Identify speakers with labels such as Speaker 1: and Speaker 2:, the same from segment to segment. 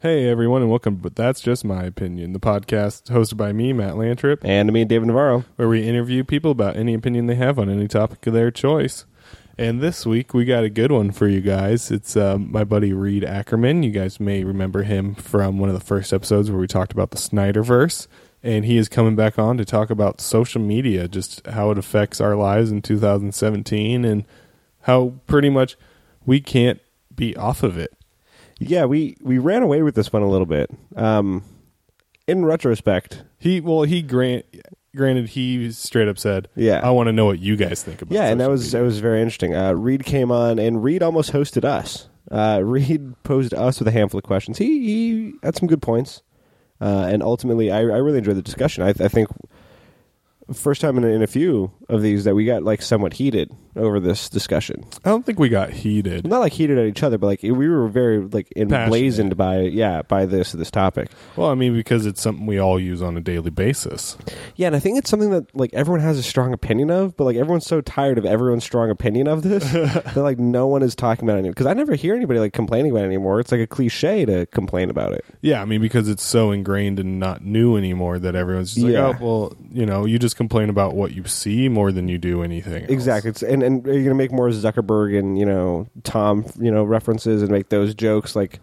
Speaker 1: Hey everyone, and welcome. But that's just my opinion. The podcast hosted by me, Matt Lantrip,
Speaker 2: And me, David Navarro.
Speaker 1: where we interview people about any opinion they have on any topic of their choice. And this week we got a good one for you guys. It's um, my buddy Reed Ackerman. You guys may remember him from one of the first episodes where we talked about the Snyderverse, and he is coming back on to talk about social media, just how it affects our lives in 2017, and how pretty much we can't be off of it.
Speaker 2: Yeah, we, we ran away with this one a little bit. Um, in retrospect,
Speaker 1: He well, he grant granted he straight up said,
Speaker 2: Yeah.
Speaker 1: I want to know what you guys think about."
Speaker 2: yeah, and that
Speaker 1: social
Speaker 2: was
Speaker 1: media."
Speaker 2: that was very interesting. Uh, Reed came on, and Reed almost hosted us. Uh, Reed posed us with a handful of questions. He, he had some good points, uh, and ultimately, I, I really enjoyed the discussion. I, I think first time in a, in a few of these that we got like somewhat heated over this discussion.
Speaker 1: I don't think we got heated.
Speaker 2: Not like heated at each other, but like we were very like emblazoned by yeah by this this topic.
Speaker 1: Well, I mean, because it's something we all use on a daily basis.
Speaker 2: Yeah, and I think it's something that like everyone has a strong opinion of, but like everyone's so tired of everyone's strong opinion of this that like no one is talking about it because I never hear anybody like complaining about it anymore. It's like a cliche to complain about it.
Speaker 1: Yeah, I mean, because it's so ingrained and not new anymore that everyone's just like,
Speaker 2: Yeah.
Speaker 1: oh, well, you know, you just complain about what you see more than you do anything. else."
Speaker 2: Exactly. It's, and and are you gonna make more Zuckerberg and you know Tom you know references and make those jokes like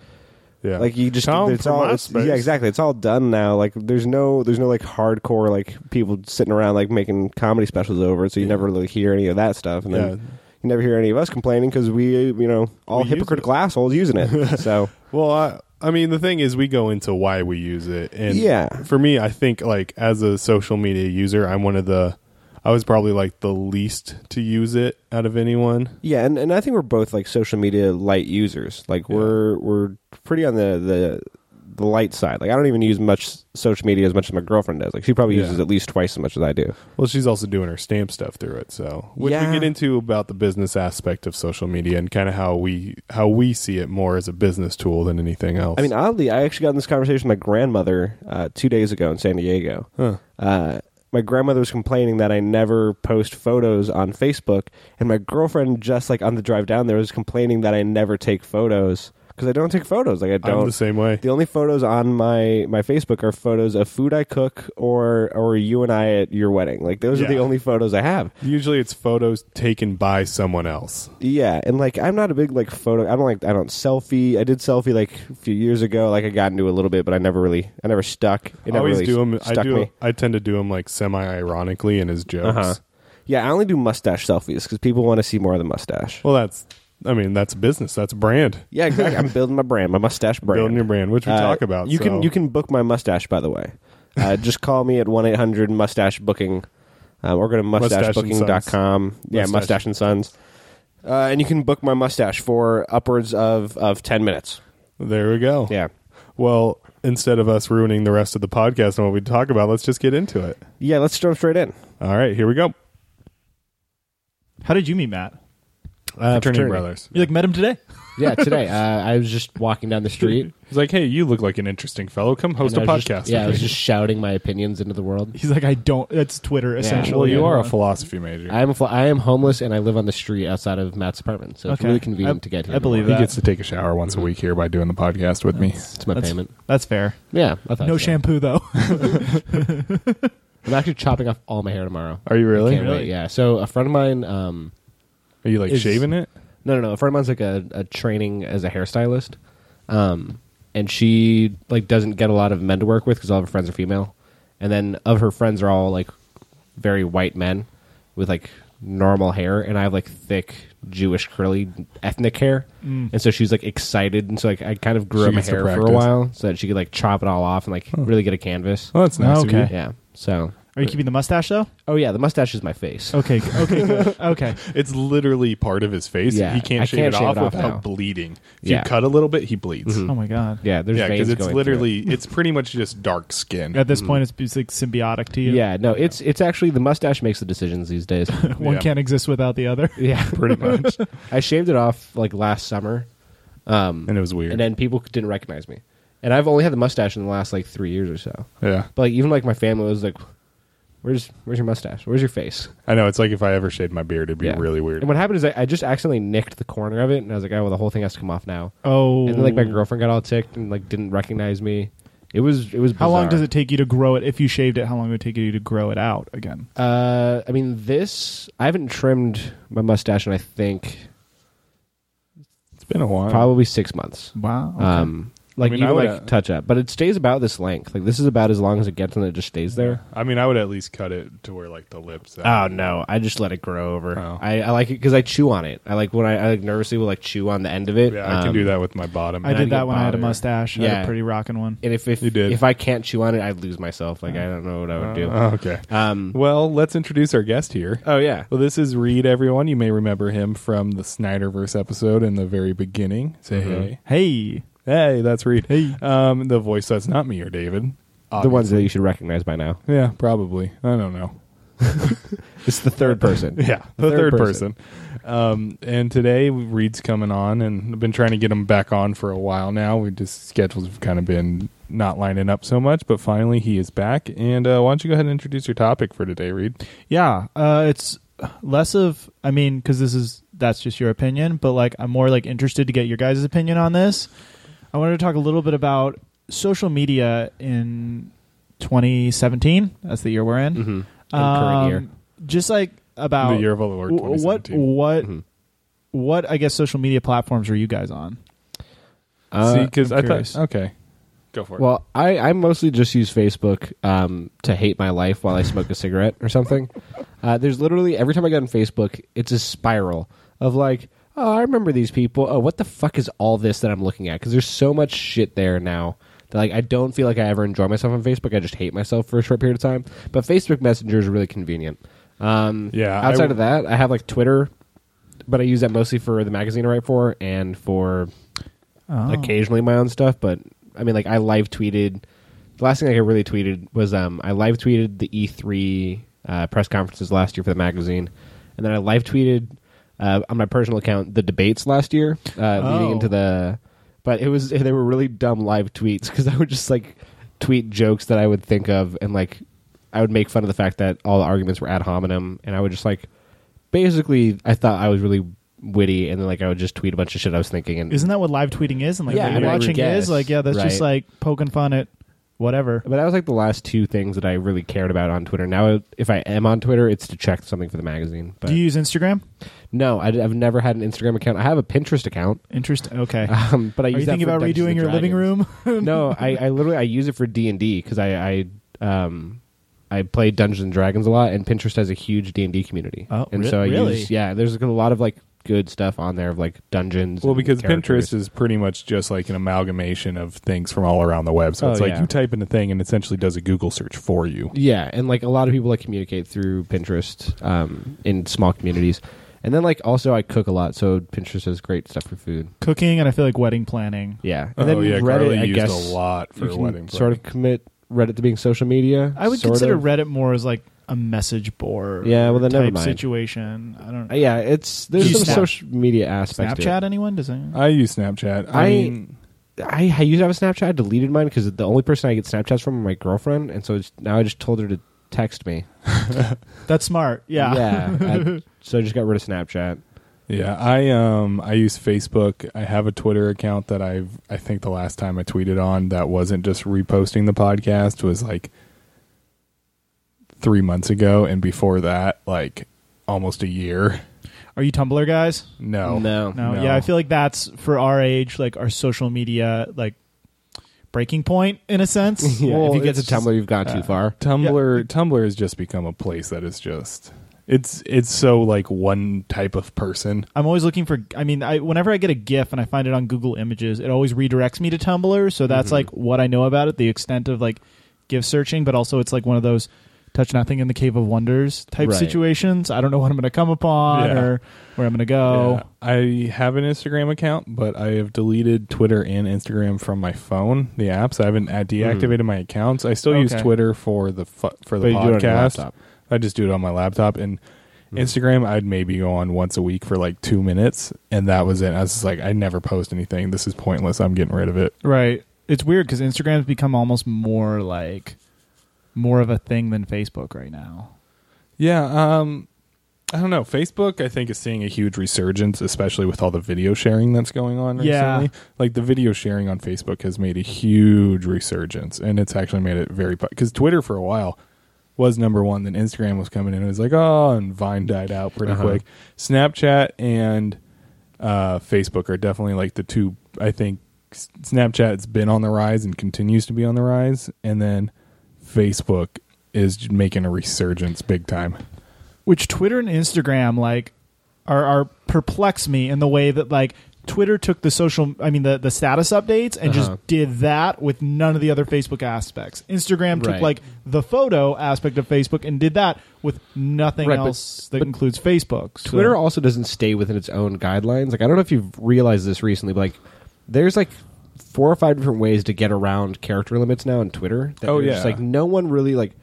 Speaker 1: Yeah.
Speaker 2: like you just
Speaker 1: Tom
Speaker 2: it's
Speaker 1: from
Speaker 2: all it's-
Speaker 1: MySpace.
Speaker 2: yeah exactly it's all done now like there's no there's no like hardcore like people sitting around like making comedy specials over it so you never really hear any of that stuff and then
Speaker 1: Yeah.
Speaker 2: you never hear any of us complaining because we you know all
Speaker 1: use
Speaker 2: hypocritical assholes using it so
Speaker 1: Well, I, I mean, the thing is, we go into why we use it, and
Speaker 2: Yeah.
Speaker 1: for me, I think like as a social media user, I'm one of the, I was probably like the least to use it out of anyone.
Speaker 2: yeah and, and I think we're both like social media light users like we're we're pretty on the the the light side like I don't even use much social media as much as my girlfriend does like she probably
Speaker 1: Yeah.
Speaker 2: uses at least twice as much as I do
Speaker 1: Well, she's also doing her stamp stuff through it, so which
Speaker 2: Yeah.
Speaker 1: we get into about the business aspect of social media and kind of how we how we see it more as a business tool than anything else.
Speaker 2: I mean, oddly, I actually got in this conversation with my grandmother uh, two days ago in San Diego. Uh, my grandmother was complaining that I never post photos on Facebook, and my girlfriend just like on the drive down there was complaining that I never take photos because I don't take photos. Like I
Speaker 1: I'm
Speaker 2: don't.
Speaker 1: the same way.
Speaker 2: The only photos on my my Facebook are photos of food I cook or or you and I at your wedding. Like those are the
Speaker 1: Yeah.
Speaker 2: only photos I have.
Speaker 1: Usually, it's photos taken by someone else.
Speaker 2: Yeah, and like I'm not a big like photo. I don't like I don't selfie. I did selfie like a few years ago. Like I got into a little bit, but I never really I never stuck. It
Speaker 1: I
Speaker 2: never
Speaker 1: always
Speaker 2: really
Speaker 1: do them. I
Speaker 2: Stuck
Speaker 1: do.
Speaker 2: me.
Speaker 1: I tend to do them like semi ironically in his jokes.
Speaker 2: Uh-huh. Yeah, I only do mustache selfies because people want to see more of the mustache.
Speaker 1: Well, that's. I mean, that's business. That's brand.
Speaker 2: yeah, exactly. I'm building my brand, my mustache brand.
Speaker 1: Building your brand, which we
Speaker 2: Uh,
Speaker 1: talk about.
Speaker 2: You
Speaker 1: so-
Speaker 2: can you can book my mustache by the way. Uh, just call me at one eight hundred mustache booking, um, or go to
Speaker 1: Mustache and Sons.
Speaker 2: mustachebooking.com. Yeah,
Speaker 1: Mustache.
Speaker 2: mustache and sons. Uh, and you can book my mustache for upwards of, of ten minutes.
Speaker 1: There we go.
Speaker 2: Yeah.
Speaker 1: Well, instead of us ruining the rest of the podcast and what we talk about, let's just get into it.
Speaker 2: Yeah, let's jump straight in.
Speaker 1: All right, here we go.
Speaker 3: How did you meet Matt?
Speaker 1: Uh,
Speaker 4: fraternity.
Speaker 1: brothers.
Speaker 3: You like met him today?
Speaker 4: yeah, today uh, I was just walking down the street.
Speaker 1: He's like, hey, you look like an interesting fellow. Come host a
Speaker 4: and I was
Speaker 1: podcast.
Speaker 4: just- yeah, I was just shouting my opinions into the world.
Speaker 3: He's like, I don't. That's Twitter essentially.
Speaker 1: well, you are a
Speaker 3: full.
Speaker 1: philosophy major.
Speaker 4: I am fl- I am homeless and I live on the street outside of Matt's apartment, so it's
Speaker 3: Okay.
Speaker 4: really convenient
Speaker 3: I-
Speaker 4: to get here.
Speaker 3: I believe
Speaker 1: he
Speaker 3: that.
Speaker 1: gets to take a shower once a week here by doing the podcast with me.
Speaker 4: It's my
Speaker 3: That's,
Speaker 4: payment.
Speaker 3: that's fair.
Speaker 4: Yeah, I thought
Speaker 3: No
Speaker 4: so.
Speaker 3: shampoo though.
Speaker 4: I'm actually chopping off all my hair tomorrow.
Speaker 1: Are you really?
Speaker 4: Can't wait,
Speaker 3: Really?
Speaker 4: Yeah. So a friend of mine, um,
Speaker 1: Are you like
Speaker 4: Is-
Speaker 1: shaving it?
Speaker 4: no, no, no, a friend of mine's like a, a training as a hairstylist, um, and she like doesn't get a lot of men to work with because all of her friends are female, and then of her friends are all like very white men with like normal hair, and I have like thick Jewish curly ethnic hair,
Speaker 1: Mm.
Speaker 4: and so she's like excited, and so like I kind of grew
Speaker 1: She
Speaker 4: up my
Speaker 1: gets to
Speaker 4: hair for a
Speaker 1: practice.
Speaker 4: while so that she could like chop it all off and like really get a canvas.
Speaker 1: Well, that's nice. of
Speaker 3: Okay.
Speaker 4: Yeah. So.
Speaker 3: are you keeping the mustache though?
Speaker 4: Oh yeah, the mustache is my face.
Speaker 3: Okay. g- Okay. Good. Okay.
Speaker 1: you. It's literally part of his face.
Speaker 4: Yeah,
Speaker 1: he can't
Speaker 4: I
Speaker 1: shave
Speaker 4: can't
Speaker 1: it
Speaker 4: shave
Speaker 1: off
Speaker 4: it off
Speaker 1: without
Speaker 4: now.
Speaker 1: bleeding. If
Speaker 4: Yeah. Mm-hmm.
Speaker 1: you cut a little bit, he bleeds.
Speaker 3: Oh my god.
Speaker 4: Yeah, there's
Speaker 1: Yeah,
Speaker 4: veins
Speaker 1: because it's
Speaker 4: going through it.
Speaker 1: literally, it's pretty much just dark skin.
Speaker 3: At this point, it's, it's like symbiotic to you.
Speaker 4: Yeah, no, it's it's actually the mustache makes the decisions these days.
Speaker 3: One
Speaker 1: Yeah.
Speaker 3: can't exist without the other.
Speaker 4: yeah,
Speaker 1: pretty much.
Speaker 4: I shaved it off like last summer, um,
Speaker 1: and it was weird.
Speaker 4: and then people didn't recognize me. And I've only had the mustache in the last like three years or so.
Speaker 1: yeah.
Speaker 4: But like even like my family was like,
Speaker 2: Where's where's your mustache? Where's your face?
Speaker 1: I know it's like if I ever shaved my beard, it'd be
Speaker 2: Yeah.
Speaker 1: really weird.
Speaker 2: And what happened is I, I just accidentally nicked the corner of it, and I was like, oh, well, the whole thing has to come off now.
Speaker 3: Oh,
Speaker 2: And then like my girlfriend got all ticked and like didn't recognize me. It was it was.
Speaker 3: How long does
Speaker 2: bizarre.
Speaker 3: it take you to grow it? If you shaved it, how long would it take you to grow it out again?
Speaker 2: Uh, I mean, this I haven't trimmed my mustache, and I think
Speaker 1: It's been a while.
Speaker 2: probably six months.
Speaker 3: Wow. okay.
Speaker 2: Um,
Speaker 1: I
Speaker 2: like
Speaker 1: mean,
Speaker 2: you
Speaker 1: I
Speaker 2: can,
Speaker 1: would,
Speaker 2: like
Speaker 1: uh,
Speaker 2: touch up, but it stays about this length. Like this is about as long as it gets, and it just stays there.
Speaker 1: I mean, I would at least cut it to where like the lips.
Speaker 4: Ah,
Speaker 2: Oh no! I just let it grow over.
Speaker 1: Oh.
Speaker 2: I, I like it because I chew on it. I like when I, I like nervously will like chew on the end of it.
Speaker 1: Yeah, I can
Speaker 2: Um,
Speaker 1: do that with my bottom.
Speaker 3: I did that when I had a
Speaker 1: bother.
Speaker 3: mustache. I had
Speaker 2: Yeah.
Speaker 3: a pretty rocking one.
Speaker 2: And if if
Speaker 1: You did.
Speaker 2: if I can't chew on it, I'd lose myself. Like I don't know what I would do.
Speaker 1: Uh, okay.
Speaker 2: Um.
Speaker 1: Well, let's introduce our guest here.
Speaker 2: Oh yeah.
Speaker 1: Well, this is Reed, everyone. You may remember him from the Snyderverse episode in the very beginning. Say
Speaker 4: Mm-hmm.
Speaker 1: hey.
Speaker 3: Hey,
Speaker 1: Hey, that's Reed.
Speaker 3: Hey.
Speaker 1: Um, the voice that's not me or David.
Speaker 2: The ones that you should recognize by now.
Speaker 1: Yeah, probably. I don't know.
Speaker 2: It's the third person.
Speaker 1: Yeah, the
Speaker 2: Third
Speaker 1: third,
Speaker 2: person.
Speaker 1: person. Um, and today Reed's coming on, and I've been trying to get him back on for a while now. We just schedules have kind of been not lining up so much, but finally he is back. And uh, why don't you go ahead and introduce your topic for today, Reed?
Speaker 3: yeah, uh, it's less of I mean, because this is that's just your opinion, but like I'm more like interested to get your guys' opinion on this. I wanted to talk a little bit about social media in 2017. That's the year we're in.
Speaker 2: Mm-hmm. current year.
Speaker 3: Um, Just like about
Speaker 1: the year of our Lord,
Speaker 3: w- what
Speaker 1: 2017.
Speaker 3: what
Speaker 2: Mhm.
Speaker 3: what I guess social media platforms are you guys on?
Speaker 2: Uh,
Speaker 1: Um, See, because
Speaker 3: I'm
Speaker 1: I
Speaker 3: curious.
Speaker 1: thought okay, go for it.
Speaker 2: Well, I, I mostly just use Facebook um, to hate my life while I smoke a cigarette or something. Uh, there's literally every time I go on Facebook, it's a spiral of like, oh, I remember these people. Oh, what the fuck is all this that I'm looking at? Because there's so much shit there now that like I don't feel like I ever enjoy myself on Facebook. I just hate myself for a short period of time. But Facebook Messenger is really convenient. Um,
Speaker 1: Yeah, I
Speaker 2: Outside
Speaker 1: w-
Speaker 2: of that, I have like Twitter, but I use that mostly for the magazine I write for and for
Speaker 3: Oh.
Speaker 2: occasionally my own stuff, but I mean, like I live tweeted. The last thing like, I really tweeted was um, I live tweeted the E3 uh, press conferences last year for the magazine, and then I live tweeted uh, on my personal account the debates last year, uh, leading
Speaker 3: Oh.
Speaker 2: into the. But it was they were really dumb live tweets because I would just like tweet jokes that I would think of and like I would make fun of the fact that all the arguments were ad hominem, and I would just like basically I thought I was really witty, and then like I would just tweet a bunch of shit I was thinking, and
Speaker 3: Isn't that what live tweeting is and like
Speaker 2: Yeah,
Speaker 3: what
Speaker 2: I mean, I
Speaker 3: watching
Speaker 2: guess,
Speaker 3: is? Like yeah, that's just
Speaker 2: right.
Speaker 3: like poking fun at whatever.
Speaker 2: But that was like the last two things that I really cared about on Twitter. Now, if I am on Twitter, it's to check something for the magazine. But
Speaker 3: Do you use Instagram?
Speaker 2: no, I, have never had an Instagram account. I have a Pinterest account,
Speaker 3: Interest. Okay.
Speaker 2: um, but I
Speaker 3: Are
Speaker 2: use
Speaker 3: you
Speaker 2: that
Speaker 3: thinking
Speaker 2: for
Speaker 3: about
Speaker 2: Dungeons
Speaker 3: redoing
Speaker 2: and
Speaker 3: your living
Speaker 2: Dragons.
Speaker 3: room?
Speaker 2: no, I, I literally I use it for D and D because I I um I play Dungeons and Dragons a lot, and Pinterest has a huge D and D community.
Speaker 3: Oh,
Speaker 2: and
Speaker 3: re-
Speaker 2: so I
Speaker 3: really?
Speaker 2: use yeah. There's like a lot of like good stuff on there of like dungeons.
Speaker 1: Well,
Speaker 2: and
Speaker 1: because
Speaker 2: characters.
Speaker 1: Pinterest is pretty much just like an amalgamation of things from all around the web. So
Speaker 2: Oh,
Speaker 1: it's like
Speaker 2: yeah.
Speaker 1: you type in a thing and essentially does a Google search for you.
Speaker 2: Yeah, and like a lot of people like communicate through Pinterest um, in small communities, and then like also I cook a lot, so Pinterest has great stuff for food.
Speaker 3: Cooking and I feel like wedding planning.
Speaker 2: Yeah,
Speaker 1: Oh
Speaker 2: and then
Speaker 1: yeah,
Speaker 2: Reddit
Speaker 1: Carly
Speaker 2: I
Speaker 1: used
Speaker 2: guess
Speaker 1: a lot for
Speaker 2: you can
Speaker 1: wedding.
Speaker 2: sort of commit Reddit to being social media.
Speaker 3: I would
Speaker 2: sort
Speaker 3: consider
Speaker 2: of.
Speaker 3: Reddit more as like a message board.
Speaker 2: Yeah, well, then
Speaker 3: type
Speaker 2: never mind.
Speaker 3: situation. I don't.
Speaker 2: Uh, Yeah, it's there's
Speaker 3: You
Speaker 2: some
Speaker 3: Snap-
Speaker 2: social media aspect.
Speaker 3: Snapchat. Anyone? Does anyone?
Speaker 1: I use Snapchat. I,
Speaker 2: I-
Speaker 1: mean,
Speaker 2: I, I used to have a Snapchat. I deleted mine because the only person I get Snapchats from is my girlfriend, and so it's, now I just told her to text me.
Speaker 3: That's smart. Yeah.
Speaker 2: Uh, yeah. I- so I just got rid of Snapchat.
Speaker 1: yeah, I um, I use Facebook. I have a Twitter account that I've. I think the last time I tweeted on that wasn't just reposting the podcast was like three months ago, and before that, like almost a year.
Speaker 3: Are you Tumblr guys?
Speaker 1: No,
Speaker 2: No.
Speaker 3: No.
Speaker 1: No.
Speaker 3: Yeah, I feel like that's for our age, like our social media, like breaking point in a sense.
Speaker 2: Yeah, if you get to
Speaker 1: it's just-
Speaker 2: Tumblr, you've gone
Speaker 3: uh,
Speaker 2: too far.
Speaker 1: Tumblr Tumblr has just become a place that is just it's it's so like one type of person.
Speaker 3: I'm always looking for. I mean, I whenever I get a GIF and I find it on Google Images, it always redirects me to Tumblr. So that's like what I know about it, the extent of like GIF searching, but also it's like one of those touch nothing in the cave of wonders type
Speaker 2: Right.
Speaker 3: situations. I don't know what I'm going to come upon
Speaker 1: Yeah.
Speaker 3: or where I'm going to
Speaker 2: Oh.
Speaker 3: go.
Speaker 1: Yeah. I have an Instagram account, but I have deleted Twitter and Instagram from my phone, the apps. I haven't
Speaker 2: Hmm.
Speaker 1: uh, deactivated my accounts. I still use
Speaker 3: Okay.
Speaker 1: Twitter for the fu- for the
Speaker 2: But you do it on your
Speaker 1: podcast.
Speaker 2: laptop. Hmm.
Speaker 1: I just do it on my laptop and Instagram I'd maybe go on once a week for like 2 minutes and that was it. I was just like I never post anything. This is pointless. I'm getting rid of it.
Speaker 3: Right. It's weird because Instagram's become almost more like more of a thing than Facebook right now.
Speaker 1: Yeah, um I don't know. Facebook I think is seeing a huge resurgence, especially with all the video sharing that's going on recently.
Speaker 3: Yeah.
Speaker 1: Like the video sharing on Facebook has made a huge resurgence and it's actually made it very cuz Twitter for a while was number 1 then Instagram was coming in and it was like, "Oh, and Vine died out pretty
Speaker 2: Uh-huh.
Speaker 1: quick." Snapchat and uh, Facebook are definitely like the two. I think S- Snapchat's been on the rise and continues to be on the rise, and then Facebook is j- making a resurgence big time.
Speaker 3: which Twitter and Instagram like are are perplex me in the way that like Twitter took the social I mean the the status updates and
Speaker 2: Uh-huh.
Speaker 3: just did that with none of the other Facebook aspects. Instagram took
Speaker 2: Right.
Speaker 3: like the photo aspect of Facebook and did that with nothing
Speaker 2: Right, but-
Speaker 3: else that
Speaker 2: but
Speaker 3: includes Facebook. So-
Speaker 2: Twitter also doesn't stay within its own guidelines. Like I don't know if you've realized this recently, but like there's like four or five different ways to get around character limits now in Twitter. that
Speaker 1: Oh,
Speaker 2: are just,
Speaker 1: yeah.
Speaker 2: like no one really like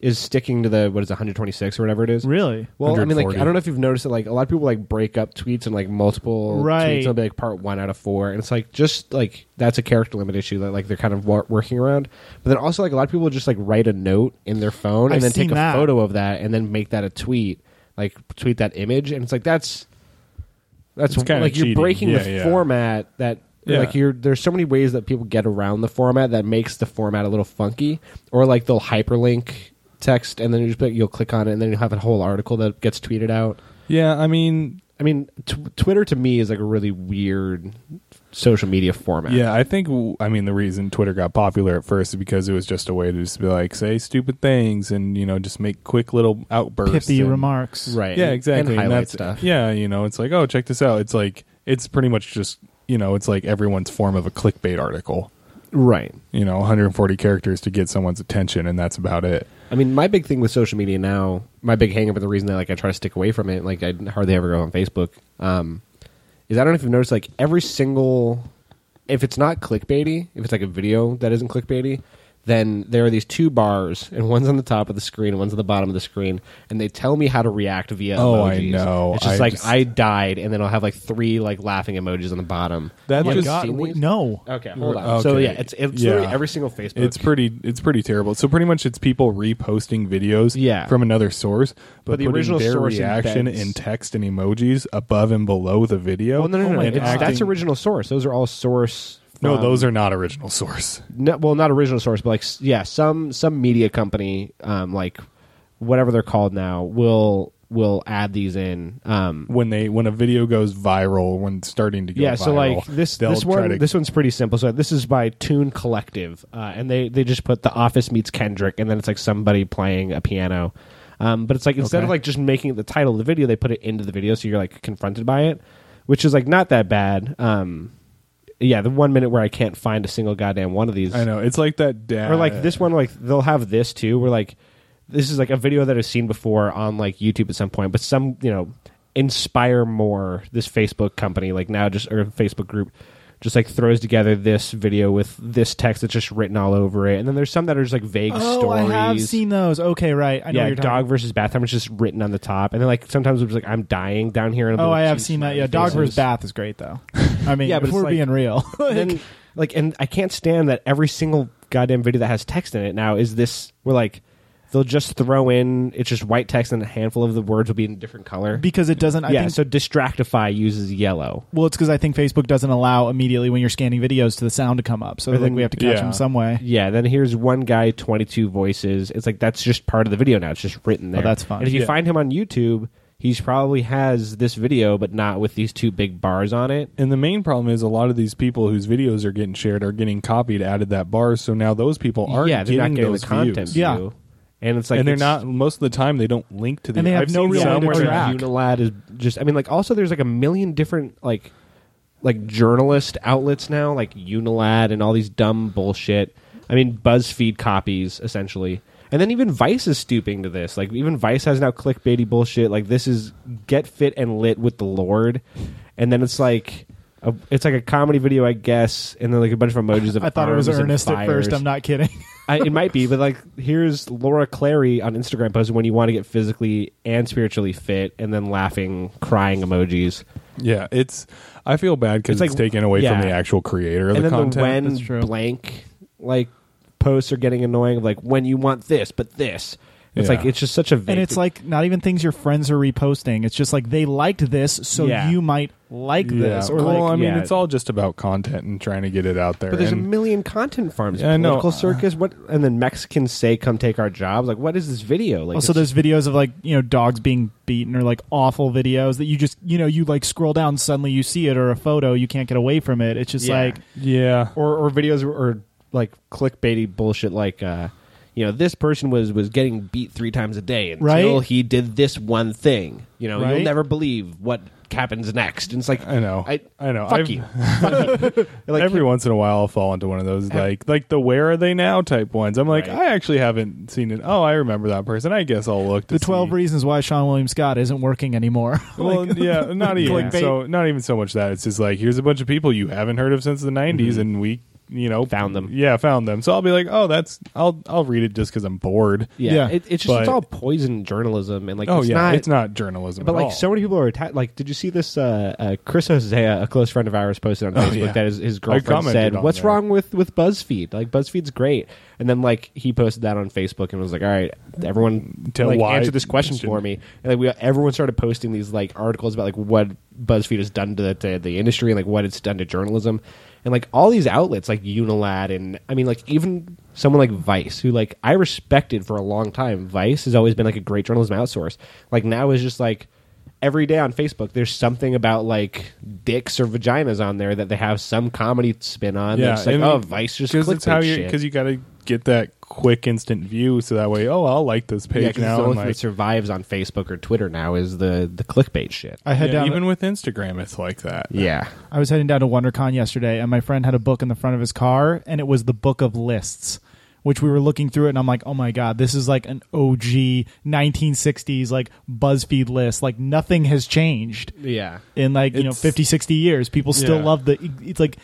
Speaker 2: is sticking to the what is it, 126 or whatever it is.
Speaker 3: really
Speaker 2: Well, I mean, like
Speaker 1: 140.
Speaker 2: I don't know if you've noticed that like a lot of people like break up tweets and like multiple
Speaker 3: Right.
Speaker 2: tweets. and They'll be like part one out of four, and it's like just like that's a character limit issue that like they're kind of wor- working around. But then also like a lot of people just like write a note in their phone and
Speaker 3: I've
Speaker 2: then take
Speaker 3: seen
Speaker 2: a
Speaker 3: that.
Speaker 2: photo of that and then make that a tweet, like tweet that image, and it's like that's that's
Speaker 1: It's kinda
Speaker 2: like you're
Speaker 1: cheating.
Speaker 2: breaking
Speaker 1: Yeah,
Speaker 2: the
Speaker 1: yeah.
Speaker 2: format that.
Speaker 1: Yeah.
Speaker 2: Like you're, there's so many ways that people get around the format that makes the format a little funky, or like they'll hyperlink text and then you just put, you'll click on it and then you'll have a whole article that gets tweeted out.
Speaker 1: Yeah, I mean,
Speaker 2: I mean, tw- Twitter to me is like a really weird social media format.
Speaker 1: yeah, I think w- I mean the reason Twitter got popular at first is because it was just a way to just be like say stupid things and you know just make quick little outbursts.
Speaker 3: pithy
Speaker 1: and-
Speaker 3: remarks.
Speaker 2: right.
Speaker 1: Yeah, exactly.
Speaker 2: And
Speaker 1: And
Speaker 2: highlight
Speaker 1: that's-
Speaker 2: stuff.
Speaker 1: Yeah, you know, it's like, oh, check this out. It's like it's pretty much just you know, it's like everyone's form of a clickbait article.
Speaker 2: right.
Speaker 1: you know 140 characters to get someone's attention and that's about it
Speaker 2: I mean, my big thing with social media now, my big hang up and the reason that like I try to stick away from it, like I hardly ever go on Facebook, um, is I don't know if you've noticed like every single if it's not clickbaity, if it's like a video that isn't clickbaity, then there are these two bars and one's on the top of the screen and one's on the bottom of the screen and they tell me how to react via
Speaker 1: Oh, I
Speaker 2: emojis.
Speaker 1: know.
Speaker 2: It's just
Speaker 1: I
Speaker 2: like
Speaker 1: just-
Speaker 2: I died and then I'll have like three like laughing emojis on the bottom.
Speaker 1: That
Speaker 2: Have you
Speaker 1: just-
Speaker 2: guys
Speaker 3: God,
Speaker 2: seen
Speaker 3: wait,
Speaker 2: these?
Speaker 3: no.
Speaker 2: Okay, hold on.
Speaker 1: Okay.
Speaker 2: So yeah, it's it's literally
Speaker 1: Yeah.
Speaker 2: every single Facebook.
Speaker 1: it's pretty it's pretty terrible so pretty much it's people reposting videos
Speaker 2: Yeah.
Speaker 1: from another source but,
Speaker 2: But the
Speaker 1: putting
Speaker 2: original
Speaker 1: their
Speaker 2: source
Speaker 1: reaction
Speaker 2: embeds-
Speaker 1: in text and emojis above and below the video
Speaker 2: Well, Oh, no, no, no. no.
Speaker 1: and
Speaker 2: It's-
Speaker 1: acting-
Speaker 2: that's um, original source. Those are all source.
Speaker 1: no
Speaker 2: from-
Speaker 1: those are not original source
Speaker 2: no, well, not original source, but like s- yeah, some some media company, um, like whatever they're called now, will will add these in. Um,
Speaker 1: when they when a video goes viral when it's starting to go
Speaker 2: yeah, so
Speaker 1: viral,
Speaker 2: like this
Speaker 1: they'll
Speaker 2: this
Speaker 1: try
Speaker 2: one
Speaker 1: to-
Speaker 2: this one's pretty simple. So this is by Tune Collective, uh, and they they just put The Office meets Kendrick, and then it's like somebody playing a piano. Um, but it's like instead of
Speaker 1: Okay.
Speaker 2: like just making it the title of the video, they put it into the video, so you're like confronted by it, which is like not that bad. Um, yeah, the one minute where I can't find a single goddamn one of these
Speaker 1: i know it's like that dad
Speaker 2: or like this one like they'll have this too where like this is like a video that i've seen before on like youtube at some point but some you know inspire more this facebook company like now just or facebook group just like throws together this video with this text that's just written all over it and then there's some that are just like vague
Speaker 3: Oh,
Speaker 2: stories
Speaker 3: I have seen those. Okay, right. I know what
Speaker 2: yeah,
Speaker 3: you're talking
Speaker 2: dog versus bath. I'm just written on the top, and then like sometimes it's like I'm dying down here. And
Speaker 3: about. Oh, I have seen that. Yeah, dog versus bath is great though. I mean,
Speaker 2: Yeah,
Speaker 3: if
Speaker 2: but it's
Speaker 3: we're
Speaker 2: like-
Speaker 3: being real.
Speaker 2: then like and I can't stand that every single goddamn video that has text in it now is this we're like they'll just throw in it's just white text and a handful of the words will be in a different color.
Speaker 3: because it doesn't I
Speaker 2: yeah,
Speaker 3: think
Speaker 2: so distractify uses yellow.
Speaker 3: Well, it's because I think Facebook doesn't allow immediately when you're scanning videos to the sound to come up. So I think
Speaker 2: then-
Speaker 3: we have to catch
Speaker 1: yeah.
Speaker 3: them some way.
Speaker 2: Yeah, then here's one guy, 22 voices. It's like that's just part of the video now. It's just written there.
Speaker 3: that's fine.
Speaker 2: And if you
Speaker 1: Yeah.
Speaker 2: find him on YouTube, he's probably has this video but not with these two big bars on it.
Speaker 1: And the main problem is a lot of these people whose videos are getting shared are getting copied out of that bar, so now those people aren't
Speaker 2: yeah, they're
Speaker 1: getting,
Speaker 2: not getting
Speaker 1: those
Speaker 2: the content
Speaker 1: views.
Speaker 3: Yeah.
Speaker 2: view. And it's like
Speaker 1: and they're
Speaker 2: it's-
Speaker 1: not most of the time they don't link to the
Speaker 3: And they have
Speaker 1: I've
Speaker 3: no
Speaker 1: seen
Speaker 3: real
Speaker 1: some
Speaker 3: way to
Speaker 1: where
Speaker 2: somewhere
Speaker 1: they're-
Speaker 3: track.
Speaker 2: Unilad is just. I mean, like also there's like a million different like like journalist outlets now, like Unilad and all these dumb bullshit. I mean, BuzzFeed copies essentially, and then even Vice is stooping to this. Like even Vice has now clickbaity bullshit. Like this is get fit and lit with the Lord, and then it's like. A, it's like a comedy video, I guess, and then like a bunch of emojis of
Speaker 3: I thought it was
Speaker 2: arms and
Speaker 3: earnest at first.
Speaker 2: fires.
Speaker 3: I'm not kidding.
Speaker 2: I, it might be, but like here's Laura Clary on Instagram posting when you want to get physically and spiritually fit, and then laughing, crying emojis,
Speaker 1: Yeah, it's I feel bad because
Speaker 2: It's
Speaker 1: it's,
Speaker 2: like-
Speaker 1: taken away
Speaker 2: yeah.
Speaker 1: from the actual creator of
Speaker 2: and
Speaker 1: the
Speaker 2: then
Speaker 1: content.
Speaker 2: the
Speaker 3: That's true.
Speaker 2: when blank like posts are getting annoying of like when you want this but this. It's
Speaker 1: Yeah.
Speaker 2: like it's just such a vague
Speaker 3: and it's like not even things your friends are reposting. It's just like they liked this, so
Speaker 2: Yeah.
Speaker 3: you might like
Speaker 1: yeah.
Speaker 3: this. Or
Speaker 1: Well,
Speaker 3: like,
Speaker 1: I mean,
Speaker 2: yeah.
Speaker 1: it's all just about content and trying to get it out there.
Speaker 2: But there's a
Speaker 1: and-
Speaker 2: million content farms.
Speaker 1: Yeah, I know.
Speaker 2: Political circus. What? And then Mexicans say, "Come take our jobs." Like, what is this video? Like,
Speaker 3: also,
Speaker 2: it's-
Speaker 3: there's videos of like you know dogs being beaten or like awful videos that you just you know you like scroll down suddenly you see it or a photo you can't get away from it. It's just
Speaker 2: Yeah.
Speaker 3: like
Speaker 1: yeah.
Speaker 2: or or videos or like clickbaity bullshit. Like, uh, you know, this person was was getting beat three times a day until
Speaker 3: Right.
Speaker 2: he did this one thing. You know,
Speaker 3: Right.
Speaker 2: you'll never believe what happens next. And it's like,
Speaker 1: I know.
Speaker 2: I,
Speaker 1: I know.
Speaker 2: Fuck
Speaker 1: I've-
Speaker 2: you.
Speaker 1: Like, Every once in a while, I'll fall into one of those like like the where are they now type ones. I'm like,
Speaker 2: Right.
Speaker 1: I actually haven't seen it. Oh, I remember that person. I guess I'll look. To
Speaker 3: the 12
Speaker 1: see.
Speaker 3: reasons why Sean William Scott isn't working anymore.
Speaker 1: Well, yeah, not even
Speaker 3: clickbait.
Speaker 1: so. Not even so much that it's just like here's a bunch of people you haven't heard of since the '90s, and we, you know,
Speaker 2: Found them.
Speaker 1: Yeah, found them. So I'll be like, oh, that's I'll I'll read it just because I'm bored.
Speaker 2: Yeah,
Speaker 3: Yeah.
Speaker 2: It, it's just
Speaker 1: But-
Speaker 2: it's all poison journalism and like,
Speaker 1: Oh
Speaker 2: it's
Speaker 1: yeah,
Speaker 2: not,
Speaker 1: it's not journalism.
Speaker 2: But
Speaker 1: at
Speaker 2: like
Speaker 1: all.
Speaker 2: so many people are attacked. Like, did you see this? Uh, uh, Chris Hosea, a close friend of ours, posted on Facebook
Speaker 1: Oh, yeah.
Speaker 2: that his, his girlfriend
Speaker 1: commented
Speaker 2: said,
Speaker 1: on
Speaker 2: "What's
Speaker 1: that.
Speaker 2: wrong with with BuzzFeed? Like, BuzzFeed's great." And then like he posted that on Facebook and was like, "All right, everyone,
Speaker 1: Tell
Speaker 2: like,
Speaker 1: why
Speaker 2: answer this question
Speaker 1: should-
Speaker 2: for me." And like we everyone started posting these like articles about like what BuzzFeed has done to the, to the industry and like what it's done to journalism. And like all these outlets, like Unilad, and I mean, like even someone like Vice, who like I respected for a long time. Vice has always been like a great journalism outsource. Like now is just like every day on Facebook, there's something about like dicks or vaginas on there that they have some comedy spin on. Yeah, just like
Speaker 1: and-
Speaker 2: oh, Vice just clickbait
Speaker 1: it's how you
Speaker 2: shit.
Speaker 1: because you got to get that quick instant view, so that way, oh, I'll like this
Speaker 2: yeah,
Speaker 1: page
Speaker 2: 'cause it's the
Speaker 1: now.
Speaker 2: only
Speaker 1: And
Speaker 2: thing
Speaker 1: like,
Speaker 2: that survives on Facebook or Twitter now is the the clickbait shit.
Speaker 3: I had
Speaker 1: yeah,
Speaker 3: down
Speaker 1: even with Instagram, it's like that.
Speaker 2: yeah,
Speaker 3: I was heading down to WonderCon yesterday, and my friend had a book in the front of his car, and it was the Book of Lists, which we were looking through it, and I'm like, oh my god, this is like an OG 1960s like BuzzFeed list. Like nothing has changed
Speaker 2: yeah.
Speaker 3: in like you know
Speaker 1: It's-
Speaker 3: 50, 60 years. People still
Speaker 1: Yeah.
Speaker 3: love the. e, It's like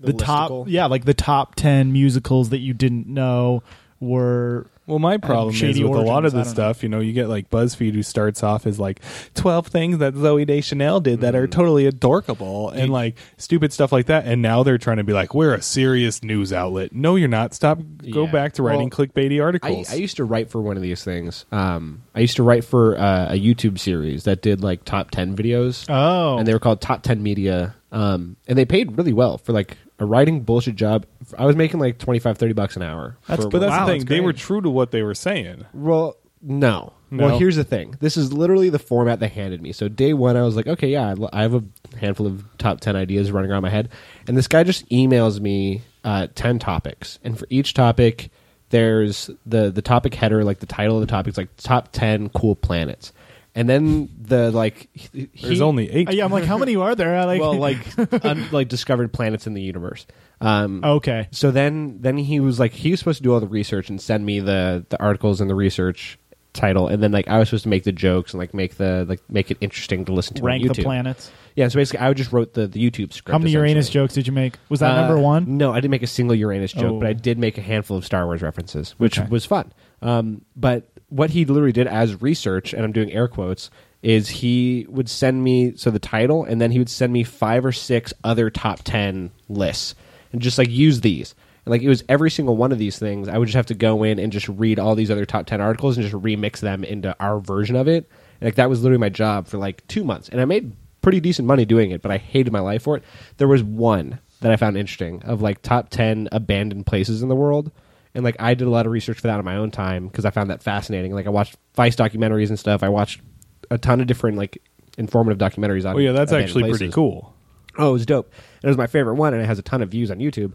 Speaker 3: the,
Speaker 2: The
Speaker 3: top,
Speaker 2: listicle.
Speaker 3: yeah, like the top ten musicals that you didn't know were. um,
Speaker 1: Well, my problem is with
Speaker 3: shady
Speaker 1: a lot of
Speaker 3: origins, I
Speaker 1: this
Speaker 3: don't know.
Speaker 1: stuff, you know, you get like BuzzFeed who starts off as like 12 things that Zoe Deschanel did that
Speaker 2: Mm-hmm.
Speaker 1: are totally adorkable and like stupid stuff like that. And now they're trying to be like, we're a serious news outlet. No, you're not. Stop. Go
Speaker 2: Yeah.
Speaker 1: back to writing
Speaker 2: Well,
Speaker 1: clickbaity
Speaker 2: I,
Speaker 1: articles.
Speaker 2: I used to write for one of these things. Um, I used to write for uh, a YouTube series that did like top ten videos.
Speaker 3: Oh,
Speaker 2: and they were called Top Ten Media. Um, and they paid really well for like a writing bullshit job. I was making like 25, 30 bucks an hour.
Speaker 3: That's-
Speaker 2: for-
Speaker 1: but that's
Speaker 3: Wow,
Speaker 1: the
Speaker 3: that's
Speaker 1: thing. They
Speaker 3: great.
Speaker 1: were true to what they were saying.
Speaker 2: well, no.
Speaker 1: No.
Speaker 2: Well, here's the thing. This is literally the format they handed me. So day one, I was like, okay, yeah, I- I have a handful of top ten ideas running around my head, and this guy just emails me uh, ten topics, and for each topic, there's the the topic header, like the title of the topic is like top ten cool planets, and then the like he-
Speaker 1: There's
Speaker 2: he-
Speaker 1: only eight.
Speaker 3: Uh, yeah. I'm like, how many are there? I like,
Speaker 2: well, like un, like discovered planets in the universe. Um,
Speaker 3: okay,
Speaker 2: So then then he was like he was supposed to do all the research and send me the the articles and the research title, and then like I was supposed to make the jokes and like make the like make it interesting to listen to
Speaker 3: rank
Speaker 2: on
Speaker 3: the
Speaker 2: YouTube.
Speaker 3: planets.
Speaker 2: Yeah, so basically I just wrote the the YouTube script.
Speaker 3: How many Uranus
Speaker 2: essentially.
Speaker 3: jokes did you make? Was that
Speaker 2: Uh,
Speaker 3: number one?
Speaker 2: No, I didn't make a single Uranus joke,
Speaker 3: Oh.
Speaker 2: but I did make a handful of Star Wars references, which
Speaker 3: Okay.
Speaker 2: was fun. Um, but what he literally did as research, and I'm doing air quotes, is he would send me so the title, and then he would send me five or six other top ten lists, and just like use these. And like it was every single one of these things. I would just have to go in and just read all these other top ten articles and just remix them into our version of it. And, like that was literally my job for like two months, and I made pretty decent money doing it, but I hated my life for it. There was one that I found interesting of like top 10 abandoned places in the world. And like I did a lot of research for that on my own time because I found that fascinating. Like I watched Vice documentaries and stuff. I watched a ton of different like informative documentaries on.
Speaker 1: Well, Oh, yeah, that's
Speaker 2: abandoned
Speaker 1: actually
Speaker 2: places.
Speaker 1: pretty cool.
Speaker 2: Oh, it was dope. And it was my favorite one, and it has a ton of views on YouTube.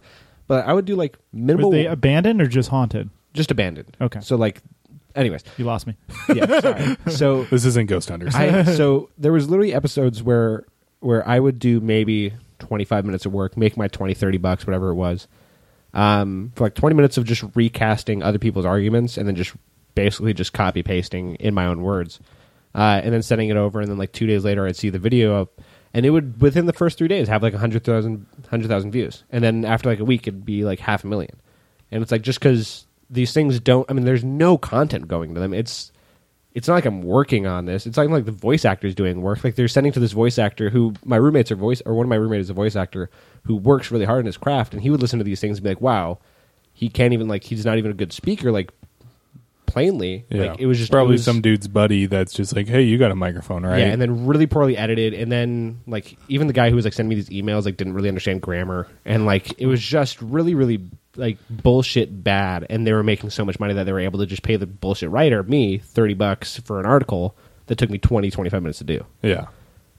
Speaker 2: But I would do like minimal,
Speaker 3: Were they abandoned or just haunted?
Speaker 2: just abandoned.
Speaker 3: Okay.
Speaker 2: So like, anyways,
Speaker 3: You lost me.
Speaker 2: yeah. Sorry. so
Speaker 1: This isn't Ghost Hunters.
Speaker 2: I so there was literally episodes where where I would do maybe 25 minutes of work, make my 20 30 bucks whatever it was. Um for like 20 minutes of just recasting other people's arguments and then just basically just copy pasting in my own words. Uh, and then sending it over and then like 2 days later I'd see the video up and it would within the first 3 days have like 100,000 100,000 views. And then after like a week it'd be like half a million. And it's like just cuz these things don't I mean there's no content going to them. It's it's not like I'm working on this. It's not even like the voice actor's doing work. Like they're sending to this voice actor who my roommates are voice or one of my roommates is a voice actor who works really hard in his craft and he would listen to these things and be like, Wow, he can't even like he's not even a good speaker like plainly
Speaker 1: Yeah.
Speaker 2: like it was just it
Speaker 1: probably
Speaker 2: was-
Speaker 1: some dude's buddy that's just like, "Hey, you got a microphone, right?"
Speaker 2: yeah and then really poorly edited and then like even the guy who was like sending me these emails like didn't really understand grammar and like it was just really really like bullshit bad and they were making so much money that they were able to just pay the bullshit writer me 30 bucks for an article that took me 20 25 minutes to do
Speaker 1: yeah.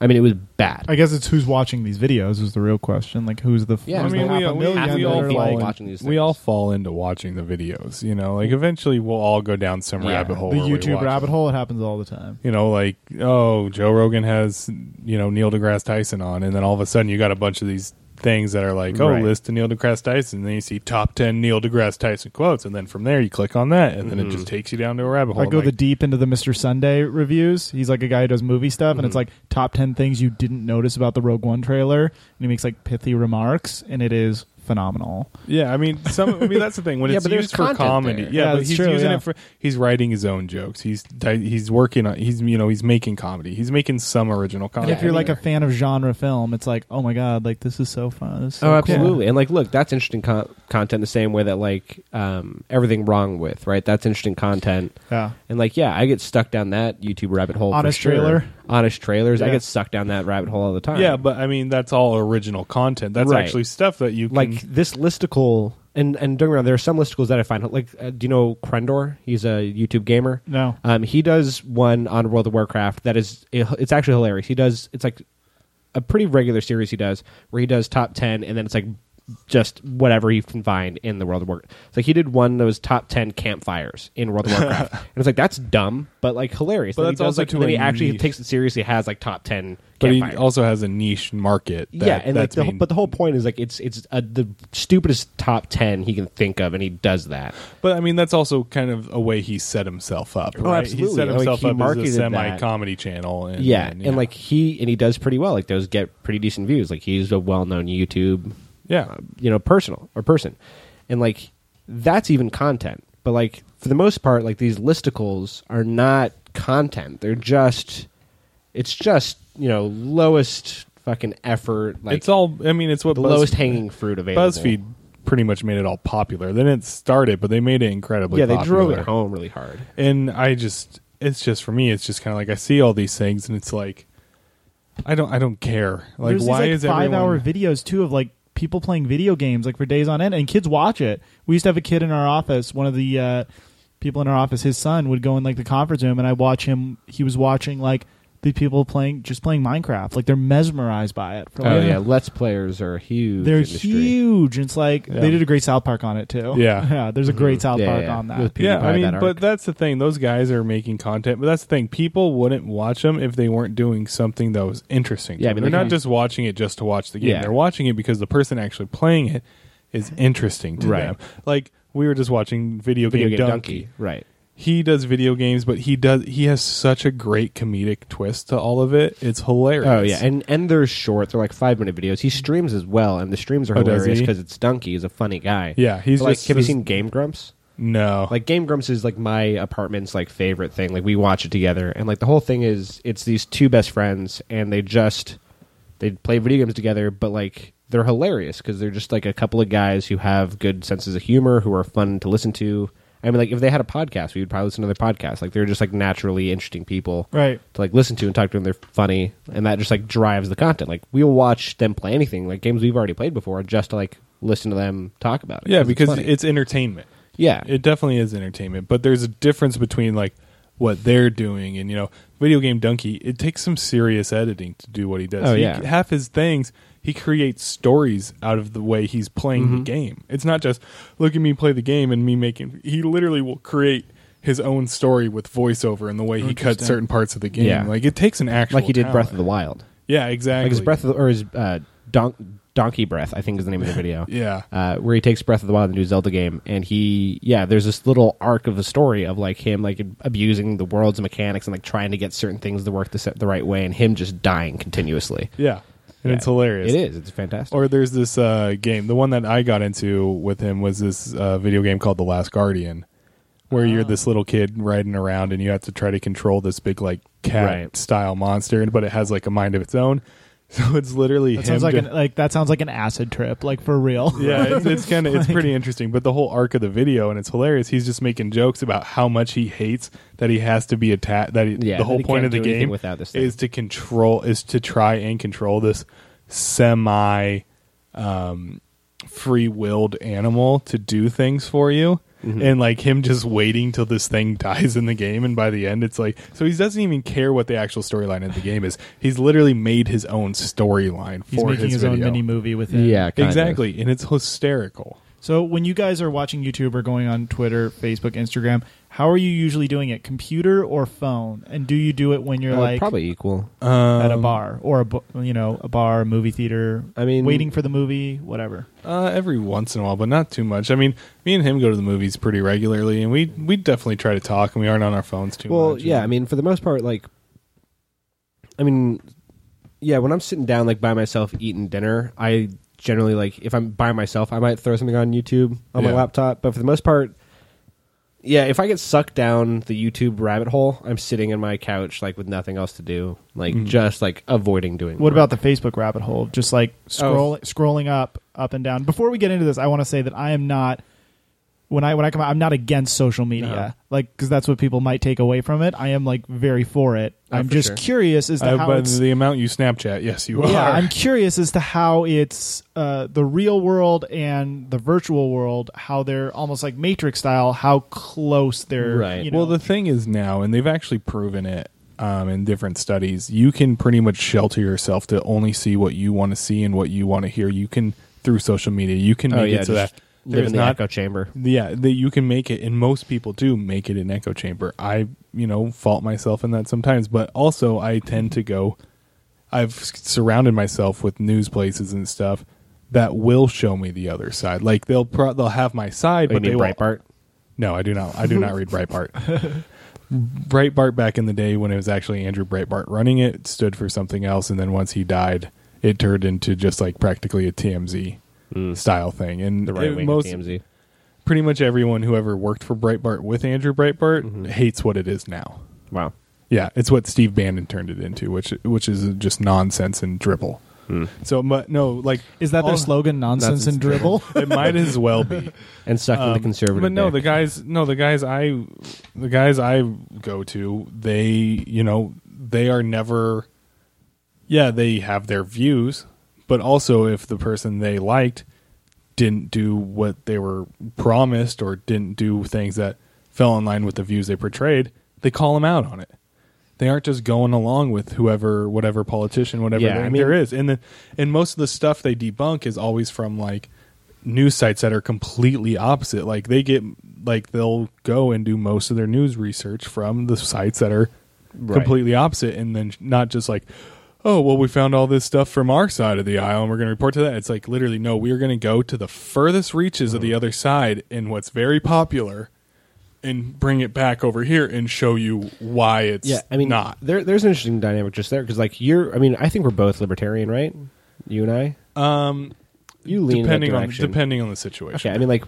Speaker 2: i mean it was bad
Speaker 3: I guess it's who's watching these videos is the real question. Like who's the
Speaker 2: Yeah,
Speaker 3: who's
Speaker 2: I mean,
Speaker 3: the
Speaker 2: we-
Speaker 3: half a
Speaker 2: we-
Speaker 3: million
Speaker 2: half a
Speaker 3: that
Speaker 2: million
Speaker 3: are,
Speaker 2: people
Speaker 3: like,
Speaker 2: watching these
Speaker 1: we all
Speaker 2: things.
Speaker 1: fall into watching the videos. You know, like eventually we'll all go down some
Speaker 2: Yeah.
Speaker 1: rabbit hole.
Speaker 3: the
Speaker 1: where we
Speaker 3: YouTube
Speaker 1: watch
Speaker 3: rabbit
Speaker 1: them.
Speaker 3: hole. It happens all the time.
Speaker 1: You know, like oh, Joe Rogan has you know Neil deGrasse Tyson on, and then all of a sudden you got a bunch of these things that are like oh,
Speaker 2: Right.
Speaker 1: list to Neil deGrasse Tyson, and then you see top ten Neil deGrasse Tyson quotes, and then from there you click on that, and then
Speaker 2: Mm-hmm.
Speaker 1: it just takes you down to a rabbit hole.
Speaker 3: I go
Speaker 1: Like,
Speaker 3: the deep into the Mr. Sunday reviews. He's like a guy who does movie stuff, and it's
Speaker 2: Mm-hmm.
Speaker 3: like top ten things you didn't notice about the Rogue One trailer, and he makes like pithy remarks, and it is phenomenal.
Speaker 1: Yeah, I mean, some. I mean, that's the thing when
Speaker 2: Yeah,
Speaker 1: it's
Speaker 2: but there's
Speaker 1: used for
Speaker 2: content
Speaker 1: comedy.
Speaker 2: there.
Speaker 1: Yeah,
Speaker 3: Yeah,
Speaker 1: but
Speaker 3: that's
Speaker 1: he's
Speaker 3: true,
Speaker 1: using
Speaker 3: yeah.
Speaker 1: it for. He's writing his own jokes. He's di- he's working on. He's you know he's making comedy. He's making some original
Speaker 3: And
Speaker 1: comedy.
Speaker 3: if you're
Speaker 2: I
Speaker 3: like
Speaker 2: mean-
Speaker 3: a fan of genre film, it's like, oh my god, like this is so fun. This is so
Speaker 2: oh,
Speaker 3: cool.
Speaker 2: absolutely. And like, look, that's interesting con- content. The same way that like um, everything wrong with right. That's interesting content.
Speaker 3: Yeah.
Speaker 2: And like, yeah, I get stuck down that YouTube rabbit hole. for
Speaker 3: Honest
Speaker 2: sure.
Speaker 3: trailer.
Speaker 2: honest trailers. I
Speaker 3: Yeah.
Speaker 2: get sucked down that rabbit hole all the time.
Speaker 1: yeah, but I mean that's all original content. That's
Speaker 2: Right.
Speaker 1: actually stuff that you can,
Speaker 2: like this listicle. And and don't get me wrong, there are some listicles that I find like. Uh, do you know Krendor? He's a YouTube gamer.
Speaker 3: No.
Speaker 2: Um, he does one on World of Warcraft that is it's actually hilarious. He does it's like a pretty regular series he does where he does top 10 and then it's like just whatever he can find in the World of Warcraft. It's like he did one of those top 10 campfires in World of Warcraft. and it's like that's dumb but like hilarious.
Speaker 1: But
Speaker 2: Then he
Speaker 1: that's
Speaker 2: does,
Speaker 1: also
Speaker 2: like,
Speaker 1: to
Speaker 2: and then
Speaker 1: a
Speaker 2: he actually
Speaker 1: niche.
Speaker 2: takes it seriously has like top 10
Speaker 1: but he
Speaker 2: campfires.
Speaker 1: also has a niche market. That,
Speaker 2: yeah, and like
Speaker 1: that's
Speaker 2: the, whole-
Speaker 1: mean-
Speaker 2: but the whole point is like it's it's uh the stupidest top 10 he can think of and he does that.
Speaker 1: but I mean that's also kind of a way he set himself up. right? He
Speaker 2: Oh, absolutely.
Speaker 1: set
Speaker 2: Like,
Speaker 1: himself
Speaker 2: he
Speaker 1: up as
Speaker 2: marketed
Speaker 1: a
Speaker 2: that.
Speaker 1: semi comedy channel. And,
Speaker 2: yeah, and,
Speaker 1: yeah.
Speaker 2: like he and he does pretty well. Like those get pretty decent views. Like he's a well-known YouTube,
Speaker 1: Yeah.
Speaker 2: uh, you know, personal or person, and like that's even content. But like for the most part, like these listicles are not content. They're just, it's just you know lowest fucking effort. Like
Speaker 1: it's all. I mean, it's what
Speaker 2: the
Speaker 1: Buzz-
Speaker 2: lowest hanging fruit available.
Speaker 1: BuzzFeed pretty much made it all popular. They didn't start it, but they made it incredibly.
Speaker 2: Yeah, they
Speaker 1: popular.
Speaker 2: drove it home really hard.
Speaker 1: and I just it's just for me it's just kind of like I see all these things and it's like I don't I don't care like
Speaker 3: There's
Speaker 1: why
Speaker 3: these, like,
Speaker 1: is
Speaker 3: five
Speaker 1: everyone
Speaker 3: hour videos too of like people playing video games like for days on end and kids watch it we used to have a kid in our office one of the uh, people in our office his son would go in like the conference room and i watch him he was watching like the people playing just playing minecraft like they're mesmerized by it for,
Speaker 2: Oh
Speaker 3: like,
Speaker 2: yeah. let's players are a huge.
Speaker 3: they're
Speaker 2: industry.
Speaker 3: huge and it's like
Speaker 1: Yeah.
Speaker 3: they did a great south park on it too
Speaker 1: Yeah. Mm-hmm.
Speaker 3: yeah there's a great south
Speaker 2: Yeah,
Speaker 3: park
Speaker 2: yeah.
Speaker 3: on that
Speaker 2: With
Speaker 1: yeah
Speaker 2: PewDiePie,
Speaker 1: I mean
Speaker 2: that arc.
Speaker 1: but that's the thing those guys are making content but that's the thing people wouldn't watch them if they weren't doing something that was interesting to
Speaker 2: Yeah, I
Speaker 1: them.
Speaker 2: mean,
Speaker 1: they're
Speaker 2: like-
Speaker 1: not just watching it just to watch the game
Speaker 2: Yeah.
Speaker 1: they're watching it because the person actually playing it is interesting to
Speaker 2: Right.
Speaker 1: them like we were just watching video,
Speaker 2: Video
Speaker 1: game,
Speaker 2: game
Speaker 1: donkey.
Speaker 2: donkey, right?
Speaker 1: he does video games but he does he has such a great comedic twist to all of it it's hilarious
Speaker 2: Oh yeah, and and they're short. They're like five minute videos. He streams as well, and the streams are
Speaker 1: Oh, does
Speaker 2: hilarious
Speaker 1: he?
Speaker 2: because it's Dunkey. He's a funny guy.
Speaker 1: Yeah, he's
Speaker 2: But, like,
Speaker 1: just
Speaker 2: have you
Speaker 1: this-
Speaker 2: seen Game Grumps?
Speaker 1: no
Speaker 2: Like Game Grumps is like my apartment's like favorite thing. Like we watch it together, and like the whole thing is it's these two best friends, and they just they play video games together, but like they're hilarious because they're just like a couple of guys who have good senses of humor, who are fun to listen to. I mean, like if they had a podcast, we would probably listen to their podcast. Like they're just like naturally interesting people
Speaker 3: right
Speaker 2: to like listen to and talk to them. They're funny, and that just like drives the content. Like we'll watch them play anything, like games we've already played before, just to like listen to them talk about it.
Speaker 1: Yeah, because
Speaker 2: funny.
Speaker 1: it's, entertainment.
Speaker 2: yeah,
Speaker 1: It definitely is entertainment, but there's a difference between like what they're doing and you know, video game donkey. It takes some serious editing to do what he does.
Speaker 2: Oh,
Speaker 1: He-
Speaker 2: yeah.
Speaker 1: half his things he creates stories out of the way he's playing
Speaker 2: Mm-hmm.
Speaker 1: the game. It's not just look at me play the game and me making. He literally will create his own story with voiceover and the way he cuts certain parts of the game.
Speaker 2: Yeah.
Speaker 1: Like it takes an actual
Speaker 2: like he did Breath of
Speaker 1: talent.
Speaker 2: the Wild,
Speaker 1: Yeah, exactly.
Speaker 2: like his Breath of the, or his uh, don- Donkey Breath, I think is the name of the video.
Speaker 1: Yeah.
Speaker 2: uh, where he takes Breath of the Wild, the new Zelda game, and he yeah, there's this little arc of a story of like him like abusing the world's mechanics and like trying to get certain things to work the set the right way, and him just dying continuously.
Speaker 1: yeah. And it's hilarious.
Speaker 2: It is. It's fantastic.
Speaker 1: Or there's this uh, game. The one that I got into with him was this uh, video game called The Last Guardian, where you're
Speaker 3: Ah.
Speaker 1: this little kid riding around and you have to try to control this big like cat
Speaker 2: Right.
Speaker 1: style monster, but it has like a mind of its own. So it's literally
Speaker 3: That
Speaker 1: him.
Speaker 3: sounds like
Speaker 1: just-
Speaker 3: an like that sounds like an acid trip, like for real.
Speaker 1: yeah, it's, it's kind of it's pretty interesting, but the whole arc of the video and it's hilarious. He's just making jokes about how much he hates that he has to be attacked. That he,
Speaker 2: Yeah,
Speaker 1: the
Speaker 2: that
Speaker 1: whole
Speaker 2: he
Speaker 1: point
Speaker 2: can't
Speaker 1: of the
Speaker 2: do anything
Speaker 1: game
Speaker 2: without this thing.
Speaker 1: is to control is to try and control this semi um, free willed animal to do things for you.
Speaker 2: Mm-hmm.
Speaker 1: And like him just waiting till this thing dies in the game, and by the end, it's like so he doesn't even care what the actual storyline of the game is. He's literally made his own storyline
Speaker 3: He's
Speaker 1: for
Speaker 3: making his, own
Speaker 1: video.
Speaker 3: mini movie with it.
Speaker 2: Yeah, kind of.
Speaker 1: exactly, and it's hysterical.
Speaker 3: So when you guys are watching YouTube or going on Twitter, Facebook, Instagram, how are you usually doing it? Computer or phone? And do you do it when you're
Speaker 2: Uh,
Speaker 3: like
Speaker 2: probably equal.
Speaker 3: at a bar or a bu- you know a bar, movie theater?
Speaker 2: I mean-
Speaker 3: waiting for the movie, whatever.
Speaker 1: Uh, every once in a while, but not too much. I mean, me and him go to the movies pretty regularly, and we we definitely try to talk, and we aren't on our phones too
Speaker 2: Well,
Speaker 1: much.
Speaker 2: yeah,
Speaker 1: And-
Speaker 2: I
Speaker 5: I mean, for the most part, like,
Speaker 2: I mean, yeah, when I'm sitting down like by myself eating dinner, I generally like if I'm by myself, I might throw something on YouTube on my
Speaker 1: Yeah.
Speaker 2: laptop. But for the most part, yeah, if I get sucked down the YouTube rabbit hole, I'm sitting in my couch like with nothing else to do, like
Speaker 1: Mm-hmm.
Speaker 2: just like avoiding doing. work.
Speaker 3: What about the Facebook rabbit hole? Just like
Speaker 2: Oh.
Speaker 3: scroll, scrolling up, up and down. Before we get into this, I want to say that I am not when I when I come out, I'm not against social
Speaker 2: Uh-huh.
Speaker 3: media, like because that's what people might take away from it. I am like very for it.
Speaker 2: Oh,
Speaker 3: I'm
Speaker 2: for
Speaker 3: just
Speaker 2: sure.
Speaker 3: curious as to
Speaker 1: Uh,
Speaker 3: how
Speaker 1: but
Speaker 3: it's.
Speaker 1: the amount you Snapchat, yes, you
Speaker 3: yeah,
Speaker 1: are.
Speaker 3: I'm curious as to how it's uh, the real world and the virtual world, how they're almost like Matrix style, how close they're.
Speaker 2: Right.
Speaker 3: you
Speaker 1: well,
Speaker 3: know.
Speaker 1: the thing is now, and they've actually proven it um, in different studies. You can pretty much shelter yourself to only see what you want to see and what you want to hear. You can through social media, you can
Speaker 2: Oh
Speaker 1: make
Speaker 2: yeah,
Speaker 1: it to that.
Speaker 2: just live
Speaker 1: There's
Speaker 2: in the
Speaker 1: not
Speaker 2: echo chamber.
Speaker 1: yeah that you can make it and most people do make it an echo chamber i you know fault myself in that sometimes but also i tend to go i've s- surrounded myself with news places and stuff that will show me the other side like they'll pro- they'll have my side
Speaker 2: Oh, you
Speaker 1: but they
Speaker 2: mean
Speaker 1: will-
Speaker 2: Breitbart?
Speaker 1: no i do not i do not read breitbart breitbart back in the day when it was actually andrew breitbart running it stood for something else and then once he died it turned into just like practically a tmz style thing and
Speaker 2: Mm. The
Speaker 1: it-
Speaker 2: right wing
Speaker 1: most-
Speaker 2: of TMZ.
Speaker 1: pretty much everyone who ever worked for Breitbart with Andrew Breitbart hates what it is now.
Speaker 2: Wow.
Speaker 1: Yeah, it's what Steve Bannon turned it into, which which is just nonsense and dribble. So, but no, like
Speaker 3: is that
Speaker 1: all-
Speaker 3: their slogan? Nonsense and dribble.
Speaker 1: It might as well be.
Speaker 2: And sucking the conservative.
Speaker 1: Um, But no,
Speaker 2: dick.
Speaker 1: the guys, no, the guys I, the guys I go to, they, you know, they are never. Yeah, they have their views, but also if the person they liked didn't do what they were promised or didn't do things that fell in line with the views they portrayed, they call them out on it. They aren't just going along with whoever, whatever politician, whatever
Speaker 2: Yeah,
Speaker 1: there,
Speaker 2: I mean-
Speaker 1: there is. And the, and most of the stuff they debunk is always from like news sites that are completely opposite. Like they get like they'll go and do most of their news research from the sites that are completely opposite, and then not just like. Oh well, we found all this stuff from our side of the aisle, and we're going to report to that. It's like literally, no, we are going to go to the furthest reaches
Speaker 2: Mm.
Speaker 1: of the other side and what's very popular, and bring it back over here and show you why it's
Speaker 2: yeah, I mean,
Speaker 1: not.
Speaker 2: There, there's an interesting dynamic just there because, like, you're. I mean, I think we're both libertarian, right? You and I. Um, you lean in that
Speaker 1: depending on
Speaker 2: direction.
Speaker 1: depending on the situation.
Speaker 2: Okay, I mean, like,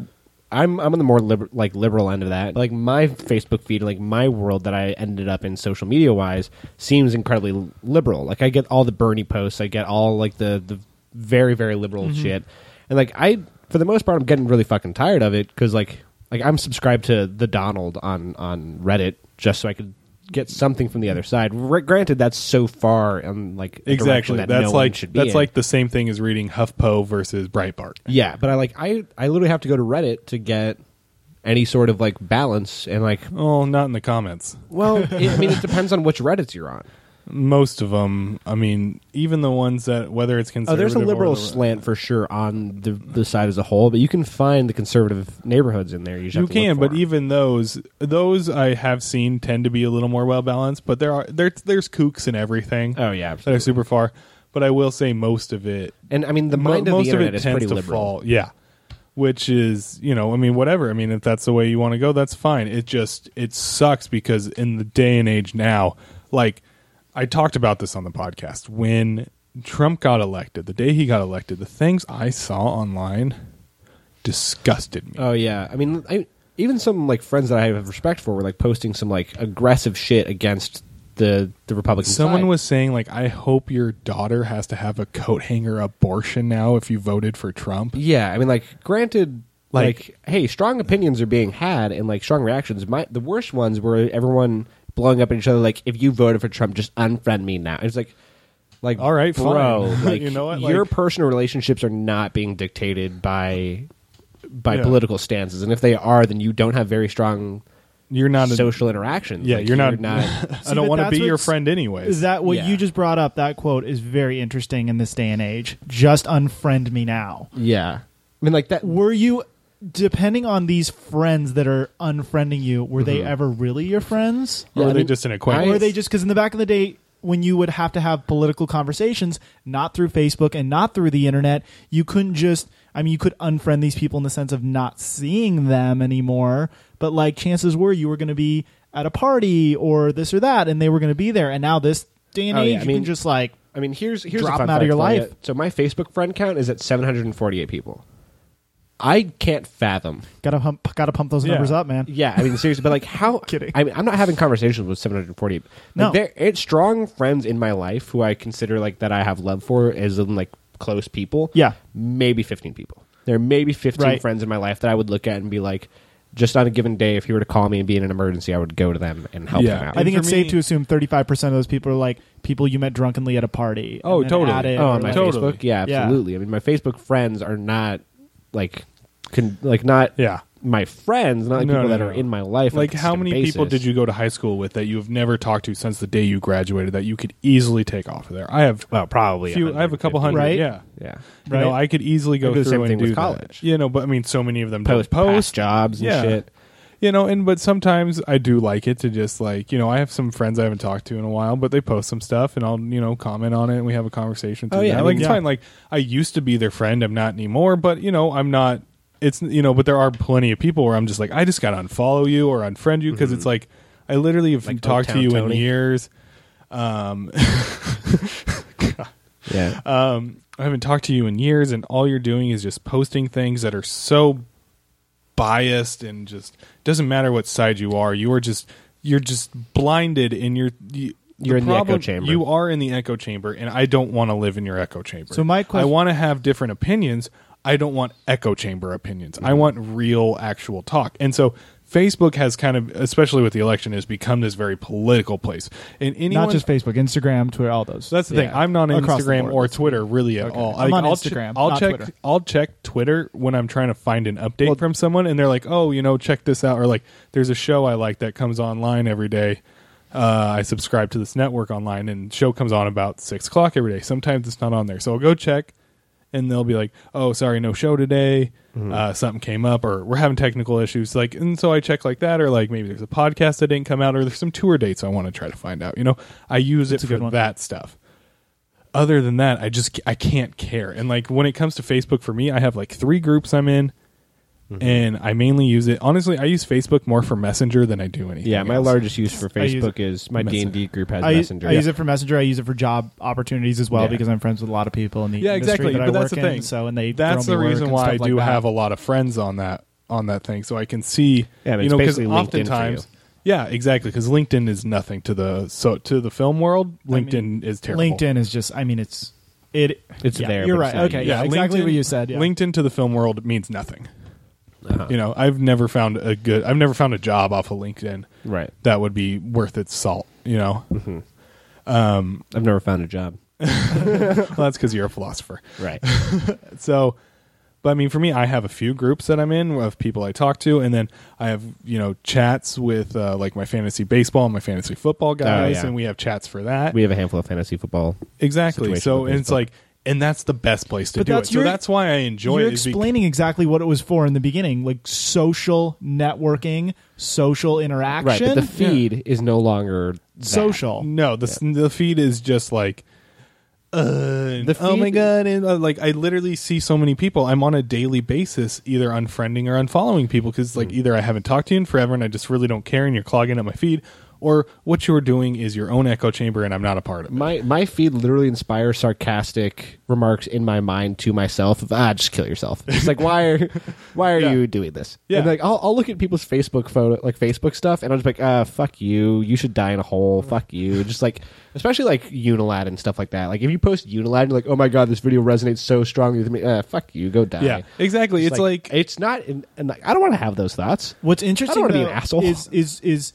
Speaker 2: I'm I'm on the more liber- like liberal end of that. Like, my Facebook feed, like my world that I ended up in social media wise, seems incredibly l- liberal. Like, I get all the Bernie posts, I get all like the the very very liberal
Speaker 1: Mm-hmm.
Speaker 2: shit, and like I for the most part, I'm getting really fucking tired of it because like like I'm subscribed to the Donald on on Reddit just so I could get something from the other side. R- granted, that's so far and like a
Speaker 1: exactly.
Speaker 2: direction that
Speaker 1: that's
Speaker 2: no one
Speaker 1: like
Speaker 2: should be
Speaker 1: that's
Speaker 2: in.
Speaker 1: like the same thing as reading HuffPo versus Breitbart.
Speaker 2: Yeah, but I like I I literally have to go to Reddit to get any sort of like balance and like
Speaker 1: Oh, not in the comments.
Speaker 2: well, it, I mean it depends on which Reddits you're on.
Speaker 1: Most of them. I mean, even the ones that whether it's
Speaker 2: Oh,
Speaker 1: conservative.
Speaker 2: there's a
Speaker 1: or
Speaker 2: liberal
Speaker 1: the-
Speaker 2: slant for sure on the the side as a whole, but you can find the conservative neighborhoods in there. You, just
Speaker 1: You
Speaker 2: have to look
Speaker 1: can,
Speaker 2: for
Speaker 1: but
Speaker 2: 'em.
Speaker 1: even those those I have seen tend to be a little more well balanced. But there are there, there's kooks and everything.
Speaker 2: oh yeah,
Speaker 1: that are
Speaker 2: absolutely.
Speaker 1: super far. But I will say most of it
Speaker 2: and I mean the
Speaker 1: Mo-
Speaker 2: mind of
Speaker 1: most
Speaker 2: the internet
Speaker 1: of it
Speaker 2: is
Speaker 1: tends
Speaker 2: pretty
Speaker 1: to
Speaker 2: liberal.
Speaker 1: fall. Yeah, which is you know, I mean, whatever. I mean, if that's the way you want to go, that's fine. It just it sucks because in the day and age now, like I talked about this on the podcast when Trump got elected, the day he got elected, the things I saw online disgusted me.
Speaker 2: Oh yeah, I mean, I, even some like friends that I have respect for were like posting some like aggressive shit against the the Republican
Speaker 1: Someone
Speaker 2: side.
Speaker 1: was saying like, I hope your daughter has to have a coat hanger abortion now if you voted for Trump.
Speaker 2: Yeah, I mean, like, granted,
Speaker 1: Like-
Speaker 2: like, hey, strong opinions are being had, and like strong reactions. My the worst ones were everyone blowing up at each other, like, if you voted for Trump, just unfriend me now. It's like, like,
Speaker 1: All right,
Speaker 2: bro,
Speaker 1: fine.
Speaker 2: like,
Speaker 1: You know what,
Speaker 2: your
Speaker 1: like-
Speaker 2: personal relationships are not being dictated by by
Speaker 1: Yeah.
Speaker 2: political stances, and if they are, then you don't have very strong
Speaker 1: You're not a,
Speaker 2: social interactions.
Speaker 1: Yeah,
Speaker 2: Like,
Speaker 1: you're not. I
Speaker 3: See,
Speaker 1: don't
Speaker 3: but
Speaker 1: want to
Speaker 3: that's
Speaker 1: be your
Speaker 3: what's-
Speaker 1: friend anyways.
Speaker 3: Is that what
Speaker 2: Yeah.
Speaker 3: you just brought up? That quote is very interesting in this day and age. Just unfriend me now.
Speaker 2: yeah, I mean, like that.
Speaker 3: Were you, depending on these friends that are unfriending you, were they ever really your
Speaker 1: or
Speaker 3: friends?
Speaker 2: Mm-hmm. Yeah,
Speaker 1: are
Speaker 2: I
Speaker 1: they
Speaker 2: mean,
Speaker 1: just an
Speaker 2: I-
Speaker 1: acquaintance?
Speaker 3: Or were they just because in the back of the day when you would have to have political conversations, not through Facebook and not through the internet, you couldn't just. I mean, you could unfriend these people in the sense of not seeing them anymore, but like chances were you were going to be at a party or this or that, and they were going to be there. And now this day and
Speaker 2: Oh,
Speaker 3: age,
Speaker 2: yeah, I
Speaker 3: you
Speaker 2: mean-
Speaker 3: can just like
Speaker 2: I mean, here's here's
Speaker 3: Drop
Speaker 2: a fun
Speaker 3: them out
Speaker 2: fact
Speaker 3: of your
Speaker 2: for
Speaker 3: life.
Speaker 2: you. So my Facebook friend count is at 748 people. I can't fathom.
Speaker 3: gotta hump, gotta pump those
Speaker 1: Yeah.
Speaker 3: numbers up, man.
Speaker 2: Yeah, I mean seriously, but like how?
Speaker 3: Kidding.
Speaker 2: I mean, I'm not having conversations with 740. Like,
Speaker 3: No.
Speaker 2: there it's strong friends in my life who I consider like that I have love for as in like close people.
Speaker 3: Yeah.
Speaker 2: maybe 15 people. There are maybe 15
Speaker 3: Right.
Speaker 2: friends in my life that I would look at and be like, just on a given day, if you were to call me and be in an emergency, I would go to them and help
Speaker 1: Yeah.
Speaker 2: them out.
Speaker 3: I think
Speaker 1: for
Speaker 3: it's
Speaker 1: me-
Speaker 3: safe to assume 35% of those people are like people you met drunkenly at a party.
Speaker 1: Oh,
Speaker 3: and then
Speaker 1: totally.
Speaker 3: added
Speaker 2: Oh,
Speaker 3: or,
Speaker 2: on my
Speaker 3: like-
Speaker 1: Totally.
Speaker 2: Facebook, yeah,
Speaker 3: Yeah.
Speaker 2: absolutely. I mean, my Facebook friends are not like, con- like not
Speaker 1: Yeah.
Speaker 2: my friends, not like
Speaker 1: No,
Speaker 2: people
Speaker 1: no,
Speaker 2: that are
Speaker 1: no.
Speaker 2: in my life. on a
Speaker 1: Like, how
Speaker 2: consistent
Speaker 1: many people
Speaker 2: basis.
Speaker 1: did you go to high school with that you have never talked to since the day you graduated that you could easily take off of there? I have
Speaker 2: Well, probably.
Speaker 1: few, I have a couple hundred.
Speaker 3: Right?
Speaker 1: Yeah.
Speaker 2: Yeah,
Speaker 1: You know,
Speaker 3: Right.
Speaker 1: I could easily go
Speaker 2: I do
Speaker 1: through
Speaker 2: the same
Speaker 1: and
Speaker 2: thing
Speaker 1: do
Speaker 2: with
Speaker 1: that.
Speaker 2: college.
Speaker 1: You know, but I mean, so many of them don't
Speaker 2: post
Speaker 1: post
Speaker 2: post jobs and
Speaker 1: yeah.
Speaker 2: shit.
Speaker 1: You know, and but sometimes I do like it to just like you know I have some friends I haven't talked to in a while, but they post some stuff and I'll you know comment on it and we have a conversation. Through
Speaker 2: Oh, yeah,
Speaker 1: that.
Speaker 2: I
Speaker 1: like
Speaker 2: mean,
Speaker 1: it's
Speaker 2: yeah.
Speaker 1: fine. Like I used to be their friend, I'm not anymore. But you know, I'm not. It's you know, but there are plenty of people where I'm just like I just gotta unfollow you or unfriend you because it's like I literally have
Speaker 2: Mm-hmm. Like
Speaker 1: talked to
Speaker 2: Old
Speaker 1: you
Speaker 2: Town
Speaker 1: in
Speaker 2: Tony.
Speaker 1: years.
Speaker 2: Yeah,
Speaker 1: um, I haven't talked to you in years, and all you're doing is just posting things that are so biased and just doesn't matter what side you are. You are just you're just blinded in your you,
Speaker 2: You're in the echo chamber.
Speaker 1: You are in the echo chamber, and I don't want to live in your echo chamber.
Speaker 3: So my
Speaker 1: I
Speaker 3: question-
Speaker 1: want to have different opinions. I don't want echo chamber opinions.
Speaker 2: Mm-hmm.
Speaker 1: I want real, actual talk. And so. Facebook has kind of, especially with the election, has become this very political place. And anyone,
Speaker 3: Not just Facebook, Instagram, Twitter, all those.
Speaker 1: so that's the thing.
Speaker 2: Yeah.
Speaker 1: I'm not on
Speaker 3: Across the
Speaker 1: Instagram
Speaker 3: board.
Speaker 1: or Twitter really at
Speaker 3: Okay.
Speaker 1: all.
Speaker 3: I'm on
Speaker 1: will
Speaker 3: Instagram,
Speaker 1: I'll
Speaker 3: not
Speaker 1: check.
Speaker 3: Twitter.
Speaker 1: I'll check Twitter when I'm trying to find an update from someone, and they're like, "Oh, you know, check this out," or like, "There's a show I like that comes online every day." Uh, I subscribe to this network online, and show comes on about six o'clock every day. Sometimes it's not on there, so I'll go check, and they'll be like, "Oh, sorry, no show today.
Speaker 3: Mm-hmm.
Speaker 1: Uh, something came up, or we're having technical issues." Like, and so I check like that, or like maybe there's a podcast that didn't come out, or there's some tour dates I want to try to find out. You know, I use it
Speaker 3: a
Speaker 1: for
Speaker 3: good one.
Speaker 1: that stuff other than that, I just I can't care. And like when it comes to Facebook for me, I have like three groups I'm in,
Speaker 3: Mm-hmm.
Speaker 1: and I mainly use it. Honestly, I use Facebook more for Messenger than I do anything.
Speaker 2: yeah. My
Speaker 1: else.
Speaker 2: largest use for
Speaker 3: I use
Speaker 2: Facebook is my D
Speaker 1: Messenger.
Speaker 2: and D group has
Speaker 3: I, use-
Speaker 2: Messenger.
Speaker 3: I use it for Messenger. I use it for job opportunities as well
Speaker 2: Yeah.
Speaker 3: because I'm friends with a lot of people in the
Speaker 1: yeah,
Speaker 3: industry
Speaker 1: exactly.
Speaker 3: that I
Speaker 1: But
Speaker 3: work
Speaker 1: that's the
Speaker 3: in,
Speaker 1: thing.
Speaker 3: So and they
Speaker 1: that's
Speaker 3: throw
Speaker 1: the
Speaker 3: me work
Speaker 1: reason
Speaker 3: and
Speaker 1: why I
Speaker 3: stuff like
Speaker 1: do
Speaker 3: that.
Speaker 1: have a lot of friends on that on that thing, so I can see.
Speaker 2: Yeah, but
Speaker 1: you
Speaker 2: it's
Speaker 1: know, because
Speaker 2: basically LinkedIn for you.
Speaker 1: oftentimes, yeah, exactly. Because LinkedIn is nothing to the so to the film world.
Speaker 3: mean,
Speaker 1: LinkedIn is terrible.
Speaker 3: LinkedIn is just. I mean, it's it.
Speaker 2: It's
Speaker 3: yeah,
Speaker 2: there,
Speaker 3: You're
Speaker 2: but it's
Speaker 3: right.
Speaker 2: not
Speaker 3: Okay.
Speaker 2: used.
Speaker 3: Yeah. exactly
Speaker 1: LinkedIn-
Speaker 3: what you said. Yeah.
Speaker 1: LinkedIn to the film world means nothing.
Speaker 2: Uh-huh.
Speaker 1: You know, I've never found a good. I've never found a job off of LinkedIn
Speaker 2: right. Mm-hmm.
Speaker 1: that would be worth its salt. You know,
Speaker 2: I've never found a job.
Speaker 1: well, that's because you're a philosopher.
Speaker 2: Right.
Speaker 1: So, but I mean, for me, I have a few groups that I'm in of people I talk to, and then I have you know chats with uh, like my fantasy baseball and my fantasy football guys,
Speaker 2: Oh, yeah.
Speaker 1: and we have chats for that.
Speaker 2: we have a handful of fantasy football.
Speaker 1: exactly.
Speaker 2: situation
Speaker 1: So
Speaker 2: with
Speaker 1: and it's
Speaker 2: baseball.
Speaker 1: like, and that's the best place to
Speaker 3: But
Speaker 1: do it.
Speaker 3: that's your-
Speaker 1: so that's why I enjoy
Speaker 3: You're
Speaker 1: it. is bec-
Speaker 3: explaining exactly what it was for in the beginning, like social networking, social
Speaker 2: Right. But
Speaker 3: interaction,
Speaker 2: the feed is no longer that.
Speaker 3: social.
Speaker 1: No, the the feed is just like uh,
Speaker 2: The
Speaker 1: oh my
Speaker 2: feed-
Speaker 1: god, and uh, like I literally see so many people. I'm on a daily basis either unfriending or unfollowing people because like either I haven't talked to you in forever and I just really don't care, and you're clogging up my feed, or what you're doing is your own echo chamber and I'm not a part of it.
Speaker 2: My my feed literally inspires sarcastic remarks in my mind to myself of ah just kill yourself. It's like why are why are
Speaker 1: Yeah.
Speaker 2: you doing this?
Speaker 1: Yeah.
Speaker 2: And, like I'll, I'll look at people's Facebook photo like Facebook stuff and I'm just like ah fuck you. You should die in a hole. Fuck you. Just like especially like Unilad and stuff like that. Like if you post Unilad, you're like oh my god this video resonates so strongly with me. Ah fuck you. Go die.
Speaker 1: yeah, exactly. It's, like,
Speaker 2: it's not in, and like I don't want to have those thoughts.
Speaker 3: What's interesting
Speaker 2: wanna be an
Speaker 3: though,
Speaker 2: asshole.
Speaker 3: is is is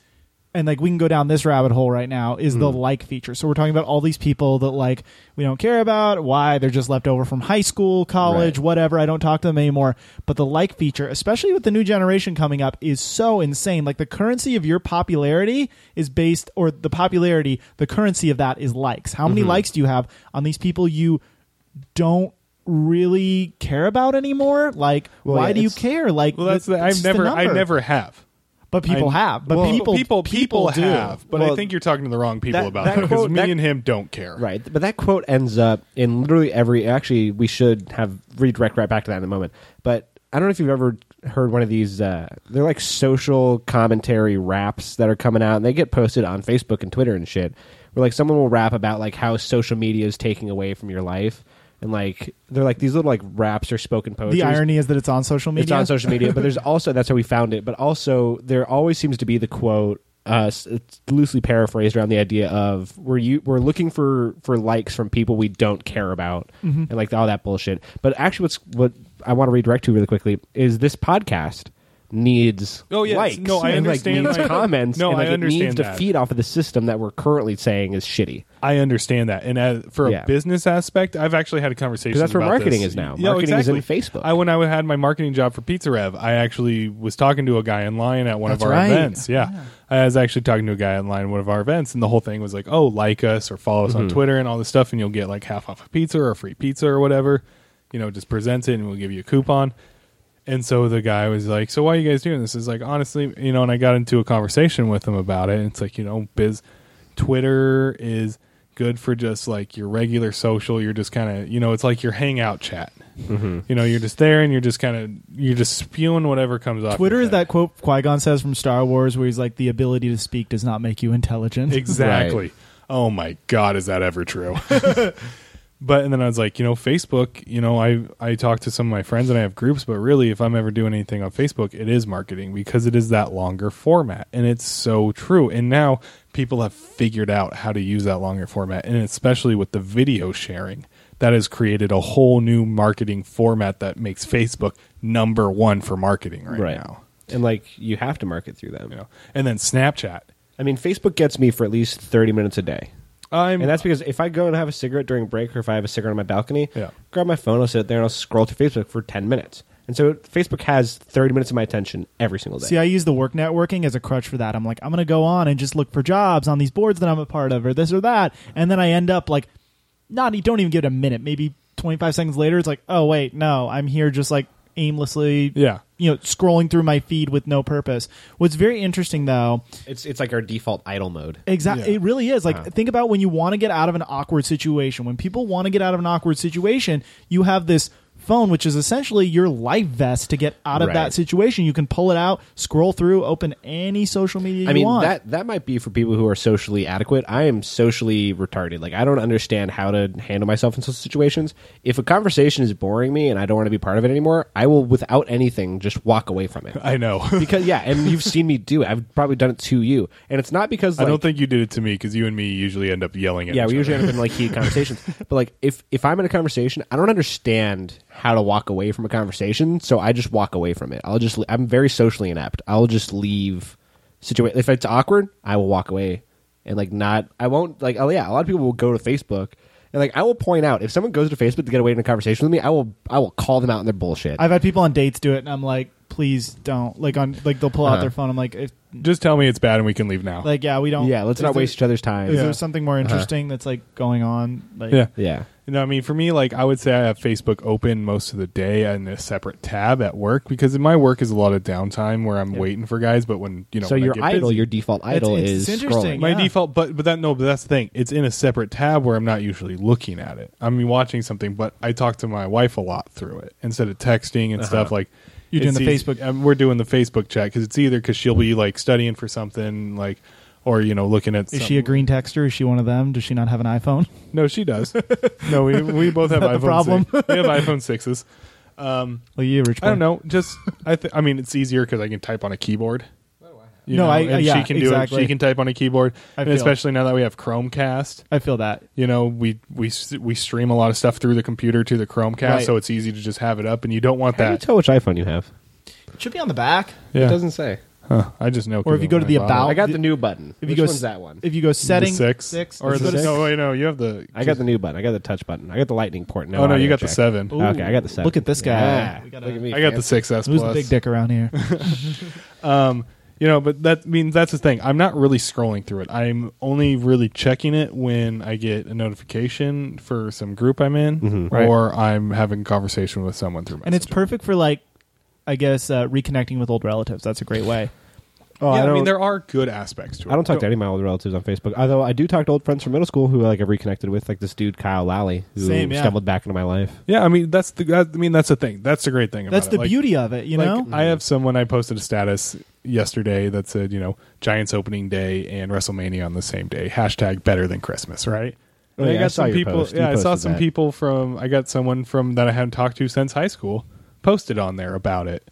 Speaker 3: and like we can go down this rabbit hole right now is the like feature. So we're talking about all these people that like we don't care about, why they're just left over from high school, college,
Speaker 2: Right.
Speaker 3: whatever. I don't talk to them anymore. But the like feature, especially with the new generation coming up, is so insane. Like the currency of your popularity is based or the popularity, the currency of that is likes. How many likes do you have on these people you don't really care about anymore? Like
Speaker 5: Well,
Speaker 3: why
Speaker 5: yeah,
Speaker 3: do you
Speaker 5: it's-
Speaker 3: care? Like
Speaker 1: well, that's
Speaker 3: it's-
Speaker 1: the,
Speaker 3: it's
Speaker 1: I've
Speaker 3: just a
Speaker 1: never, I
Speaker 3: number.
Speaker 1: never have.
Speaker 3: But people
Speaker 1: I-
Speaker 3: have. But
Speaker 1: well,
Speaker 3: people,
Speaker 1: people, people,
Speaker 3: do.
Speaker 1: have. But I
Speaker 2: Well,
Speaker 1: think you're talking to the wrong people
Speaker 2: that-
Speaker 1: about
Speaker 2: that
Speaker 1: that because
Speaker 2: quote-
Speaker 1: me
Speaker 2: that-
Speaker 1: and him don't care.
Speaker 2: Right, but that quote ends up in literally every. Actually, we should have redirect right back to that in a moment. But I don't know if you've ever heard one of these. Uh, they're like social commentary raps that are coming out, and they get posted on Facebook and Twitter and shit. Where like someone will rap about like how social media is taking away from your life, and like they're like these little like raps or spoken poetry.
Speaker 3: The irony is that it's on social media.
Speaker 2: It's on social media, but there's also that's how we found it. But also, there always seems to be the quote. Uh, s- it's loosely paraphrased around the idea of we're you we're looking for for likes from people we don't care about
Speaker 1: Mm-hmm.
Speaker 2: and like all that bullshit. But actually, what's what I want to redirect to really quickly is this podcast needs
Speaker 1: Oh, yeah,
Speaker 2: likes
Speaker 1: no, I
Speaker 2: and,
Speaker 1: understand
Speaker 2: like, needs
Speaker 1: that.
Speaker 2: comments
Speaker 1: No,
Speaker 2: and, like,
Speaker 1: I
Speaker 2: it needs
Speaker 1: understand
Speaker 2: to
Speaker 1: that.
Speaker 2: feed off of the system that we're currently saying is shitty
Speaker 1: I understand that, and as, for a
Speaker 2: Yeah.
Speaker 1: business aspect, I've actually had a conversation.
Speaker 2: 'Cause that's where
Speaker 1: about
Speaker 2: marketing
Speaker 1: this.
Speaker 2: is now.
Speaker 1: Yeah,
Speaker 2: Marketing is in
Speaker 1: exactly.
Speaker 2: Facebook.
Speaker 1: I when I had my marketing job for Pizza Rev, I actually was talking to a guy in line at one
Speaker 3: That's
Speaker 1: of our
Speaker 3: right.
Speaker 1: events. Yeah. I was actually talking to a guy in line at one of our events, and the whole thing was like, "Oh, like us or follow us on Twitter and all this stuff, and you'll get like half off a pizza or a free pizza or whatever. You know, just present it, and we'll give you a coupon." And so the guy was like, "So why are you guys doing this?" Is like, honestly, you know. And I got into a conversation with him about it. And it's like, you know, biz Twitter is good for just like your regular social. You're just kind of, you know, it's like your hangout chat. You know, you're just there and you're just kind of, you're just spewing whatever comes off.
Speaker 3: Twitter
Speaker 1: your
Speaker 3: is
Speaker 1: head.
Speaker 3: that quote Qui Gon says from Star Wars, where he's like, "The ability to speak does not make you intelligent."
Speaker 1: Exactly. Oh my God, is that ever true? but and then I was like, you know, Facebook. You know, I I talk to some of my friends and I have groups, but really, if I'm ever doing anything on Facebook, it is marketing because it is that longer format, and it's so true. And now people have figured out how to use that longer format, and especially with the video sharing. That has created a whole new marketing format that makes Facebook number one for marketing right, now.
Speaker 2: and like you have to market through them.
Speaker 1: You know, and then Snapchat.
Speaker 2: I mean, Facebook gets me for at least thirty minutes a day.
Speaker 1: I'm
Speaker 2: And that's because if I go and have a cigarette during break or if I have a cigarette on my balcony,
Speaker 1: Yeah.
Speaker 2: grab my phone, I'll sit there and I'll scroll through Facebook for 10 minutes. And so Facebook has 30 minutes of my attention every single day.
Speaker 3: See, I use the work networking as a crutch for that. I'm like, I'm going to go on and just look for jobs on these boards that I'm a part of, or this or that, and then I end up like, not you don't even give it a minute. Maybe 25 seconds later, it's like, oh wait, no, I'm here just like aimlessly,
Speaker 1: Yeah.
Speaker 3: you know, scrolling through my feed with no purpose. What's very interesting though
Speaker 2: it's, it's like our default idle mode.
Speaker 3: Exactly.
Speaker 1: Yeah.
Speaker 3: It really is. Like,
Speaker 2: Wow.
Speaker 3: think about when you want to get out of an awkward situation. When people want to get out of an awkward situation, you have this phone, which is essentially your life vest to get out of
Speaker 2: Right.
Speaker 3: that situation. You can pull it out, scroll through, open any social media
Speaker 2: I
Speaker 3: you
Speaker 2: mean,
Speaker 3: want.
Speaker 2: that, that might be for people who are socially adequate. I am socially retarded. Like, I don't understand how to handle myself in social situations. If a conversation is boring me and I don't want to be part of it anymore, I will, without anything, just walk away from it.
Speaker 1: I know.
Speaker 2: because, yeah, and you've seen me do it. I've probably done it to you. And it's not because
Speaker 1: I
Speaker 2: like,
Speaker 1: don't think you did it to me because you and me usually end up yelling at
Speaker 2: yeah,
Speaker 1: each
Speaker 2: we usually
Speaker 1: other.
Speaker 2: end up in like heated conversations. But like if if I'm in a conversation, I don't understand how to walk away from a conversation, so I just walk away from it. I'll just I'm very socially inept. I'll just leave situation if it's awkward, I will walk away and like not I won't like oh yeah, a lot of people will go to Facebook and like I will point out if someone goes to Facebook to get away in a conversation with me, I will I will call them out on their bullshit.
Speaker 3: I've had people on dates do it, and I'm like, please don't. Like, on like they'll pull out
Speaker 2: Uh-huh.
Speaker 3: their phone. I'm like, if,
Speaker 1: Just tell me it's bad and we can leave now.
Speaker 3: like yeah, we don't.
Speaker 2: yeah, let's
Speaker 3: is
Speaker 2: not
Speaker 3: there-
Speaker 2: waste each other's time. Uh-huh.
Speaker 3: Is
Speaker 1: Yeah.
Speaker 3: there something more interesting that's like going on? Like,
Speaker 1: yeah.
Speaker 2: yeah.
Speaker 1: You know, I mean, for me, like I would say I have Facebook open most of the day in a separate tab at work because in my work is a lot of downtime where I'm waiting for guys. But when you know,
Speaker 2: so
Speaker 1: when I
Speaker 2: your
Speaker 1: get
Speaker 2: idol,
Speaker 1: busy-
Speaker 2: your default idol
Speaker 3: it's-
Speaker 2: is
Speaker 3: it's interesting.
Speaker 2: scrolling.
Speaker 1: my
Speaker 3: yeah.
Speaker 1: default. But but that no, but that's the thing. It's in a separate tab where I'm not usually looking at it. I'm watching something, but I talk to my wife a lot through it instead of texting and stuff like.
Speaker 3: Uh-huh. You're doing
Speaker 1: it's e-
Speaker 3: the
Speaker 1: eas-
Speaker 3: Facebook-
Speaker 1: um, we're doing the Facebook chat because it's either because she'll be like studying for something like or you know looking at
Speaker 3: Is
Speaker 1: some-
Speaker 3: she a green texter? Is she one of them? Does she not have an iPhone?
Speaker 1: no she does no we we both have
Speaker 3: that the
Speaker 1: iPhone
Speaker 3: problem?
Speaker 1: six- we have iPhone sixes um
Speaker 3: Well, you rich.
Speaker 1: I don't
Speaker 3: boy.
Speaker 1: know just I th- I mean it's easier because I can type on a keyboard you
Speaker 3: No,
Speaker 1: know,
Speaker 3: I-
Speaker 1: and
Speaker 3: yeah,
Speaker 1: she can do
Speaker 3: exactly.
Speaker 1: it she can type on a keyboard
Speaker 3: I
Speaker 1: and
Speaker 3: feel-
Speaker 1: especially now that we have Chromecast
Speaker 3: I feel that.
Speaker 1: you know we we s- we stream a lot of stuff through the computer to the Chromecast
Speaker 3: Right.
Speaker 1: so it's easy to just have it up and you don't want
Speaker 2: How do you
Speaker 1: that
Speaker 2: tell which iPhone you have?
Speaker 3: It should be on the back.
Speaker 1: yeah
Speaker 2: It doesn't say.
Speaker 1: Huh, I just know 'cause
Speaker 3: Or if you
Speaker 1: of
Speaker 3: go to
Speaker 1: my
Speaker 3: the
Speaker 1: bottle.
Speaker 3: about-
Speaker 2: I got
Speaker 3: the-
Speaker 2: the new button.
Speaker 3: if you
Speaker 2: Which
Speaker 3: go
Speaker 2: one's
Speaker 3: s-
Speaker 2: that one?
Speaker 3: If you go
Speaker 1: The
Speaker 3: setting
Speaker 1: six or
Speaker 3: It's
Speaker 1: the,
Speaker 3: the six.
Speaker 1: no wait no you have the
Speaker 2: I got the new button. I got the touch button. I got the lightning port now.
Speaker 1: oh no you got the seven
Speaker 3: Ooh,
Speaker 2: okay, I got the seven.
Speaker 3: Look at this guy.
Speaker 2: Yeah.
Speaker 3: We gotta-
Speaker 2: Look at me.
Speaker 1: I got the
Speaker 2: fancy.
Speaker 1: 6S
Speaker 3: Who's the
Speaker 1: plus
Speaker 3: big dick around here?
Speaker 1: Um, you know, but that means that's the thing. I'm not really scrolling through it. I'm only really checking it when I get a notification for some group I'm in,
Speaker 2: Mm-hmm.
Speaker 3: Right.
Speaker 1: or I'm having a conversation with someone through. Messenger.
Speaker 3: and it's perfect for like, I guess uh, reconnecting with old relatives. That's a great way.
Speaker 5: Oh,
Speaker 1: yeah,
Speaker 5: I
Speaker 1: I,
Speaker 5: don't.
Speaker 1: mean, there are good aspects to it.
Speaker 2: I don't talk to
Speaker 1: Don't-
Speaker 2: any of my old relatives on Facebook, although I do talk to old friends from middle school who like I've reconnected with, like this dude Kyle Lally, who
Speaker 3: Same, yeah.
Speaker 2: stumbled back into my life.
Speaker 1: Yeah, I mean that's the. that- I mean that's the thing. That's the great thing. About
Speaker 3: That's
Speaker 1: it.
Speaker 3: the
Speaker 1: Like-
Speaker 3: beauty of it, you
Speaker 1: like,
Speaker 3: know.
Speaker 1: I have someone I posted a status yesterday that said, you know, Giants opening day and WrestleMania on the same day. Hashtag better than Christmas, right?
Speaker 2: Oh,
Speaker 1: And
Speaker 2: yeah, I saw
Speaker 1: some
Speaker 2: your
Speaker 1: people.
Speaker 2: post. You
Speaker 1: Yeah, I saw
Speaker 2: posted
Speaker 1: some
Speaker 2: that.
Speaker 1: people from. I got someone from that I haven't talked to since high school posted on there about it.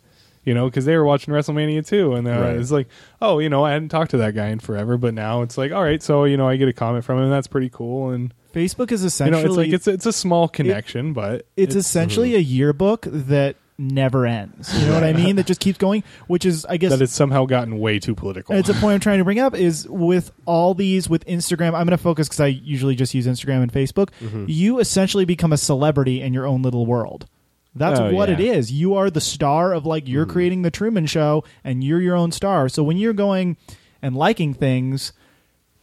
Speaker 1: You know, because they were watching WrestleMania too, and uh,
Speaker 2: Right.
Speaker 1: it's like, oh, you know, I hadn't talked to that guy in forever, but now it's like, all right, so you know, I get a comment from him, that's pretty cool, and
Speaker 3: Facebook is
Speaker 1: you know,
Speaker 3: essentially
Speaker 1: it's like it's it's a small connection, but
Speaker 3: it's, essentially a yearbook that never ends. You know what I mean? That just keeps going, which is I guess
Speaker 1: that it's somehow gotten way too political.
Speaker 3: it's a point I'm trying to bring up is with all these with Instagram. I'm going to focus because I usually just use Instagram and Facebook. You essentially become a celebrity in your own little world. That's
Speaker 2: Oh,
Speaker 3: what
Speaker 2: yeah.
Speaker 3: it is. You are the star of like you're creating the Truman Show, and you're your own star. So when you're going and liking things.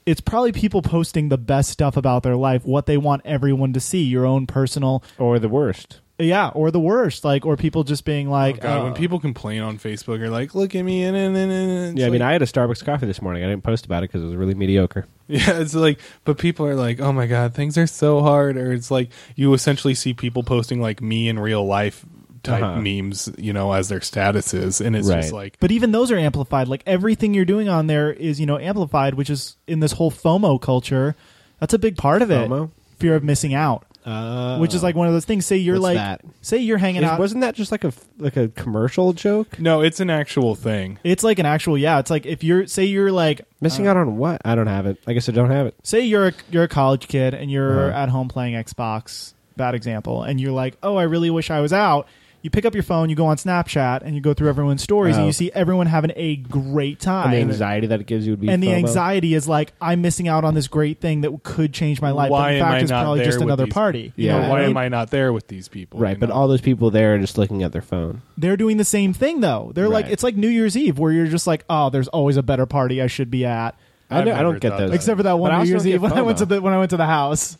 Speaker 3: It's probably people posting the best stuff about their life, what they want everyone to see, your own personal
Speaker 2: Or the worst.
Speaker 3: yeah, or the worst, like, or people just being like,
Speaker 1: Oh, God,
Speaker 3: uh,
Speaker 2: Oh.
Speaker 1: when people complain on Facebook, they're like, "Look at me!" and and and, and
Speaker 2: yeah, I mean, I had a Starbucks coffee this morning. I didn't post about it because it was really mediocre.
Speaker 1: yeah, it's like, but people are like, "Oh my God, things are so hard," or it's like you essentially see people posting like me in real life type
Speaker 2: Uh-huh.
Speaker 1: memes, you know, as their statuses, and it's just
Speaker 2: Right.
Speaker 1: like,
Speaker 3: but even those are amplified. Like everything you're doing on there is, you know, amplified, which is in this whole FOMO culture. That's a big part of it.
Speaker 2: FOMO?
Speaker 3: Fear of missing out,
Speaker 2: Uh,
Speaker 3: which is like one of those things. Say you're
Speaker 2: What's
Speaker 3: like,
Speaker 2: that?
Speaker 3: say you're hanging out.
Speaker 2: wasn't that just like a f- like a commercial joke?
Speaker 1: no, it's an actual thing.
Speaker 3: it's like an actual, yeah. It's like if you're, say you're like,
Speaker 2: Missing out on what? I don't have it. I guess I don't have it.
Speaker 3: say you're a, you're a college kid and you're
Speaker 2: Uh-huh.
Speaker 3: at home playing Xbox, bad example, and you're like, oh, I really wish I was out. You pick up your phone, you go on Snapchat, and you go through everyone's stories,
Speaker 2: Oh.
Speaker 3: and you see everyone having a great
Speaker 2: And
Speaker 3: time.
Speaker 2: the anxiety that it gives you would be
Speaker 3: and the
Speaker 2: FOMO.
Speaker 3: anxiety is like I'm missing out on this great thing that could change my life.
Speaker 1: Why
Speaker 3: but in
Speaker 1: am
Speaker 3: fact,
Speaker 1: I
Speaker 3: it's
Speaker 1: not
Speaker 3: probably
Speaker 1: there
Speaker 3: just
Speaker 1: with
Speaker 3: another
Speaker 1: these-
Speaker 3: party.
Speaker 1: You
Speaker 2: Yeah.
Speaker 1: know,
Speaker 3: what
Speaker 1: why
Speaker 3: mean?
Speaker 1: am I not there with these people?
Speaker 2: Right,
Speaker 1: you
Speaker 2: but
Speaker 1: know?
Speaker 2: all those people there are just looking at their phone.
Speaker 3: They're doing the same thing though. They're like
Speaker 2: Right.
Speaker 3: it's like New Year's Eve where you're just like, oh, there's always a better party I should be at.
Speaker 2: I,
Speaker 1: I've
Speaker 2: don't, I
Speaker 1: never
Speaker 2: don't get
Speaker 1: thought
Speaker 2: those.
Speaker 1: that.
Speaker 3: Except for that
Speaker 2: But I
Speaker 3: one New
Speaker 2: also
Speaker 3: Year's
Speaker 2: don't get
Speaker 3: Eve when I went
Speaker 2: FOMO.
Speaker 3: to the when I went to the house,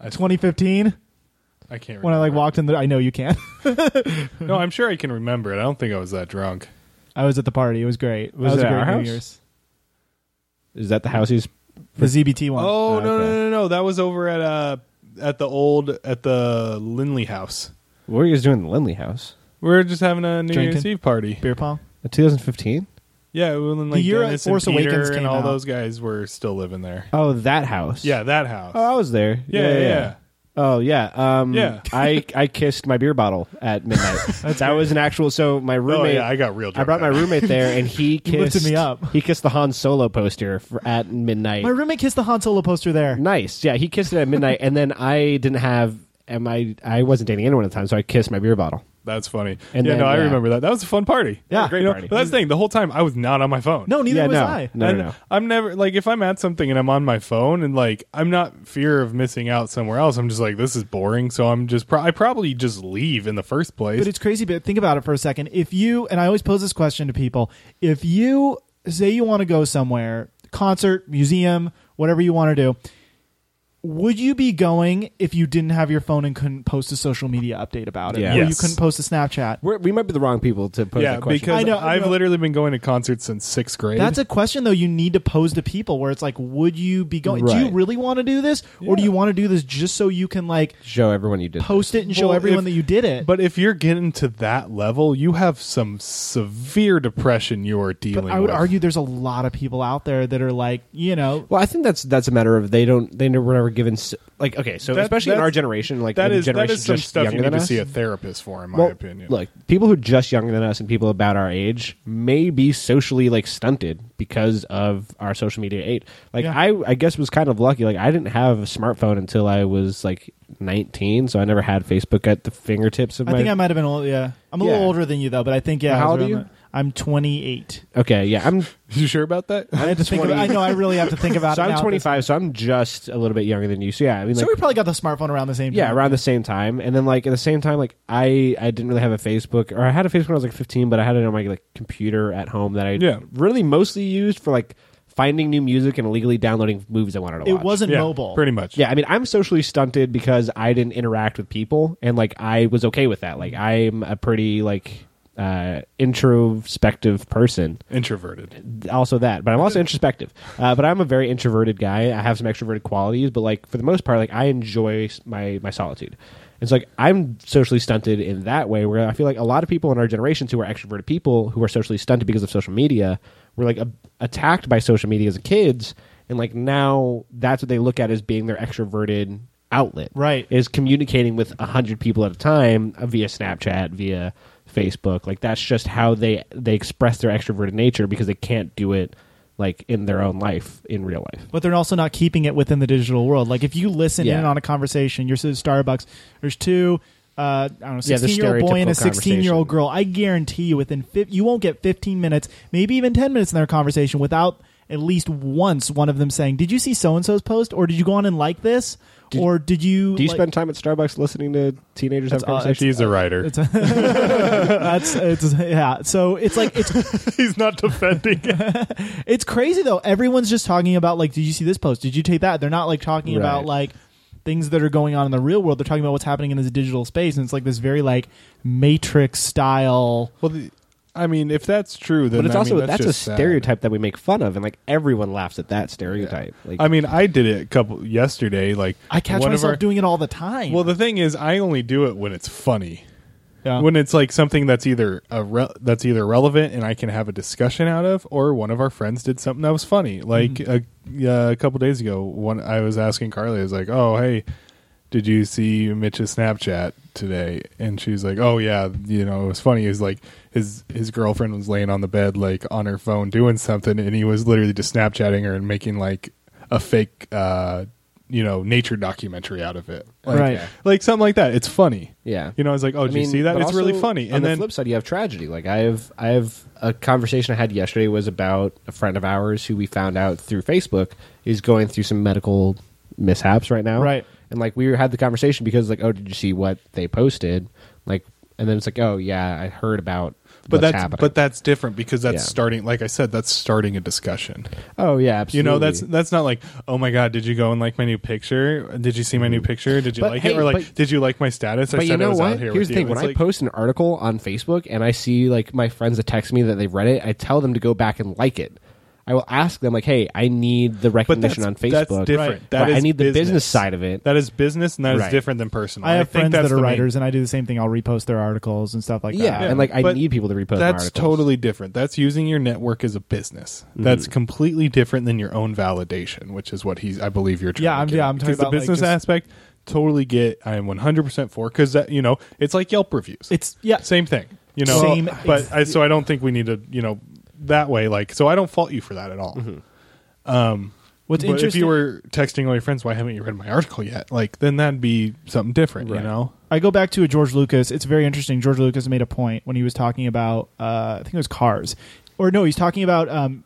Speaker 1: I,
Speaker 3: 2015.
Speaker 1: I can't. Remember.
Speaker 3: When I like walked in the, I know you can.
Speaker 1: no, I'm sure I can remember it. I don't think I was that drunk.
Speaker 3: I was at the party. It was great.
Speaker 2: Was
Speaker 3: that was
Speaker 2: it
Speaker 3: a
Speaker 2: at
Speaker 3: great
Speaker 2: our
Speaker 3: New
Speaker 2: house?
Speaker 3: Year's.
Speaker 2: Is that the house he's
Speaker 3: The ZBT one.
Speaker 1: Oh no, no
Speaker 2: Okay.
Speaker 1: no no no! That was over at uh at the old at the Linley house.
Speaker 2: What were you guys doing in the Lindley house?
Speaker 1: We were just having a New
Speaker 3: Drinking?
Speaker 1: Year's Eve party.
Speaker 3: beer pong.
Speaker 2: In 2015?
Speaker 1: Yeah, when like
Speaker 3: The year
Speaker 1: Dennis
Speaker 3: Force
Speaker 1: and Peter
Speaker 3: Awakens
Speaker 1: and
Speaker 3: came
Speaker 1: all
Speaker 3: out.
Speaker 1: those guys were still living there.
Speaker 2: Oh, that house.
Speaker 1: Yeah, that house.
Speaker 2: Oh, I was there.
Speaker 1: yeah, yeah, yeah,
Speaker 2: Oh yeah. Um,
Speaker 1: Yeah.
Speaker 2: I I kissed my beer bottle at midnight. that was an actual. So my
Speaker 1: Oh,
Speaker 2: roommate.
Speaker 1: yeah, I got real.
Speaker 2: I
Speaker 1: Drunk
Speaker 2: brought my
Speaker 1: that night.
Speaker 2: roommate there, and he
Speaker 3: He lifted
Speaker 2: kissed
Speaker 3: me up.
Speaker 2: He kissed the Han Solo poster for, at midnight.
Speaker 3: My roommate kissed the Han Solo poster there.
Speaker 2: nice. Yeah, he kissed it at midnight, and then I didn't have. Am I? I wasn't dating anyone at the time, so I kissed my beer bottle.
Speaker 1: That's funny.
Speaker 2: And
Speaker 1: yeah,
Speaker 2: then,
Speaker 1: no, I
Speaker 2: yeah.
Speaker 1: remember that. That was a fun party.
Speaker 3: Yeah.
Speaker 1: you know,
Speaker 2: Great party.
Speaker 1: But that's the thing. The whole time I was not on my phone.
Speaker 3: No, neither
Speaker 2: yeah,
Speaker 3: was
Speaker 2: no,
Speaker 3: I.
Speaker 2: no,
Speaker 1: And
Speaker 2: no, no.
Speaker 1: I'm never like if I'm at something and I'm on my phone and like I'm not fear of missing out somewhere else. I'm just like this is boring, so I'm just pro- I probably just leave in the first place.
Speaker 3: But it's crazy. But think about it for a second. If you and I always pose this question to people: If you say you want to go somewhere, concert, museum, whatever you want to do, would you be going if you didn't have your phone and couldn't post a social media update about it?
Speaker 2: Yeah.
Speaker 3: Or you
Speaker 1: Yes.
Speaker 3: couldn't post a Snapchat?
Speaker 2: We're, we might be the wrong people to pose
Speaker 1: yeah,
Speaker 2: that question.
Speaker 1: because
Speaker 3: I know, I
Speaker 1: I've
Speaker 3: know.
Speaker 1: literally been going to concerts since sixth grade.
Speaker 3: That's a question though you need to pose to people where it's like, would you be going do you
Speaker 2: Right.
Speaker 3: really want to do this? Or do you want to do this just so you can like
Speaker 2: show everyone you did.
Speaker 3: post it and show
Speaker 1: Well,
Speaker 3: everyone
Speaker 1: if-
Speaker 3: that you did it?
Speaker 1: But if you're getting to that level, you have some severe depression you're dealing
Speaker 3: But
Speaker 1: with.
Speaker 3: I would argue there's a lot of people out there that are like, you know,
Speaker 2: Well, I think that's that's a matter of they don't they were never given s- like okay so
Speaker 1: That-
Speaker 2: especially in
Speaker 1: that's-
Speaker 2: our generation like
Speaker 1: that
Speaker 2: the
Speaker 1: is that
Speaker 2: generation
Speaker 1: is some
Speaker 2: just
Speaker 1: stuff you
Speaker 2: younger
Speaker 1: need
Speaker 2: than
Speaker 1: to
Speaker 2: us.
Speaker 1: see a therapist for, in my
Speaker 2: Well,
Speaker 1: opinion.
Speaker 2: Look, people who are just younger than us and people about our age may be socially like stunted because of our social media age. Like
Speaker 3: Yeah.
Speaker 2: I, I guess was kind of lucky. Like I didn't have a smartphone until I was like nineteen, so I never had Facebook at the fingertips of
Speaker 3: I
Speaker 2: my.
Speaker 3: think I might have been old. Yeah, I'm a little
Speaker 2: Yeah.
Speaker 3: older than you though, but I think yeah. I
Speaker 2: How
Speaker 3: was
Speaker 2: old are
Speaker 3: around
Speaker 2: you?
Speaker 3: that. I'm 28.
Speaker 2: okay, yeah, I'm.
Speaker 1: you sure about that?
Speaker 3: I had to think. About, I know I really have to think about
Speaker 2: So
Speaker 3: it. now at
Speaker 2: I'm
Speaker 3: this
Speaker 2: 25, so I'm just a little bit younger than you. So yeah, I mean,
Speaker 3: So
Speaker 2: like,
Speaker 3: we probably got the smartphone around the same time.
Speaker 2: yeah, around the same time, and then like at the same time, like I, I didn't really have a Facebook, or I had a Facebook when I was like 15, but I had it on my like computer at home that I
Speaker 1: Yeah.
Speaker 2: really mostly used for like finding new music and illegally downloading movies I wanted to
Speaker 3: It
Speaker 2: watch.
Speaker 3: wasn't
Speaker 1: Yeah,
Speaker 3: mobile.
Speaker 1: pretty much.
Speaker 2: Yeah, I mean, I'm socially stunted because I didn't interact with people, and like I was okay with that. Like I'm a pretty like uh, introspective person.
Speaker 1: introverted.
Speaker 2: Also that, but I'm also introspective. Uh, but I'm a very introverted guy. I have some extroverted qualities, but like for the most part, like I enjoy s- my my solitude. It's like I'm socially stunted in that way, where I feel like a lot of people in our generations who are extroverted people who are socially stunted because of social media were like a- attacked by social media as kids, and like now that's what they look at as being their extroverted outlet.
Speaker 3: Right.
Speaker 2: Is communicating with a hundred people at a time uh, via Snapchat, via Facebook. Like that's just how they they express their extroverted nature because they can't do it like in their own life in real life.
Speaker 3: But they're also not keeping it within the digital world. Like if you listen
Speaker 2: Yeah.
Speaker 3: in on a conversation, you're sitting at Starbucks. There's two. Uh, I don't know,
Speaker 2: Yeah, the
Speaker 3: sixteen-year-old boy and a
Speaker 2: stereotypical
Speaker 3: sixteen-year-old
Speaker 2: conversation.
Speaker 3: girl. I guarantee you, within fif- you won't get fifteen minutes, maybe even ten minutes in their conversation without at least once one of them saying, "Did you see so and so's post? Or did you go on and like this? or did you?"
Speaker 2: Do you
Speaker 3: like-
Speaker 2: spend time at Starbucks listening to teenagers have
Speaker 1: uh,
Speaker 3: That's all-
Speaker 2: conversations?
Speaker 1: He's a writer.
Speaker 3: It's that's it's yeah. So it's like it's
Speaker 1: He's not defending. it.
Speaker 3: It's crazy though. Everyone's just talking about like, did you see this post? Did you take that? They're not like talking
Speaker 2: Right.
Speaker 3: about like things that are going on in the real world. They're talking about what's happening in this digital space, and it's like this very like matrix style.
Speaker 1: well, the, I mean, if that's true, then
Speaker 2: But it's
Speaker 1: I mean,
Speaker 2: also
Speaker 1: that's,
Speaker 2: that's,
Speaker 1: just
Speaker 2: a
Speaker 1: sad.
Speaker 2: stereotype that we make fun of, and like everyone laughs at that stereotype. Like,
Speaker 1: I mean, I did it a couple yesterday. Like
Speaker 3: I catch
Speaker 1: one of
Speaker 3: myself
Speaker 1: our-
Speaker 3: doing it all the time.
Speaker 1: Well, the thing is, I only do it when it's funny.
Speaker 3: Yeah.
Speaker 1: When it's like something that's either a re- that's either relevant and I can have a discussion out of, or one of our friends did something that was funny. Like
Speaker 3: Mm-hmm.
Speaker 1: a, uh, a couple days ago, one I was asking Carly, I was like, "Oh, hey, did you see Mitch's Snapchat today?" And she's like, "Oh yeah, you know it was funny." Is like his his girlfriend was laying on the bed like on her phone doing something, and he was literally just Snapchatting her and making like a fake uh, you know nature documentary out of it, like,
Speaker 3: Right.
Speaker 1: Like something like that. It's funny.
Speaker 2: yeah,
Speaker 1: You know, I was like, oh, did you see that?
Speaker 2: but
Speaker 1: It's really
Speaker 2: also,
Speaker 1: funny.
Speaker 2: On
Speaker 1: And
Speaker 2: the
Speaker 1: then,
Speaker 2: flip side, you have tragedy. Like I have, I have a conversation I had yesterday was about a friend of ours who we found out through Facebook is going through some medical mishaps right now.
Speaker 3: Right.
Speaker 2: And like we had the conversation because like, oh, did you see what they posted? Like, and then it's like, oh yeah, I heard about.
Speaker 1: but
Speaker 2: what's
Speaker 1: that's
Speaker 2: happening.
Speaker 1: but that's different because that's
Speaker 2: Yeah.
Speaker 1: starting. Like I said, that's starting a discussion.
Speaker 2: oh yeah, absolutely.
Speaker 1: You know, that's that's not like, oh my god, did you go and like my new picture? Did you see my new picture? Did you
Speaker 2: Mm-hmm. But
Speaker 1: like
Speaker 2: hey,
Speaker 1: it? Or like,
Speaker 2: but-
Speaker 1: did you like my status? I
Speaker 2: But
Speaker 1: said
Speaker 2: you know
Speaker 1: I was
Speaker 2: what?
Speaker 1: out here with
Speaker 2: Here's the thing:
Speaker 1: you.
Speaker 2: when
Speaker 1: It's
Speaker 2: I
Speaker 1: like-
Speaker 2: post an article on Facebook and I see like my friends that text me that they've read it, I tell them to go back and like it. I will ask them like, "Hey, I need the recognition on
Speaker 1: that's-
Speaker 2: Facebook.
Speaker 1: that's different.
Speaker 2: Right.
Speaker 1: That
Speaker 2: But I
Speaker 1: is
Speaker 2: need the business.
Speaker 1: business.
Speaker 2: side of it.
Speaker 1: that is business, and that is
Speaker 2: Right.
Speaker 1: different than personal.
Speaker 3: I have
Speaker 1: think
Speaker 3: friends
Speaker 1: that's
Speaker 3: that are
Speaker 1: the main-
Speaker 3: writers, and I do the same thing. I'll repost their articles and stuff like
Speaker 2: yeah,
Speaker 3: that.
Speaker 2: and like I
Speaker 1: but
Speaker 2: need people to repost. my
Speaker 1: That's
Speaker 2: articles. Mm-hmm.
Speaker 1: totally different. That's using your network as a business. That's completely different than your own validation, which is what he's. I believe you're. Trying
Speaker 3: Yeah,
Speaker 1: to
Speaker 3: I'm-
Speaker 1: get
Speaker 3: yeah,
Speaker 1: at.
Speaker 3: I'm talking
Speaker 1: Because
Speaker 3: about,
Speaker 1: the
Speaker 3: like,
Speaker 1: business
Speaker 3: just-
Speaker 1: aspect. Totally get. I am 100 percent for because that you know it's like Yelp reviews.
Speaker 3: It's yeah.
Speaker 1: same thing. You know,
Speaker 3: Same-
Speaker 1: But I, so I don't think we need to. You know, that way. Like, so I don't fault you for that at all.
Speaker 2: Mm-hmm.
Speaker 1: Um,
Speaker 3: What's
Speaker 1: but if
Speaker 3: interesting?
Speaker 1: you were texting all your friends, why haven't you read my article yet? Like, then that'd be something different. You
Speaker 2: Right.
Speaker 1: know.
Speaker 3: I go back to a George Lucas. It's very interesting. George Lucas made a point when he was talking about uh, I think it was cars, or no, he's talking about um,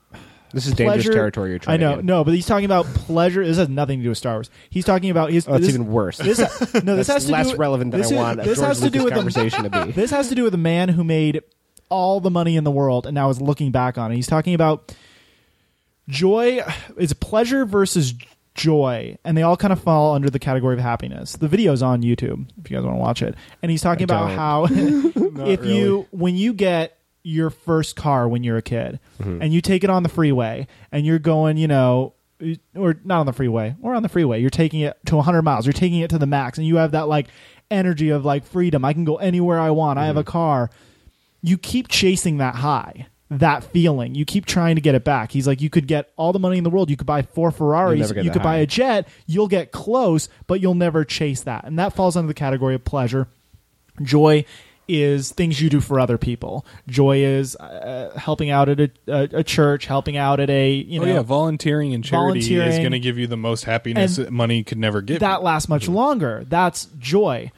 Speaker 2: This is dangerous
Speaker 3: pleasure-
Speaker 2: territory. You're trying.
Speaker 3: I know,
Speaker 2: in.
Speaker 3: no, but he's talking about pleasure. This has nothing to do with Star Wars. He's talking about his.
Speaker 2: Oh, it's
Speaker 3: this,
Speaker 2: even worse.
Speaker 3: This, no,
Speaker 2: that's
Speaker 3: this has to
Speaker 2: less
Speaker 3: do,
Speaker 2: relevant than
Speaker 3: this
Speaker 2: I
Speaker 3: is-
Speaker 2: want. a
Speaker 3: This
Speaker 2: George
Speaker 3: has
Speaker 2: Lucas
Speaker 3: to do with the,
Speaker 2: conversation to be.
Speaker 3: this has to do with a man who made all the money in the world and now is looking back on it. He's talking about joy is pleasure versus joy, and they all kind of fall under the category of happiness. The video's on YouTube if you guys want to watch it, and he's
Speaker 6: I
Speaker 3: talking about
Speaker 6: don't.
Speaker 3: how if you when you get your first car when you're a kid
Speaker 6: Mm-hmm.
Speaker 3: and you take it on the freeway and you're going, you know. Or not on the freeway, or on the freeway. You're taking it to 100 miles. You're taking it to the max, and you have that like energy of like freedom. I can go anywhere I want. I have
Speaker 6: Mm-hmm.
Speaker 3: a car you keep chasing that high, that feeling. You keep trying to get it back. He's like, you could get all the money in the world. You could buy four Ferraris.
Speaker 6: never get
Speaker 3: You
Speaker 6: that
Speaker 3: could buy
Speaker 6: high.
Speaker 3: a jet. You'll get close, but you'll never chase that. And that falls under the category of pleasure. Joy is things you do for other people. Joy is uh, helping out at a, a, a church, helping out at a you know
Speaker 1: oh yeah, volunteering and charity is
Speaker 3: Volunteering.
Speaker 1: going to give you the most happiness
Speaker 3: And
Speaker 1: that money could never give.
Speaker 3: that
Speaker 1: you.
Speaker 3: lasts much longer. That's joy.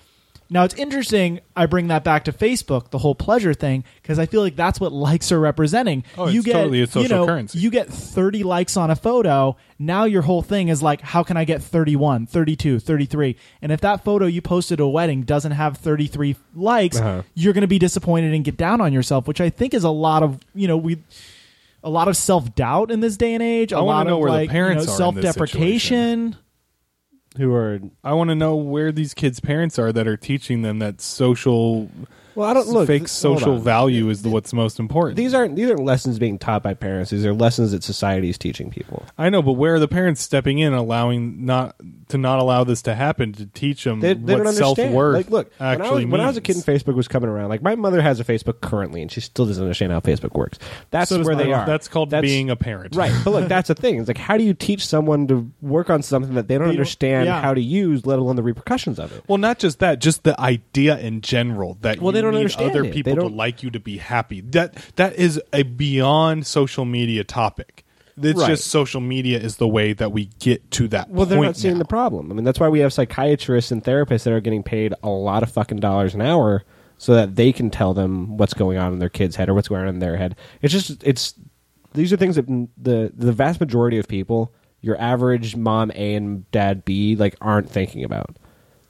Speaker 3: Now it's interesting. I bring that back to Facebook, the whole pleasure thing, because I feel like that's what likes are representing.
Speaker 1: Oh, it's totally a
Speaker 3: you
Speaker 1: social
Speaker 3: know,
Speaker 1: currency.
Speaker 3: You get 30 likes on a photo. Now your whole thing is like, how can I get 31, 32, 33? And if that photo you posted at a wedding doesn't have 33 likes,
Speaker 1: Uh-huh.
Speaker 3: you're going to be disappointed and get down on yourself, which I think is a lot of you know we. A lot of self doubt in this day and age. A
Speaker 1: I wanna
Speaker 3: lot
Speaker 1: know
Speaker 3: of
Speaker 1: where the
Speaker 3: like
Speaker 1: parents are in
Speaker 3: you know,
Speaker 1: this
Speaker 3: self deprecation.
Speaker 2: who are
Speaker 1: I want to know where these kids' parents are that are teaching them that social
Speaker 2: well, I don't look
Speaker 1: fake
Speaker 2: th- hold
Speaker 1: social
Speaker 2: on.
Speaker 1: value is the, what's most important.
Speaker 2: These aren't these aren't lessons being taught by parents. These are lessons that society is teaching people.
Speaker 1: I know, but where are the parents stepping in, allowing not to not allow this to happen to teach them
Speaker 2: They, they
Speaker 1: what
Speaker 2: don't
Speaker 1: self
Speaker 2: understand.
Speaker 1: worth?
Speaker 2: Like, look, when I,
Speaker 1: actually
Speaker 2: was, when I was a
Speaker 1: means.
Speaker 2: kid, and Facebook was coming around. Like, my mother has a Facebook currently, and she still doesn't understand how Facebook works. That's
Speaker 1: So does
Speaker 2: where
Speaker 1: my
Speaker 2: they
Speaker 1: mom.
Speaker 2: are.
Speaker 1: That's called being a parent.
Speaker 2: right? But look, that's the thing. It's like, how do you teach someone to work on something that they don't
Speaker 3: They don't-
Speaker 2: understand
Speaker 3: yeah.
Speaker 2: how to use, let alone the repercussions of it?
Speaker 1: Well, not just that, just the idea in general that you
Speaker 2: Well, they don't
Speaker 1: need
Speaker 2: understand
Speaker 1: other
Speaker 2: it.
Speaker 1: people
Speaker 2: They
Speaker 1: to
Speaker 2: don't-
Speaker 1: like you to be happy. That that is a beyond social media topic. It's
Speaker 2: Right.
Speaker 1: just social media is the way that we get to that.
Speaker 2: Well, they're
Speaker 1: point
Speaker 2: not seeing
Speaker 1: now.
Speaker 2: the problem. I mean, that's why we have psychiatrists and therapists that are getting paid a lot of fucking dollars an hour so that they can tell them what's going on in their kid's head or what's going on in their head. It's just it's these are things that n- the the vast majority of people, your average mom A and dad B, like aren't thinking about.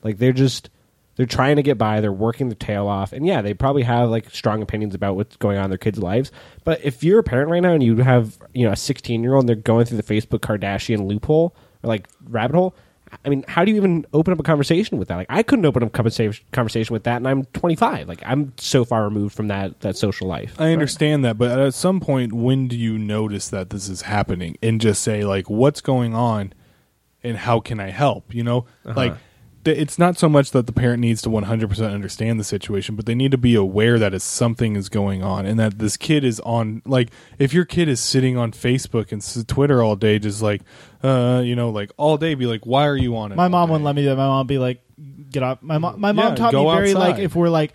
Speaker 2: Like they're just they're trying to get by, they're working their tail off. And yeah, they probably have like strong opinions about what's going on in their kids' lives. But if you're a parent right now and you have, you know, a 16-year-old and they're going through the Facebook Kardashian loophole or like rabbit hole, I mean, how do you even open up a conversation with that? Like I couldn't open up a conversa- conversation with that and I'm 25. Like I'm so far removed from that that social life.
Speaker 1: I understand that, but at some point, when do you notice that this is happening and just say like, "What's going on?" and how can I help? You know,
Speaker 3: Uh-huh.
Speaker 1: like th- it's not so much that the parent needs to 100% understand the situation, but they need to be aware that it's something is going on and that this kid is on like if your kid is sitting on Facebook and s- Twitter all day just like uh you know like all day be like why are you on it?
Speaker 3: My
Speaker 1: all
Speaker 3: mom
Speaker 1: day?"
Speaker 3: wouldn't let me do that. My mom would be like, get off. My, mo- my mom
Speaker 1: Yeah,
Speaker 3: taught me
Speaker 1: go
Speaker 3: very,
Speaker 1: outside.
Speaker 3: like, if we're like,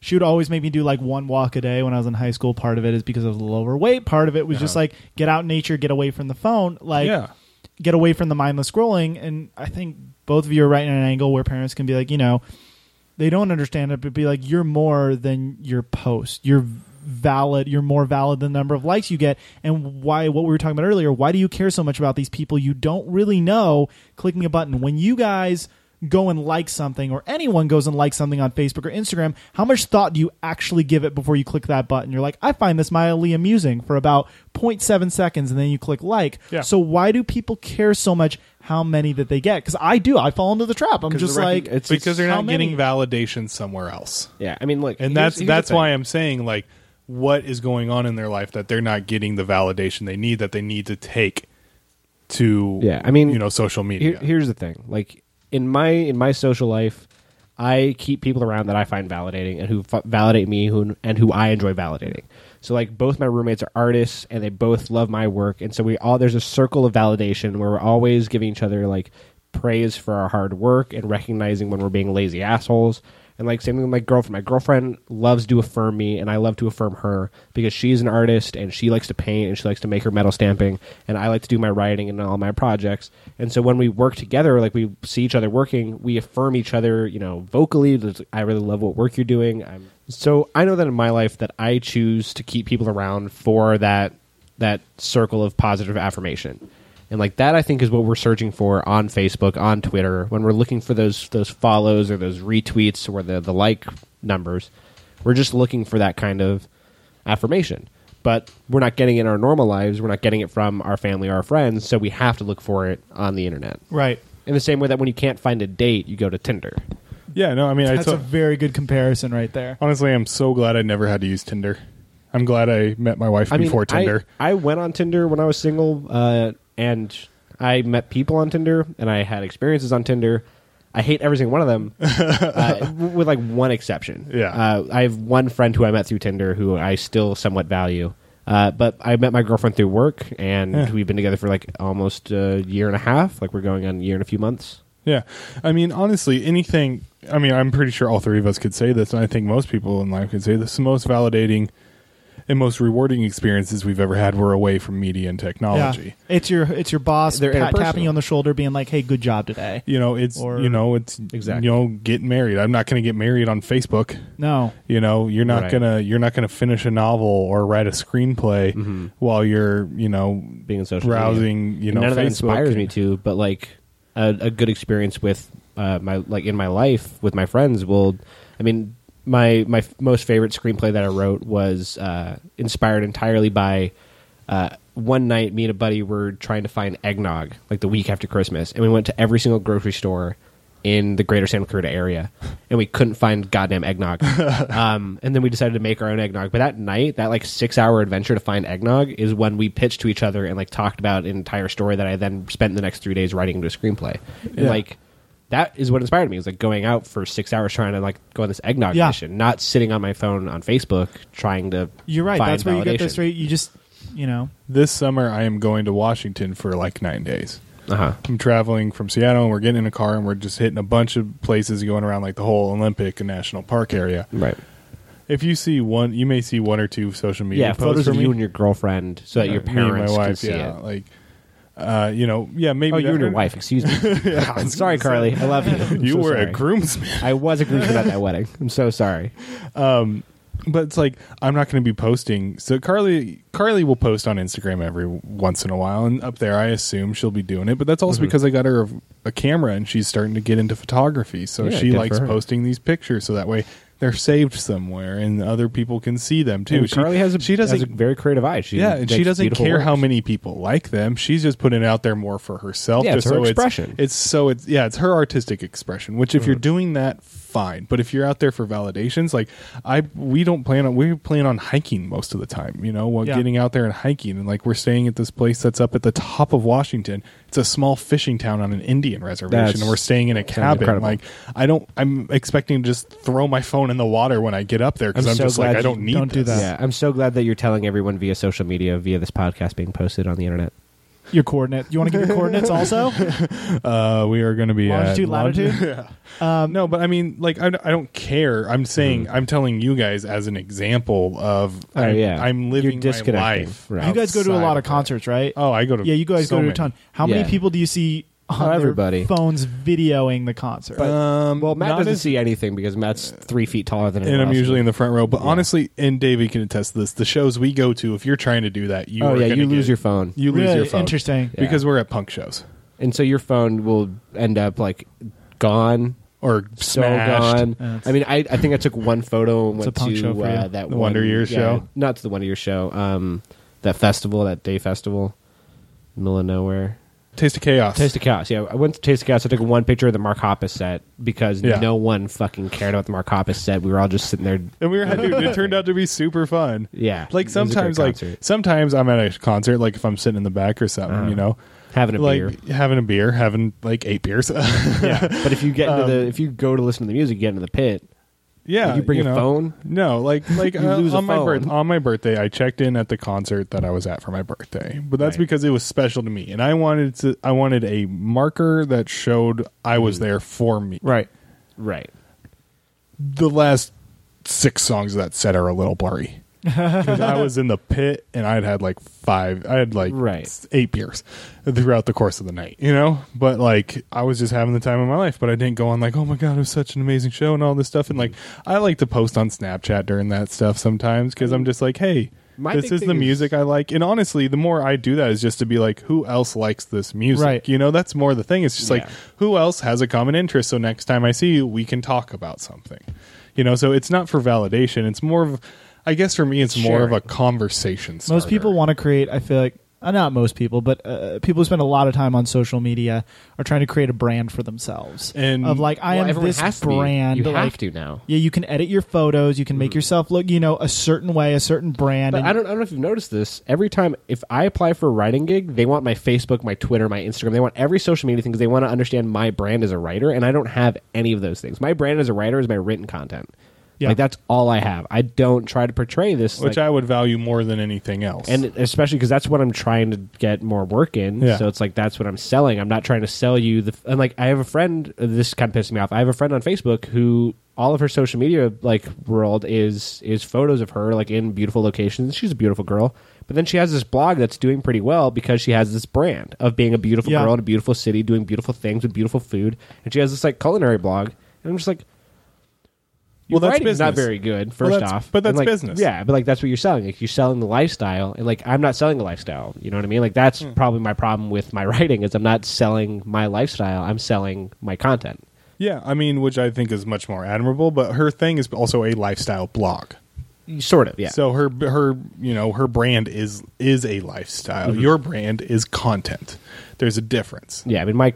Speaker 3: she would always make me do like one walk a day when I was in high school. Part of it is because I was a little overweight. Part of it was just like, get out in nature, get away from the phone, like,
Speaker 1: Yeah.
Speaker 3: get away from the mindless scrolling. And I think both of you are right in an angle where parents can be like, you know, they don't understand it, but be like, you're more than your post. You're valid. You're more valid than the number of likes you get. And why, what we were talking about earlier, why do you care so much about these people you don't really know clicking a button? When you guys go and like something, or anyone goes and likes something on Facebook or Instagram, how much thought do you actually give it before you click that button? You're like, I find this mildly amusing for about 0.7 seconds, and then you click like.
Speaker 1: Yeah.
Speaker 3: So why do people care so much how many that they get? Because I do. I fall into the trap. I'm just
Speaker 2: the recog-
Speaker 3: like,
Speaker 2: it's-
Speaker 1: because they're
Speaker 3: how
Speaker 1: not getting
Speaker 3: many?
Speaker 1: validation somewhere else.
Speaker 2: Yeah, I mean, look,
Speaker 1: and
Speaker 2: here's-
Speaker 1: that's
Speaker 2: here's the
Speaker 1: that's
Speaker 2: thing.
Speaker 1: why I'm saying like what is going on in their life that they're not getting the validation they need that they need to take to
Speaker 2: Yeah, I mean,
Speaker 1: you know social media
Speaker 2: Here, here's the thing: like in my in my social life, I keep people around that I find validating and who f- validate me, who and who I enjoy validating. So like both my roommates are artists and they both love my work, and so we all there's a circle of validation where we're always giving each other like praise for our hard work and recognizing when we're being lazy assholes. And like same thing with my girlfriend. My girlfriend loves to affirm me, and I love to affirm her because she's an artist and she likes to paint and she likes to make her metal stamping, and I like to do my writing and all my projects. And so when we work together, like we see each other working, we affirm each other. You know, vocally, There's- I really love what work you're doing. I'm, so I know that in my life that I choose to keep people around for that that circle of positive affirmation. And like that, I think is what we're searching for on Facebook, on Twitter, when we're looking for those those follows or those retweets or the the like numbers. We're just looking for that kind of affirmation. but we're not getting it in our normal lives. We're not getting it from our family or our friends, so we have to look for it on the internet.
Speaker 3: Right.
Speaker 2: In the same way that when you can't find a date, you go to Tinder.
Speaker 1: Yeah, no, I mean, I
Speaker 3: That's
Speaker 1: to-
Speaker 3: a very good comparison right there.
Speaker 1: honestly, I'm so glad I never had to use Tinder. I'm glad I met my wife
Speaker 2: I mean,
Speaker 1: before
Speaker 2: I-
Speaker 1: Tinder.
Speaker 2: I, went on Tinder when I was single, uh, and I met people on Tinder, and I had experiences on Tinder. I hate every single one of them, uh, w- with like one exception.
Speaker 1: Yeah.
Speaker 2: uh, I have one friend who I met through Tinder who I still somewhat value. Uh, but I met my girlfriend through work, and
Speaker 1: Yeah.
Speaker 2: we've been together for like almost a year and a half. Like we're going on a year and a few months.
Speaker 1: Yeah. I mean, honestly, anything. I mean, I'm pretty sure all three of us could say this, and I think most people in life could say this. The most validating and most rewarding experiences we've ever had were away from media and technology.
Speaker 3: Yeah. It's your it's your boss
Speaker 2: They're
Speaker 3: pat- tapping
Speaker 2: interpersonal.
Speaker 3: you on the shoulder, being like, "Hey, good job today."
Speaker 1: You know, it's
Speaker 3: Or-
Speaker 1: you know, it's
Speaker 2: Exactly.
Speaker 1: you know, getting married. I'm not going to get married on Facebook.
Speaker 3: No,
Speaker 1: You know, you're not
Speaker 2: Right.
Speaker 1: gonna you're not gonna finish a novel or write a screenplay while you're you know
Speaker 2: Mm-hmm. Being in social media.
Speaker 1: browsing. You know,
Speaker 2: none of that
Speaker 1: Facebook.
Speaker 2: inspires me to. But like a, a good experience with uh, my like in my life with my friends will. I mean, my my f- most favorite screenplay that I wrote was uh, inspired entirely by. Uh, one night, me and a buddy were trying to find eggnog, like the week after Christmas, and we went to every single grocery store in the greater Santa Clarita area, and we couldn't find goddamn eggnog. um, and then we decided to make our own eggnog. But that night, that like six hour adventure to find eggnog is when we pitched to each other and like talked about an entire story that I then spent the next three days writing into a screenplay. And
Speaker 1: Yeah.
Speaker 2: like that is what inspired me. It was like going out for six hours trying to like go on this eggnog
Speaker 3: Yeah.
Speaker 2: mission, not sitting on my phone on Facebook trying to.
Speaker 3: you're right.
Speaker 2: find
Speaker 3: That's where you get
Speaker 2: validation.
Speaker 3: this. Right, you just you know,
Speaker 1: This summer, I am going to Washington for like nine days.
Speaker 2: Uh-huh.
Speaker 1: I'm traveling from Seattle and we're getting in a car and we're just hitting a bunch of places going around like the whole Olympic and National Park area.
Speaker 2: Right.
Speaker 1: If you see one, you may see one or two social media
Speaker 2: Yeah,
Speaker 1: posts
Speaker 2: photos
Speaker 1: from
Speaker 2: of
Speaker 1: me.
Speaker 2: you and your girlfriend, so that your
Speaker 1: Uh, me and
Speaker 2: parents can see
Speaker 1: yeah, Oh,
Speaker 2: it.
Speaker 1: like uh, you know, yeah, maybe
Speaker 2: Oh, you
Speaker 1: that-
Speaker 2: and your wife. Excuse me.
Speaker 1: Yeah, I
Speaker 2: I'm
Speaker 1: was
Speaker 2: sorry,
Speaker 1: gonna say,
Speaker 2: Carly. I love you. I'm
Speaker 1: You
Speaker 2: so
Speaker 1: were a
Speaker 2: sorry.
Speaker 1: groomsman,
Speaker 2: I was a groomsman at that wedding. I'm so sorry.
Speaker 1: but it's like I'm not going to be posting. So Carly, Carly will post on Instagram every once in a while, and up there, I assume she'll be doing it. But that's also
Speaker 2: Mm-hmm.
Speaker 1: because I got her a, a camera and she's starting to get into photography, so
Speaker 2: Yeah,
Speaker 1: she
Speaker 2: good
Speaker 1: likes
Speaker 2: for her.
Speaker 1: posting these pictures. So that way, they're saved somewhere, and other people can see them too.
Speaker 2: And Carly has a,
Speaker 1: she doesn't
Speaker 2: has a very creative eye. She
Speaker 1: yeah, and she
Speaker 2: makes
Speaker 1: doesn't
Speaker 2: beautiful
Speaker 1: care how
Speaker 2: works.
Speaker 1: many people like them. She's just putting it out there more for herself.
Speaker 2: Yeah, it's
Speaker 1: just
Speaker 2: her
Speaker 1: so
Speaker 2: expression. Mm.
Speaker 1: It's, it's so it's yeah, it's her artistic expression. Which if you're doing that, fine. But if you're out there for validations, like I, we don't plan on we plan on hiking most of the time. You know, while
Speaker 3: Yeah.
Speaker 1: getting out there and hiking, and like we're staying at this place that's up at the top of Washington. It's a small fishing town on an Indian reservation,
Speaker 2: That's-
Speaker 1: and we're staying in a cabin.
Speaker 2: incredible.
Speaker 1: Like I don't, I'm expecting to just throw my phone in the water when I get up there because
Speaker 2: I'm
Speaker 1: I'm,
Speaker 2: so
Speaker 1: just like
Speaker 2: glad
Speaker 1: I
Speaker 2: you
Speaker 1: don't need
Speaker 3: don't do
Speaker 1: this.
Speaker 3: that.
Speaker 2: Yeah, I'm so glad that you're telling everyone via social media, via this podcast being posted on the internet.
Speaker 3: your coordinate. You want to give your coordinates also?
Speaker 1: Uh, we are going to be
Speaker 3: Longitude,
Speaker 1: at
Speaker 3: latitude.
Speaker 1: Um, no, but I mean, like, I, I don't care. I'm saying, I'm telling you guys as an example of,
Speaker 2: Mm-hmm. Oh,
Speaker 1: I'm,
Speaker 2: yeah.
Speaker 1: I'm living
Speaker 2: You're
Speaker 1: my
Speaker 2: disconnecting
Speaker 1: life.
Speaker 2: from-
Speaker 3: You guys go to a
Speaker 1: outside
Speaker 3: lot
Speaker 1: of
Speaker 3: of
Speaker 1: that.
Speaker 3: concerts, right?
Speaker 1: Oh, I go to
Speaker 3: yeah, you guys
Speaker 1: so
Speaker 3: go to a
Speaker 1: many.
Speaker 3: ton. How
Speaker 2: Yeah.
Speaker 3: many people do you see on
Speaker 2: Oh,
Speaker 3: their
Speaker 2: everybody.
Speaker 3: phones videoing the concert?
Speaker 1: Um,
Speaker 2: Well, Matt
Speaker 1: not
Speaker 2: doesn't
Speaker 1: as-
Speaker 2: see anything because Matt's three feet taller than
Speaker 1: and I'm
Speaker 2: everyone else.
Speaker 1: usually in the front row. But honestly, and David can attest to this: the shows we go to, if you're trying to do that, you
Speaker 2: oh
Speaker 1: are
Speaker 2: yeah,
Speaker 1: gonna
Speaker 2: you lose
Speaker 1: get-
Speaker 2: your phone,
Speaker 1: you lose
Speaker 3: Really
Speaker 1: your phone.
Speaker 3: interesting.
Speaker 2: Yeah.
Speaker 1: because we're at punk shows
Speaker 2: and so your phone will end up like gone.
Speaker 1: or
Speaker 2: So
Speaker 1: smashed.
Speaker 2: gone.
Speaker 3: Yeah, it's-
Speaker 2: I mean, I, I think I took one photo and
Speaker 3: It's a
Speaker 2: went
Speaker 3: punk
Speaker 2: to
Speaker 3: show for
Speaker 2: uh,
Speaker 3: you.
Speaker 2: that
Speaker 1: The
Speaker 2: one-
Speaker 1: Wonder Years
Speaker 2: yeah,
Speaker 1: show?
Speaker 2: Not to the Wonder Year show. Um, that festival, that day festival, middle of nowhere.
Speaker 1: Taste of chaos.
Speaker 2: Taste of Chaos. Yeah, I went to Taste of Chaos. I took one picture of the Mark Hoppus set because
Speaker 1: Yeah.
Speaker 2: no one fucking cared about the Mark Hoppus set. We were all just sitting there.
Speaker 1: and we were, dude, it turned out to be super fun.
Speaker 2: Yeah,
Speaker 1: like
Speaker 2: it was a great
Speaker 1: sometimes like
Speaker 2: concert.
Speaker 1: sometimes i'm at a concert like if i'm sitting in the back or something
Speaker 2: Uh-huh.
Speaker 1: you know
Speaker 2: having a
Speaker 1: like
Speaker 2: beer.
Speaker 1: having a beer having like eight beers
Speaker 2: Yeah, but if you get into
Speaker 1: Um,
Speaker 2: the if you go to listen to the music, you get into the pit.
Speaker 1: yeah
Speaker 2: Did you bring a
Speaker 1: know.
Speaker 2: phone?
Speaker 1: no like like
Speaker 2: You
Speaker 1: uh,
Speaker 2: lose a
Speaker 1: on my birth
Speaker 2: phone.
Speaker 1: on my birthday i checked in at the concert that i was at for my birthday but that's
Speaker 2: Right.
Speaker 1: because it was special to me and i wanted to i wanted a marker that showed i
Speaker 2: Mm.
Speaker 1: was there for me
Speaker 3: right.
Speaker 2: Right.
Speaker 1: the last six songs of that set are a little blurry because I was in the pit and I'd had like five, I had like
Speaker 2: Right.
Speaker 1: s- eight beers throughout the course of the night, you know. But like I was just having the time of my life, but I didn't go on like, oh my god, it was such an amazing show and all this stuff. And like I like to post on Snapchat during that stuff sometimes because I'm just like, hey.
Speaker 2: My
Speaker 1: this
Speaker 2: big
Speaker 1: is
Speaker 2: thing
Speaker 1: the
Speaker 2: is-
Speaker 1: music I like, and honestly, the more I do that is just to be like, who else likes this music?
Speaker 3: Right.
Speaker 1: You know, that's more the thing. It's just like,
Speaker 2: Yeah.
Speaker 1: who else has a common interest so next time i see you we can talk about something you know so it's not for validation it's more of I guess for me, it's more of
Speaker 2: Sharing.
Speaker 1: a conversation.
Speaker 3: Most
Speaker 1: starter.
Speaker 3: people want to create. I feel like uh, not most people, but uh, people who spend a lot of time on social media are trying to create a brand for themselves.
Speaker 1: And-
Speaker 3: of like, I
Speaker 2: Well,
Speaker 3: am
Speaker 2: everyone
Speaker 3: this
Speaker 2: has to be.
Speaker 3: brand.
Speaker 2: You
Speaker 3: like,
Speaker 2: have to now.
Speaker 3: Yeah, you can edit your photos. You can
Speaker 1: Mm-hmm.
Speaker 3: make yourself look, you know, a certain way, a certain brand.
Speaker 2: But
Speaker 3: and
Speaker 2: I don't, I don't know if you've noticed this. Every time, if I apply for a writing gig, they want my Facebook, my Twitter, my Instagram. They want every social media thing because they want to understand my brand as a writer, and I don't have any of those things. My brand as a writer is my written content.
Speaker 3: Yeah.
Speaker 2: Like that's all I have. I don't try to portray this,
Speaker 1: which
Speaker 2: like-
Speaker 1: I would value more than anything else.
Speaker 2: and especially because that's what I'm trying to get more work in.
Speaker 1: Yeah.
Speaker 2: So it's like that's what I'm selling. I'm not trying to sell you the. And like I have a friend. This kind of pissed me off. I have a friend on Facebook who all of her social media like world is is photos of her like in beautiful locations. She's a beautiful girl, but then she has this blog that's doing pretty well because she has this brand of being a beautiful
Speaker 3: Yeah.
Speaker 2: girl in a beautiful city, doing beautiful things with beautiful food, and she has this like culinary blog. And I'm just like.
Speaker 1: Well,
Speaker 2: Your
Speaker 1: that's
Speaker 2: writing's not
Speaker 1: business.
Speaker 2: very good.
Speaker 1: Well,
Speaker 2: First
Speaker 1: that's-
Speaker 2: off,
Speaker 1: but
Speaker 2: And,
Speaker 1: that's
Speaker 2: like,
Speaker 1: business.
Speaker 2: Yeah, yeah, but like that's what you're selling. Like you're selling the lifestyle, and like I'm not selling a lifestyle. You know what I mean? Like that's
Speaker 1: Hmm.
Speaker 2: probably my problem with my writing is I'm not selling my lifestyle. I'm selling my content.
Speaker 1: yeah, I mean, which I think is much more admirable. But her thing is also a lifestyle blog.
Speaker 2: Sort of, yeah.
Speaker 1: So her her you know her brand is is a lifestyle.
Speaker 2: Mm-hmm.
Speaker 1: Your brand is content. There's a difference.
Speaker 2: yeah, I mean my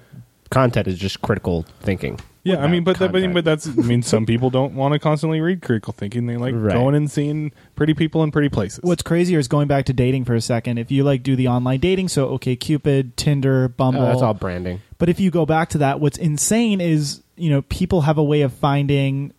Speaker 2: content is just critical thinking.
Speaker 1: Yeah, I mean, but
Speaker 2: about
Speaker 1: that, but,
Speaker 2: content.
Speaker 1: but that's I mean, some people don't want to constantly read critical thinking. They like
Speaker 2: Right.
Speaker 1: going and seeing pretty people in pretty places.
Speaker 3: What's crazier is going back to dating for a second. If you like do the online dating, so okay, Cupid, Tinder, Bumble,
Speaker 2: Oh, that's all branding.
Speaker 3: But if you go back to that, what's insane is you know people have a way of finding,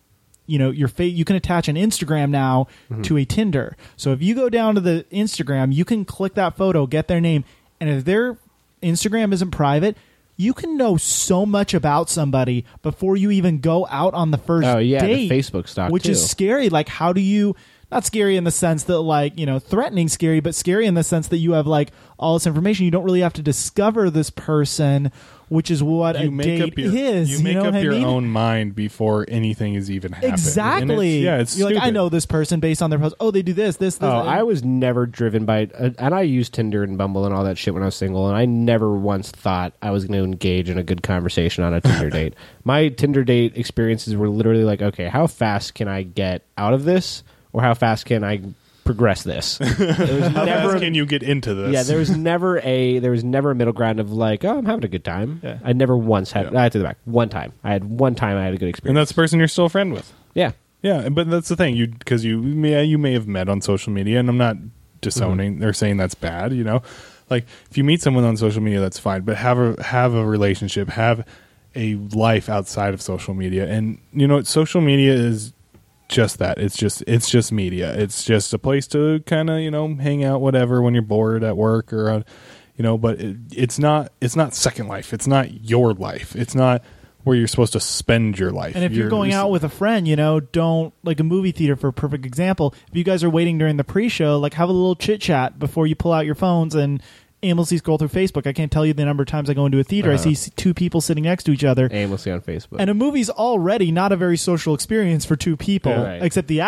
Speaker 3: you know, your fate. You can attach an Instagram now
Speaker 2: Mm-hmm.
Speaker 3: to a Tinder. So if you go down to the Instagram, you can click that photo, get their name, and if their Instagram isn't private, you can know so much about somebody before you even go out on the first.
Speaker 2: Oh, yeah, the
Speaker 3: date,
Speaker 2: Facebook stalk,
Speaker 3: which is
Speaker 2: too.
Speaker 3: scary. Like, how do you? Not scary in the sense that, like, you know, threatening scary, but scary in the sense that you have like all this information. You don't really have to discover this person, which is what
Speaker 1: you
Speaker 3: a
Speaker 1: make
Speaker 3: date
Speaker 1: up your
Speaker 3: is.
Speaker 1: you make
Speaker 3: know
Speaker 1: up
Speaker 3: what I
Speaker 1: your
Speaker 3: mean?
Speaker 1: own mind before anything has even happened. And it's-
Speaker 3: Exactly.
Speaker 1: yeah, it's
Speaker 3: You're like, I
Speaker 1: stupid.
Speaker 3: know this person based on their post. Oh, they do this, this, this.
Speaker 2: Oh,
Speaker 3: and-
Speaker 2: I was never driven by, uh, and I used Tinder and Bumble and all that shit when I was single, and I never once thought I was going to engage in a good conversation on a Tinder date. My Tinder date experiences were literally like, okay, how fast can I get out of this, or how fast can I progress this? It was
Speaker 1: How
Speaker 2: never-
Speaker 1: fast can you get into this?
Speaker 2: yeah, there was never a there was never a middle ground of like, oh, I'm having a good time.
Speaker 3: Yeah.
Speaker 2: I never once had.
Speaker 1: Yeah.
Speaker 2: I had to the back one time. I had one time I had a good
Speaker 1: and
Speaker 2: experience.
Speaker 1: that's the person you're still a friend with.
Speaker 2: yeah,
Speaker 1: Yeah, but that's the thing. You because you yeah you may have met on social media, and I'm not disowning
Speaker 3: Mm-hmm.
Speaker 1: or saying that's bad. You know, like if you meet someone on social media, that's fine. But have a have a relationship, have a life outside of social media, and you know, social media is just that. It's just it's just media. It's just a place to kind of you know hang out, whatever, when you're bored at work or on, you know. But it, it's not it's not Second Life. It's not your life. It's not where you're supposed to spend your life.
Speaker 3: And if you're, going out with a friend, you know, don't like a movie theater for a perfect example. If you guys are waiting during the pre-show, like have a little chit chat before you pull out your phones and aimlessly scroll through Facebook. I can't tell you the number of times I go into a theater.
Speaker 1: Uh-huh.
Speaker 3: I see s- two people sitting next to each other,
Speaker 2: aimlessly on Facebook.
Speaker 3: and a movie's already not a very social experience for two people,
Speaker 2: Yeah, right.
Speaker 3: except the
Speaker 2: well,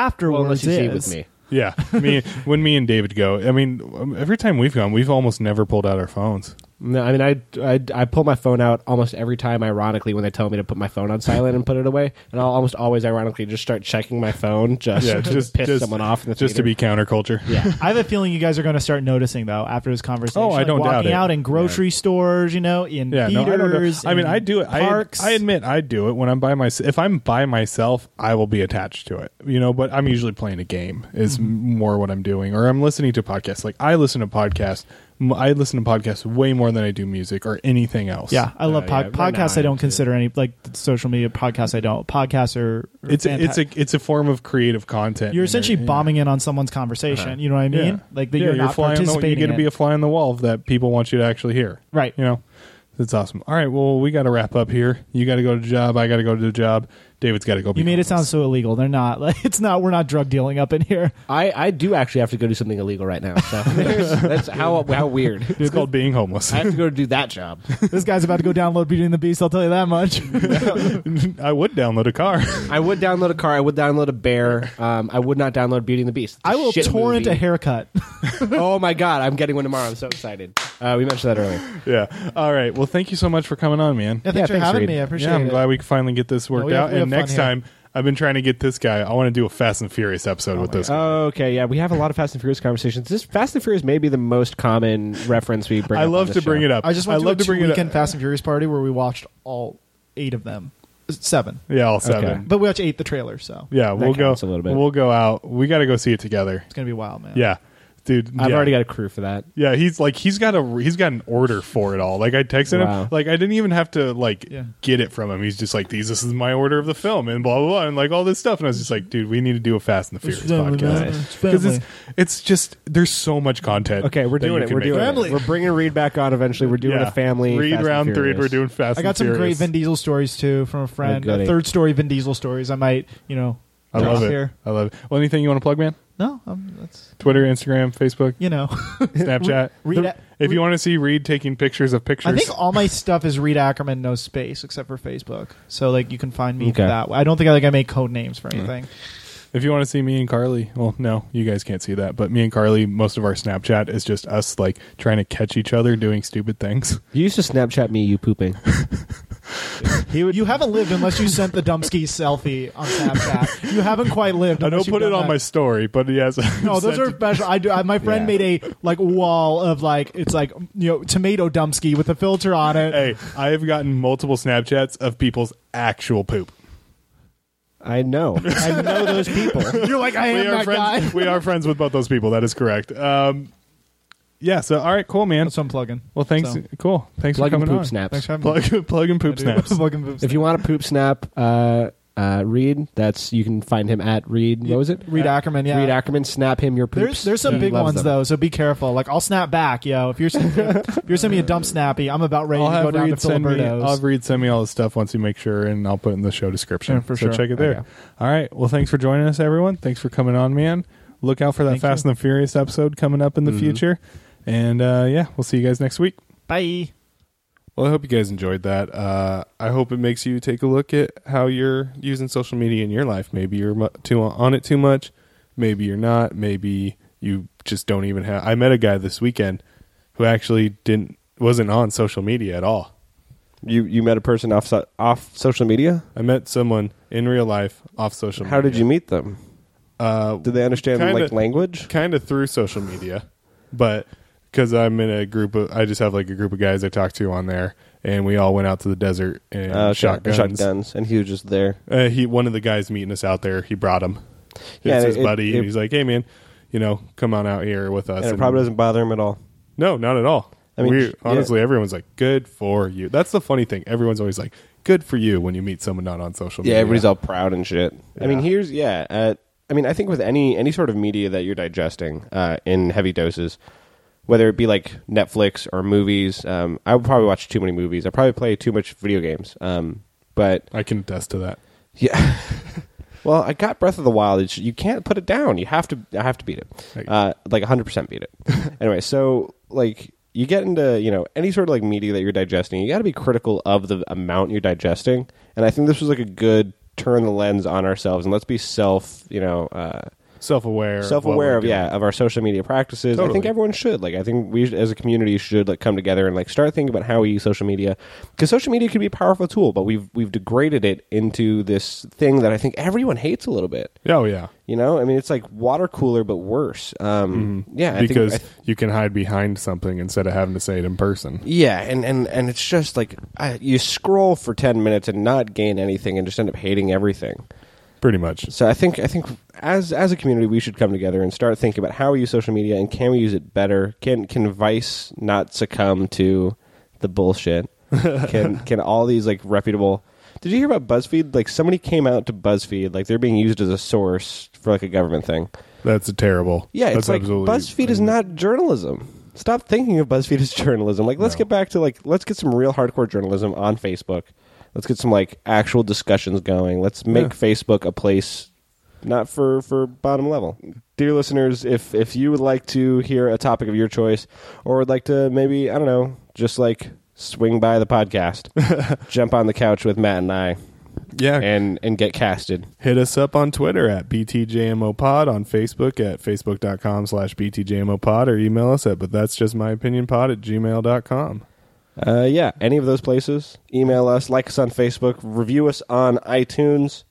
Speaker 2: unless
Speaker 3: afterwards
Speaker 2: you
Speaker 3: is.
Speaker 2: see it with me.
Speaker 1: Yeah, me when me and David go. I mean, um, every time we've gone, we've almost never pulled out our phones.
Speaker 2: No, I mean I, I I pull my phone out almost every time. Ironically, when they tell me to put my phone on silent and put it away, and I'll almost always ironically just start checking my phone just
Speaker 1: Yeah,
Speaker 2: to
Speaker 1: just
Speaker 2: piss
Speaker 1: just,
Speaker 2: someone off. In the
Speaker 1: just to be
Speaker 2: theater.
Speaker 1: counterculture.
Speaker 2: yeah.
Speaker 3: I have a feeling you guys are going to start noticing though after this conversation.
Speaker 1: Oh, I
Speaker 3: like,
Speaker 1: don't doubt
Speaker 3: walking
Speaker 1: it.
Speaker 3: out in grocery stores, you know, in
Speaker 1: Yeah, no,
Speaker 3: theaters.
Speaker 1: I don't know. I mean,
Speaker 3: in
Speaker 1: I do it. I,
Speaker 3: Parks.
Speaker 1: I admit I do it when I'm by myself. If I'm by myself, I will be attached to it, you know. But I'm usually playing a game is
Speaker 2: Mm-hmm.
Speaker 1: m more what I'm doing, or I'm listening to podcasts. Like I listen to podcasts. M- I listen to podcasts way more than I do music or anything else.
Speaker 3: Yeah, I love
Speaker 2: yeah,
Speaker 3: pod-
Speaker 2: right now
Speaker 3: podcasts.
Speaker 2: I
Speaker 3: I don't
Speaker 2: am, too.
Speaker 3: consider any like social media podcasts. I don't podcasts are. are
Speaker 1: it's a, it's
Speaker 3: fantastic.
Speaker 1: a it's a form of creative content.
Speaker 3: you're
Speaker 1: and
Speaker 3: essentially
Speaker 1: they're- yeah.
Speaker 3: bombing in on someone's conversation.
Speaker 2: Uh-huh.
Speaker 3: You know what I mean? Like that you're not
Speaker 1: fly on the-
Speaker 3: participating.
Speaker 1: You get to be
Speaker 3: in.
Speaker 1: a fly on the wall that people want you to actually hear.
Speaker 3: Right.
Speaker 1: You know, that's awesome. All right. Well, we got to wrap up here. You got to go to the job. I got to go to the job. David's got to go.
Speaker 3: you
Speaker 1: be
Speaker 3: made
Speaker 1: homeless.
Speaker 3: it sound so illegal. They're not. Like it's not. We're not drug dealing up in here.
Speaker 2: I, I do actually have to go do something illegal right now. So there's- that's how how weird.
Speaker 1: It's called being homeless.
Speaker 2: I
Speaker 1: I,
Speaker 2: have to go do that job.
Speaker 3: this guy's about to go download Beauty and the Beast. I'll tell you that much.
Speaker 1: would download a car.
Speaker 2: I would download a car. I would download a bear. Um, I would not download Beauty and the Beast. It's a
Speaker 3: I will
Speaker 2: shit
Speaker 3: torrent
Speaker 2: movie.
Speaker 3: a haircut.
Speaker 2: Oh my god, I'm getting one tomorrow. I'm so excited. Uh, we mentioned that earlier.
Speaker 1: yeah. All right. Well, thank you so much for coming on, man.
Speaker 3: Yeah, thanks for
Speaker 2: thanks,
Speaker 3: having
Speaker 2: Reed.
Speaker 3: me. I appreciate
Speaker 1: yeah, I'm
Speaker 3: it.
Speaker 1: glad we could finally get this worked
Speaker 3: we have-
Speaker 1: out.
Speaker 3: we have
Speaker 1: And
Speaker 3: fun
Speaker 1: next
Speaker 3: here.
Speaker 1: time, I've been trying to get this guy. I want to do a Fast and Furious episode
Speaker 7: Oh
Speaker 1: with this guy.
Speaker 7: Okay, yeah, we have a lot of Fast and Furious conversations. This Fast and Furious may be the most common reference we bring.
Speaker 1: I love to bring it up.
Speaker 3: I just went
Speaker 1: love
Speaker 3: to, a
Speaker 1: to bring it
Speaker 3: weekend
Speaker 1: up.
Speaker 3: Fast and Furious party where we watched all eight of them, seven,
Speaker 1: Yeah, all seven.
Speaker 7: Okay.
Speaker 3: but we watched eight the trailer, so
Speaker 1: Yeah, we'll go
Speaker 7: counts a little bit.
Speaker 1: We'll go out. We got to go see it together.
Speaker 3: it's gonna be wild, man.
Speaker 1: Yeah, dude.
Speaker 7: I've
Speaker 1: yeah.
Speaker 7: already got a crew for that.
Speaker 1: Yeah, he's like he's got a he's got an order for it all. Like I texted
Speaker 7: Wow.
Speaker 1: him, like I didn't even have to like
Speaker 3: Yeah.
Speaker 1: get it from him. He's just like these. This is my order of the film and blah blah blah and like all this stuff. And I was just like, dude, we need to do a Fast and the Furious
Speaker 8: family, man.
Speaker 1: podcast
Speaker 8: It's
Speaker 1: because it's
Speaker 8: family.
Speaker 1: it's just there's so much content.
Speaker 7: Okay, we're
Speaker 1: that
Speaker 7: doing
Speaker 1: you
Speaker 7: it.
Speaker 1: can
Speaker 7: We're
Speaker 1: make.
Speaker 7: doing
Speaker 3: Family.
Speaker 7: it. We're bringing Reed back on eventually. We're doing a family.
Speaker 1: Read
Speaker 7: Fast and
Speaker 1: round three.
Speaker 7: Furious.
Speaker 1: We're doing Fast.
Speaker 3: I got
Speaker 1: and
Speaker 3: some great
Speaker 1: Furious.
Speaker 3: Vin Diesel stories too from a friend.
Speaker 7: goody.
Speaker 3: a third story Vin Diesel stories. I might, you know,
Speaker 1: I
Speaker 3: drop
Speaker 1: love it.
Speaker 3: here.
Speaker 1: I love it. Well, anything you want to plug, man?
Speaker 3: No, um, that's
Speaker 1: Twitter, Instagram, Facebook,
Speaker 3: you know.
Speaker 1: Snapchat.
Speaker 3: Reed-
Speaker 1: if
Speaker 3: Reed-
Speaker 1: you want to see Reed taking pictures of pictures,
Speaker 3: I think all my stuff is Reed Ackerman, no space except for Facebook. So like you can find me
Speaker 7: Okay.
Speaker 3: that way. I don't think I like I make code names
Speaker 1: Mm.
Speaker 3: for anything.
Speaker 1: If you want to see me and Carly, well, no, you guys can't see that, but me and Carly, most of our Snapchat is just us like trying to catch each other doing stupid things.
Speaker 7: You used to Snapchat me you pooping.
Speaker 3: He would, you haven't lived unless you sent the Dumpski selfie on Snapchat. You haven't quite lived.
Speaker 1: I don't
Speaker 3: unless you've
Speaker 1: put it
Speaker 3: done
Speaker 1: on
Speaker 3: that.
Speaker 1: my story, but yes.
Speaker 3: No, those are special. I do. I, my friend
Speaker 7: Yeah.
Speaker 3: made a like wall of like it's like you know tomato Dumpski with a filter on it.
Speaker 1: Hey, I have gotten multiple Snapchats of people's actual poop.
Speaker 7: I know. I know those people.
Speaker 3: You're like I am that guy.
Speaker 1: friends. we are friends with both those people. That is correct. Um, yeah. So, all right, cool, man.
Speaker 3: That's what I'm plugging.
Speaker 1: Well, thanks.
Speaker 3: So,
Speaker 1: Cool. Thanks
Speaker 7: Plug
Speaker 1: for
Speaker 7: and
Speaker 1: coming
Speaker 7: poop
Speaker 1: on.
Speaker 7: snaps.
Speaker 3: thanks for having me.
Speaker 1: Plug, plug and poop
Speaker 3: I do.
Speaker 1: snaps.
Speaker 3: Plugging poop
Speaker 7: If you want a poop snap, uh, uh, Reed, that's you can find him at Reed. What was it?
Speaker 3: Reed Ackerman, yeah.
Speaker 7: Reed Ackerman. Snap him your poops.
Speaker 3: There's there's some
Speaker 7: He
Speaker 3: big
Speaker 7: loves
Speaker 3: ones
Speaker 7: them.
Speaker 3: though, so be careful. Like I'll snap back, yo. If you're sending, if you're sending me a dump snappy, I'm about ready
Speaker 1: I'll
Speaker 3: to go
Speaker 1: have
Speaker 3: down
Speaker 1: Reed
Speaker 3: to
Speaker 1: send me. I'll
Speaker 3: Filiberto's.
Speaker 1: have Reed send me all the stuff once you make sure, and I'll put it in the show description.
Speaker 3: Yeah, for
Speaker 1: so
Speaker 3: sure.
Speaker 1: check it there.
Speaker 7: Okay.
Speaker 1: All right. Well, thanks for joining us, everyone. Thanks for coming on, man. Look out for that
Speaker 3: Thank
Speaker 1: Fast and the Furious episode coming up in the future. And uh, yeah, we'll see you guys next week.
Speaker 3: Bye.
Speaker 1: Well, I hope you guys enjoyed that. Uh, I hope it makes you take a look at how you're using social media in your life. Maybe you're mu- too on it too much. Maybe you're not. Maybe you just don't even have. I met a guy this weekend who actually didn't wasn't on social media at all.
Speaker 2: You you met a person off so- off social media.
Speaker 1: I met someone in real life off social media.
Speaker 2: How did you meet them?
Speaker 1: Uh,
Speaker 2: Did they understand
Speaker 1: Kinda-
Speaker 2: like language?
Speaker 1: kind of through social media, but because I'm in a group of, I just have like a group of guys I talk to on there, and we all went out to the desert and
Speaker 2: Uh,
Speaker 1: shot guns.
Speaker 2: shotguns, and he was just there.
Speaker 1: Uh, he one of the guys meeting us out there. He brought him.
Speaker 2: Yeah,
Speaker 1: it's his
Speaker 2: it-
Speaker 1: buddy,
Speaker 2: it-
Speaker 1: and he's like, "Hey, man, you know, come on out here with us."
Speaker 2: And it probably doesn't bother him at all.
Speaker 1: No, not at all.
Speaker 2: I mean,
Speaker 1: We-
Speaker 2: yeah.
Speaker 1: honestly, everyone's like, "Good for you." That's the funny thing. Everyone's always like, "Good for you" when you meet someone not on social
Speaker 2: Yeah,
Speaker 1: media.
Speaker 2: everybody's all proud and shit. I mean,
Speaker 1: Yeah.
Speaker 2: here's yeah. Uh, I mean, I think with any any sort of media that you're digesting uh, in heavy doses, whether it be like Netflix or movies, um, I would probably watch too many movies. I probably play too much video games. Um, but
Speaker 1: I can attest to that.
Speaker 2: yeah, well, I got Breath of the Wild. It's, you can't put it down. You have to. I have to beat it.
Speaker 1: Right.
Speaker 2: Uh, like 100 percent beat it. anyway, so like you get into you know any sort of like media that you're digesting, you got to be critical of the amount you're digesting. And I think this was like a good turn the lens on ourselves and let's be self you know uh,
Speaker 1: Self-aware, of what
Speaker 2: self aware
Speaker 1: we're
Speaker 2: of yeah
Speaker 1: doing.
Speaker 2: of our social media practices. I think
Speaker 1: Totally.
Speaker 2: everyone should like. I think we should- as a community should like come together and like start thinking about how we use social media because social media can be a powerful tool, but we've we've degraded it into this thing that I think everyone hates a little bit.
Speaker 1: Oh yeah.
Speaker 2: You know, I mean, it's like water cooler but worse. Um, Yeah, I
Speaker 1: Mm-hmm. because
Speaker 2: think, I-
Speaker 1: you can hide behind something instead of having to say it in person.
Speaker 2: yeah, and and and it's just like I, you scroll for ten minutes and not gain anything, and just end up hating everything.
Speaker 1: Pretty much.
Speaker 2: So I think I think as as a community we should come together and start thinking about how we use social media and can we use it better? Can can Vice not succumb to the bullshit? can can all these like reputable Did you hear about BuzzFeed? Like somebody came out to BuzzFeed like they're being used as a source for like a government thing.
Speaker 1: That's a terrible.
Speaker 2: Yeah, it's
Speaker 1: that's
Speaker 2: like
Speaker 1: absolutely-
Speaker 2: BuzzFeed is not journalism. Stop thinking of BuzzFeed as journalism. Like let's
Speaker 1: No.
Speaker 2: get back to like let's get some real hardcore journalism on Facebook. Let's get some like actual discussions going. Let's make
Speaker 1: Yeah.
Speaker 2: Facebook a place not for for bottom level. Dear listeners, if if you would like to hear a topic of your choice or would like to maybe I don't know, just like swing by the podcast, jump on the couch with Matt and I
Speaker 1: Yeah.
Speaker 2: and and get casted.
Speaker 1: Hit us up on Twitter at BTJMOPod, on Facebook at facebook.com slash BTJMOPod, or email us at but that's just my opinion pod at gmail.com.
Speaker 2: Uh, yeah, any of those places. Email us, like us on Facebook, review us on iTunes.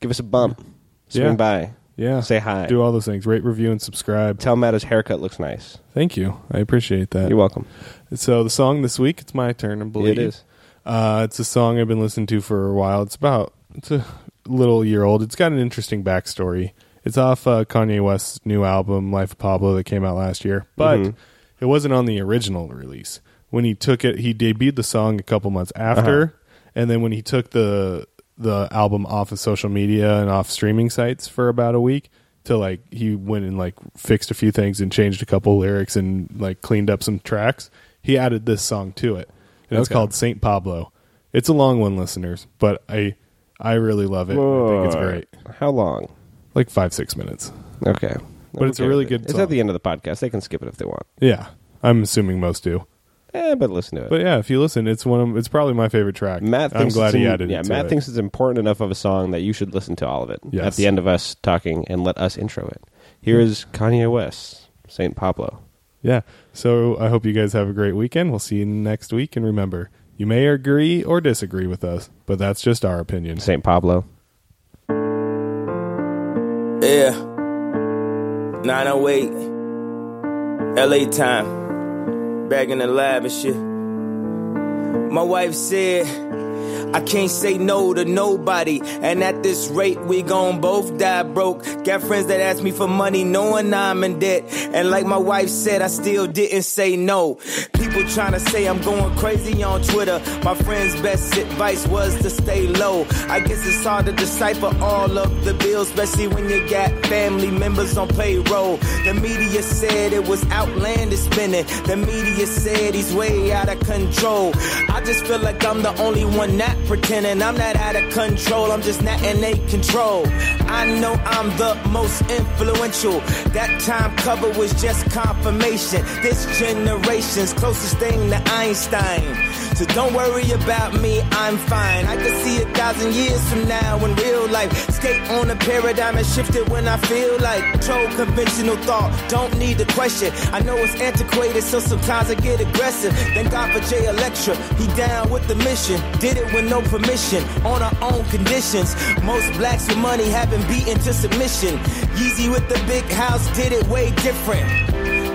Speaker 5: Give us a bump. Swing
Speaker 1: Yeah.
Speaker 5: by.
Speaker 1: Yeah.
Speaker 5: Say hi.
Speaker 1: Do all those things. Rate, review, and subscribe.
Speaker 5: Tell Matt his haircut looks nice.
Speaker 1: Thank you. I appreciate that.
Speaker 5: You're welcome.
Speaker 1: So the song this week, it's my turn. I believe
Speaker 5: It is.
Speaker 1: Uh, it's a song I've been listening to for a while. It's about it's a little year old. It's got an interesting backstory. It's off uh, Kanye West's new album Life of Pablo that came out last year, but it wasn't on the original release. When he took it, he debuted the song a couple months after, and then when he took the the album off of social media and off streaming sites for about a week to like he went and like fixed a few things and changed a couple lyrics and like cleaned up some tracks. He added this song to it. And It's
Speaker 2: Okay.
Speaker 1: called Saint Pablo. It's a long one, listeners, but I I really love it. I think it's great.
Speaker 5: How long?
Speaker 1: Like five six minutes.
Speaker 5: Okay.
Speaker 1: But it's a
Speaker 5: Okay.
Speaker 1: really good
Speaker 5: It's
Speaker 1: song.
Speaker 5: at the end of the podcast. They can skip it if they want.
Speaker 1: Yeah, I'm assuming most do.
Speaker 5: Eh, but listen to it.
Speaker 1: But yeah, if you listen, it's one. Of, it's probably my favorite track.
Speaker 5: Matt thinks
Speaker 1: I'm glad
Speaker 5: it's
Speaker 1: he
Speaker 5: im-
Speaker 1: added.
Speaker 5: Yeah,
Speaker 1: it to
Speaker 5: Matt
Speaker 1: it.
Speaker 5: thinks it's important enough of a song that you should listen to all of it
Speaker 1: Yes. Mm.
Speaker 5: at the end of us talking and let us intro it. Here is Kanye West, Saint Pablo.
Speaker 1: Yeah. So I hope you guys have a great weekend. We'll see you next week. And remember, you may agree or disagree with us, but that's just our opinion.
Speaker 5: Saint Pablo.
Speaker 9: Yeah. 908. LA time. Back in the lab and shit. My wife said, I can't say no to nobody. And at this rate, we gon' both die broke. Got friends that ask me for money knowing I'm in debt. And like my wife said, I still didn't say no. People tryna say I'm going crazy on Twitter. My friend's best advice was to stay low. I guess it's hard to decipher all of the bills, especially when you got family members on payroll. The media said it was outlandish spending. The media said he's way out of control. I just feel like I'm the only one not pretending. I'm not out of control. I'm just not in a control. I know I'm the most influential. That time cover was just confirmation. This generation's closest thing to Einstein. So don't worry about me. I'm fine. I can see a thousand years from now in real life. Skate on a paradigm and shift it when I feel like. Troll conventional thought. Don't need the question. I know it's antiquated, so sometimes I get aggressive. Thank God for Jay Electra. He down with the mission. Did it with no permission. On our own conditions. Most blacks with money have been beaten to submission. Yeezy with the big house did it way different.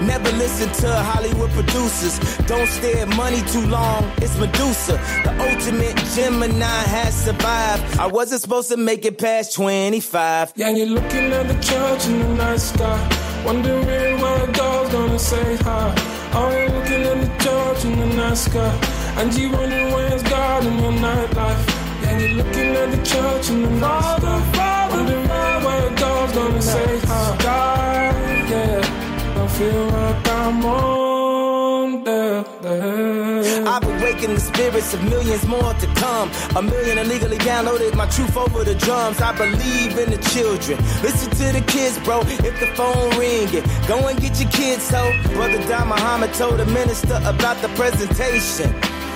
Speaker 9: Never listen to Hollywood producers. Don't stare at money too long. It's Medusa. The ultimate Gemini has survived. I wasn't supposed to make it past 25.
Speaker 10: Yeah, you're looking at the church in the night sky, wondering where God's gonna say hi. Oh, you're looking at the church in the night sky, and you wondering where's God in your nightlife. Yeah, you're looking at the church in the night sky, wondering where God's gonna say hi. God, yeah, I feel like I'm on the, the
Speaker 9: I've awakened the spirits of millions more to come. A million illegally downloaded my truth over the drums. I believe in the children. Listen to the kids, bro. If the phone ringing, go and get your kids. So, brother Don Muhammad told the minister about the presentation.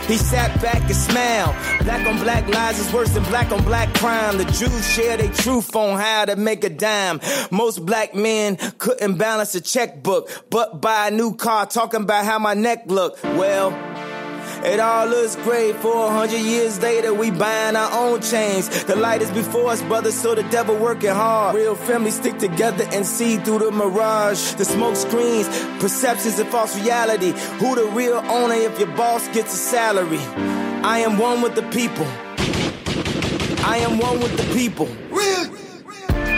Speaker 9: He sat back and smiled. Black on black lies is worse than black on black crime. The Jews share their truth on how to make a dime. Most black men couldn't balance a checkbook, but buy a new car talking about how my neck look. Well, it all looks great. For a hundred years later, we buying our own chains. The light is before us, brother, so the devil working hard. Real families stick together and see through the mirage. The smoke screens, perceptions of false reality. Who the real owner if your boss gets a salary? I am one with the people. I am one with the people.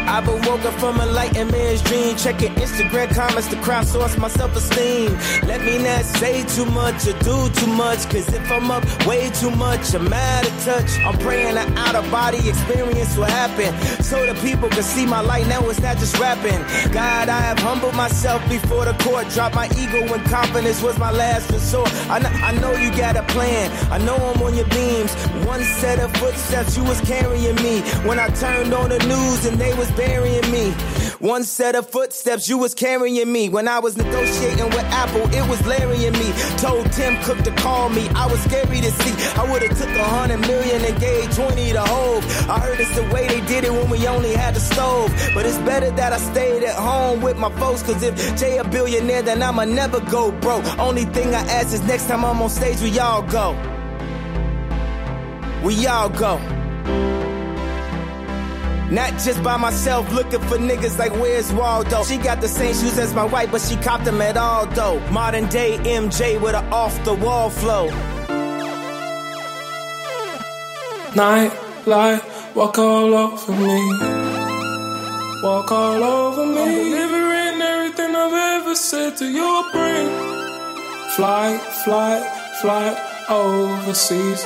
Speaker 9: I've been woken from a light and man's dream. Checking Instagram comments to crowdsource my self esteem. Let me not say too much or do too much, cause if I'm up way too much, I'm out of touch. I'm praying an out of body experience will happen so the people can see my light now. It's not just rapping. God, I have humbled myself before the court. Dropped my ego when confidence was my last resort. I know, I know you got a plan, I know I'm on your beams. One set of footsteps, you was carrying me. When I turned on the news and they was burying me. One set of footsteps, you was carrying me. When I was negotiating with Apple, it was Larry and me. Told Tim Cook to call me, I was scary to see. I would've took a hundred million and gave 20 to Hope. I heard it's the way they did it when we only had the stove. But it's better that I stayed at home with my folks. Cause if Jay a billionaire, then I'ma never go broke. Only thing I ask is next time I'm on stage, we all go. We all go. Not just by myself, looking for niggas like where's Waldo. She got the same shoes as my wife, but she copped them at all though. Modern day MJ with a off the wall flow.
Speaker 10: Night light, walk all over me. Walk all over me. I'm delivering everything I've ever said to your brain. Fly, fly, fly overseas.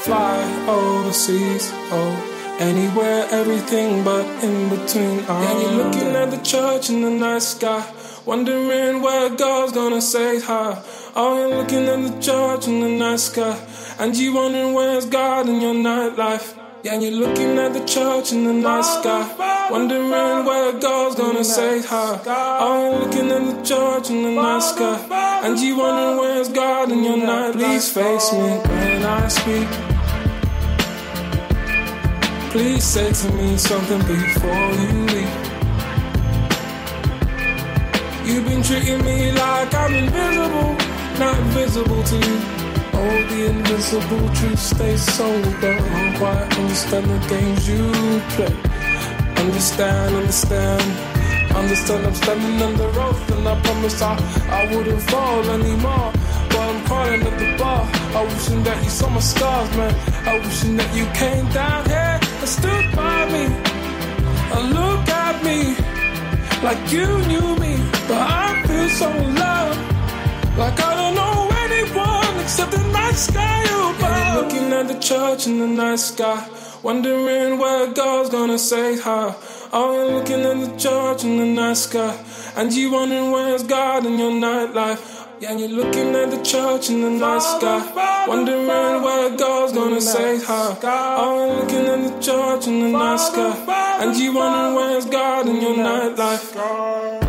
Speaker 10: Fly overseas, oh. Anywhere, everything but in between. Oh. Yeah, you're looking at the church in the night sky. Wondering where God's gonna say hi. Oh, you're looking at the church in the night sky. And you wondering where's God in your nightlife. Yeah, you're looking at the church in the night sky. Wondering where God's gonna say hi. Oh, you're looking at the church in the night sky. And you wondering where's God in your nightlife. Please face me when I speak. Please say to me something before you leave. You've been treating me like I'm invisible, not visible to you. Oh, the invisible truth stays so dark. I'm quite understand the games you play. Understand, understand, understand. I'm standing under oath, and I promise I, I wouldn't fall anymore. But I'm crawling at the bar. I wishing that you saw my scars, man. I wishing that you came down here and stood by me and look at me like you knew me, but I feel so loved. Like I don't know anyone except the night sky above. Yeah, you're looking at the church in the night sky, wondering where God's gonna say hi. Oh, you're looking at the church in the night sky, and you wondering where's God in your nightlife. Yeah, you're looking at the church in the night sky, wondering where God's gonna say hi. Oh, you're looking at the church in the night sky, and you wondering where's God in your nightlife.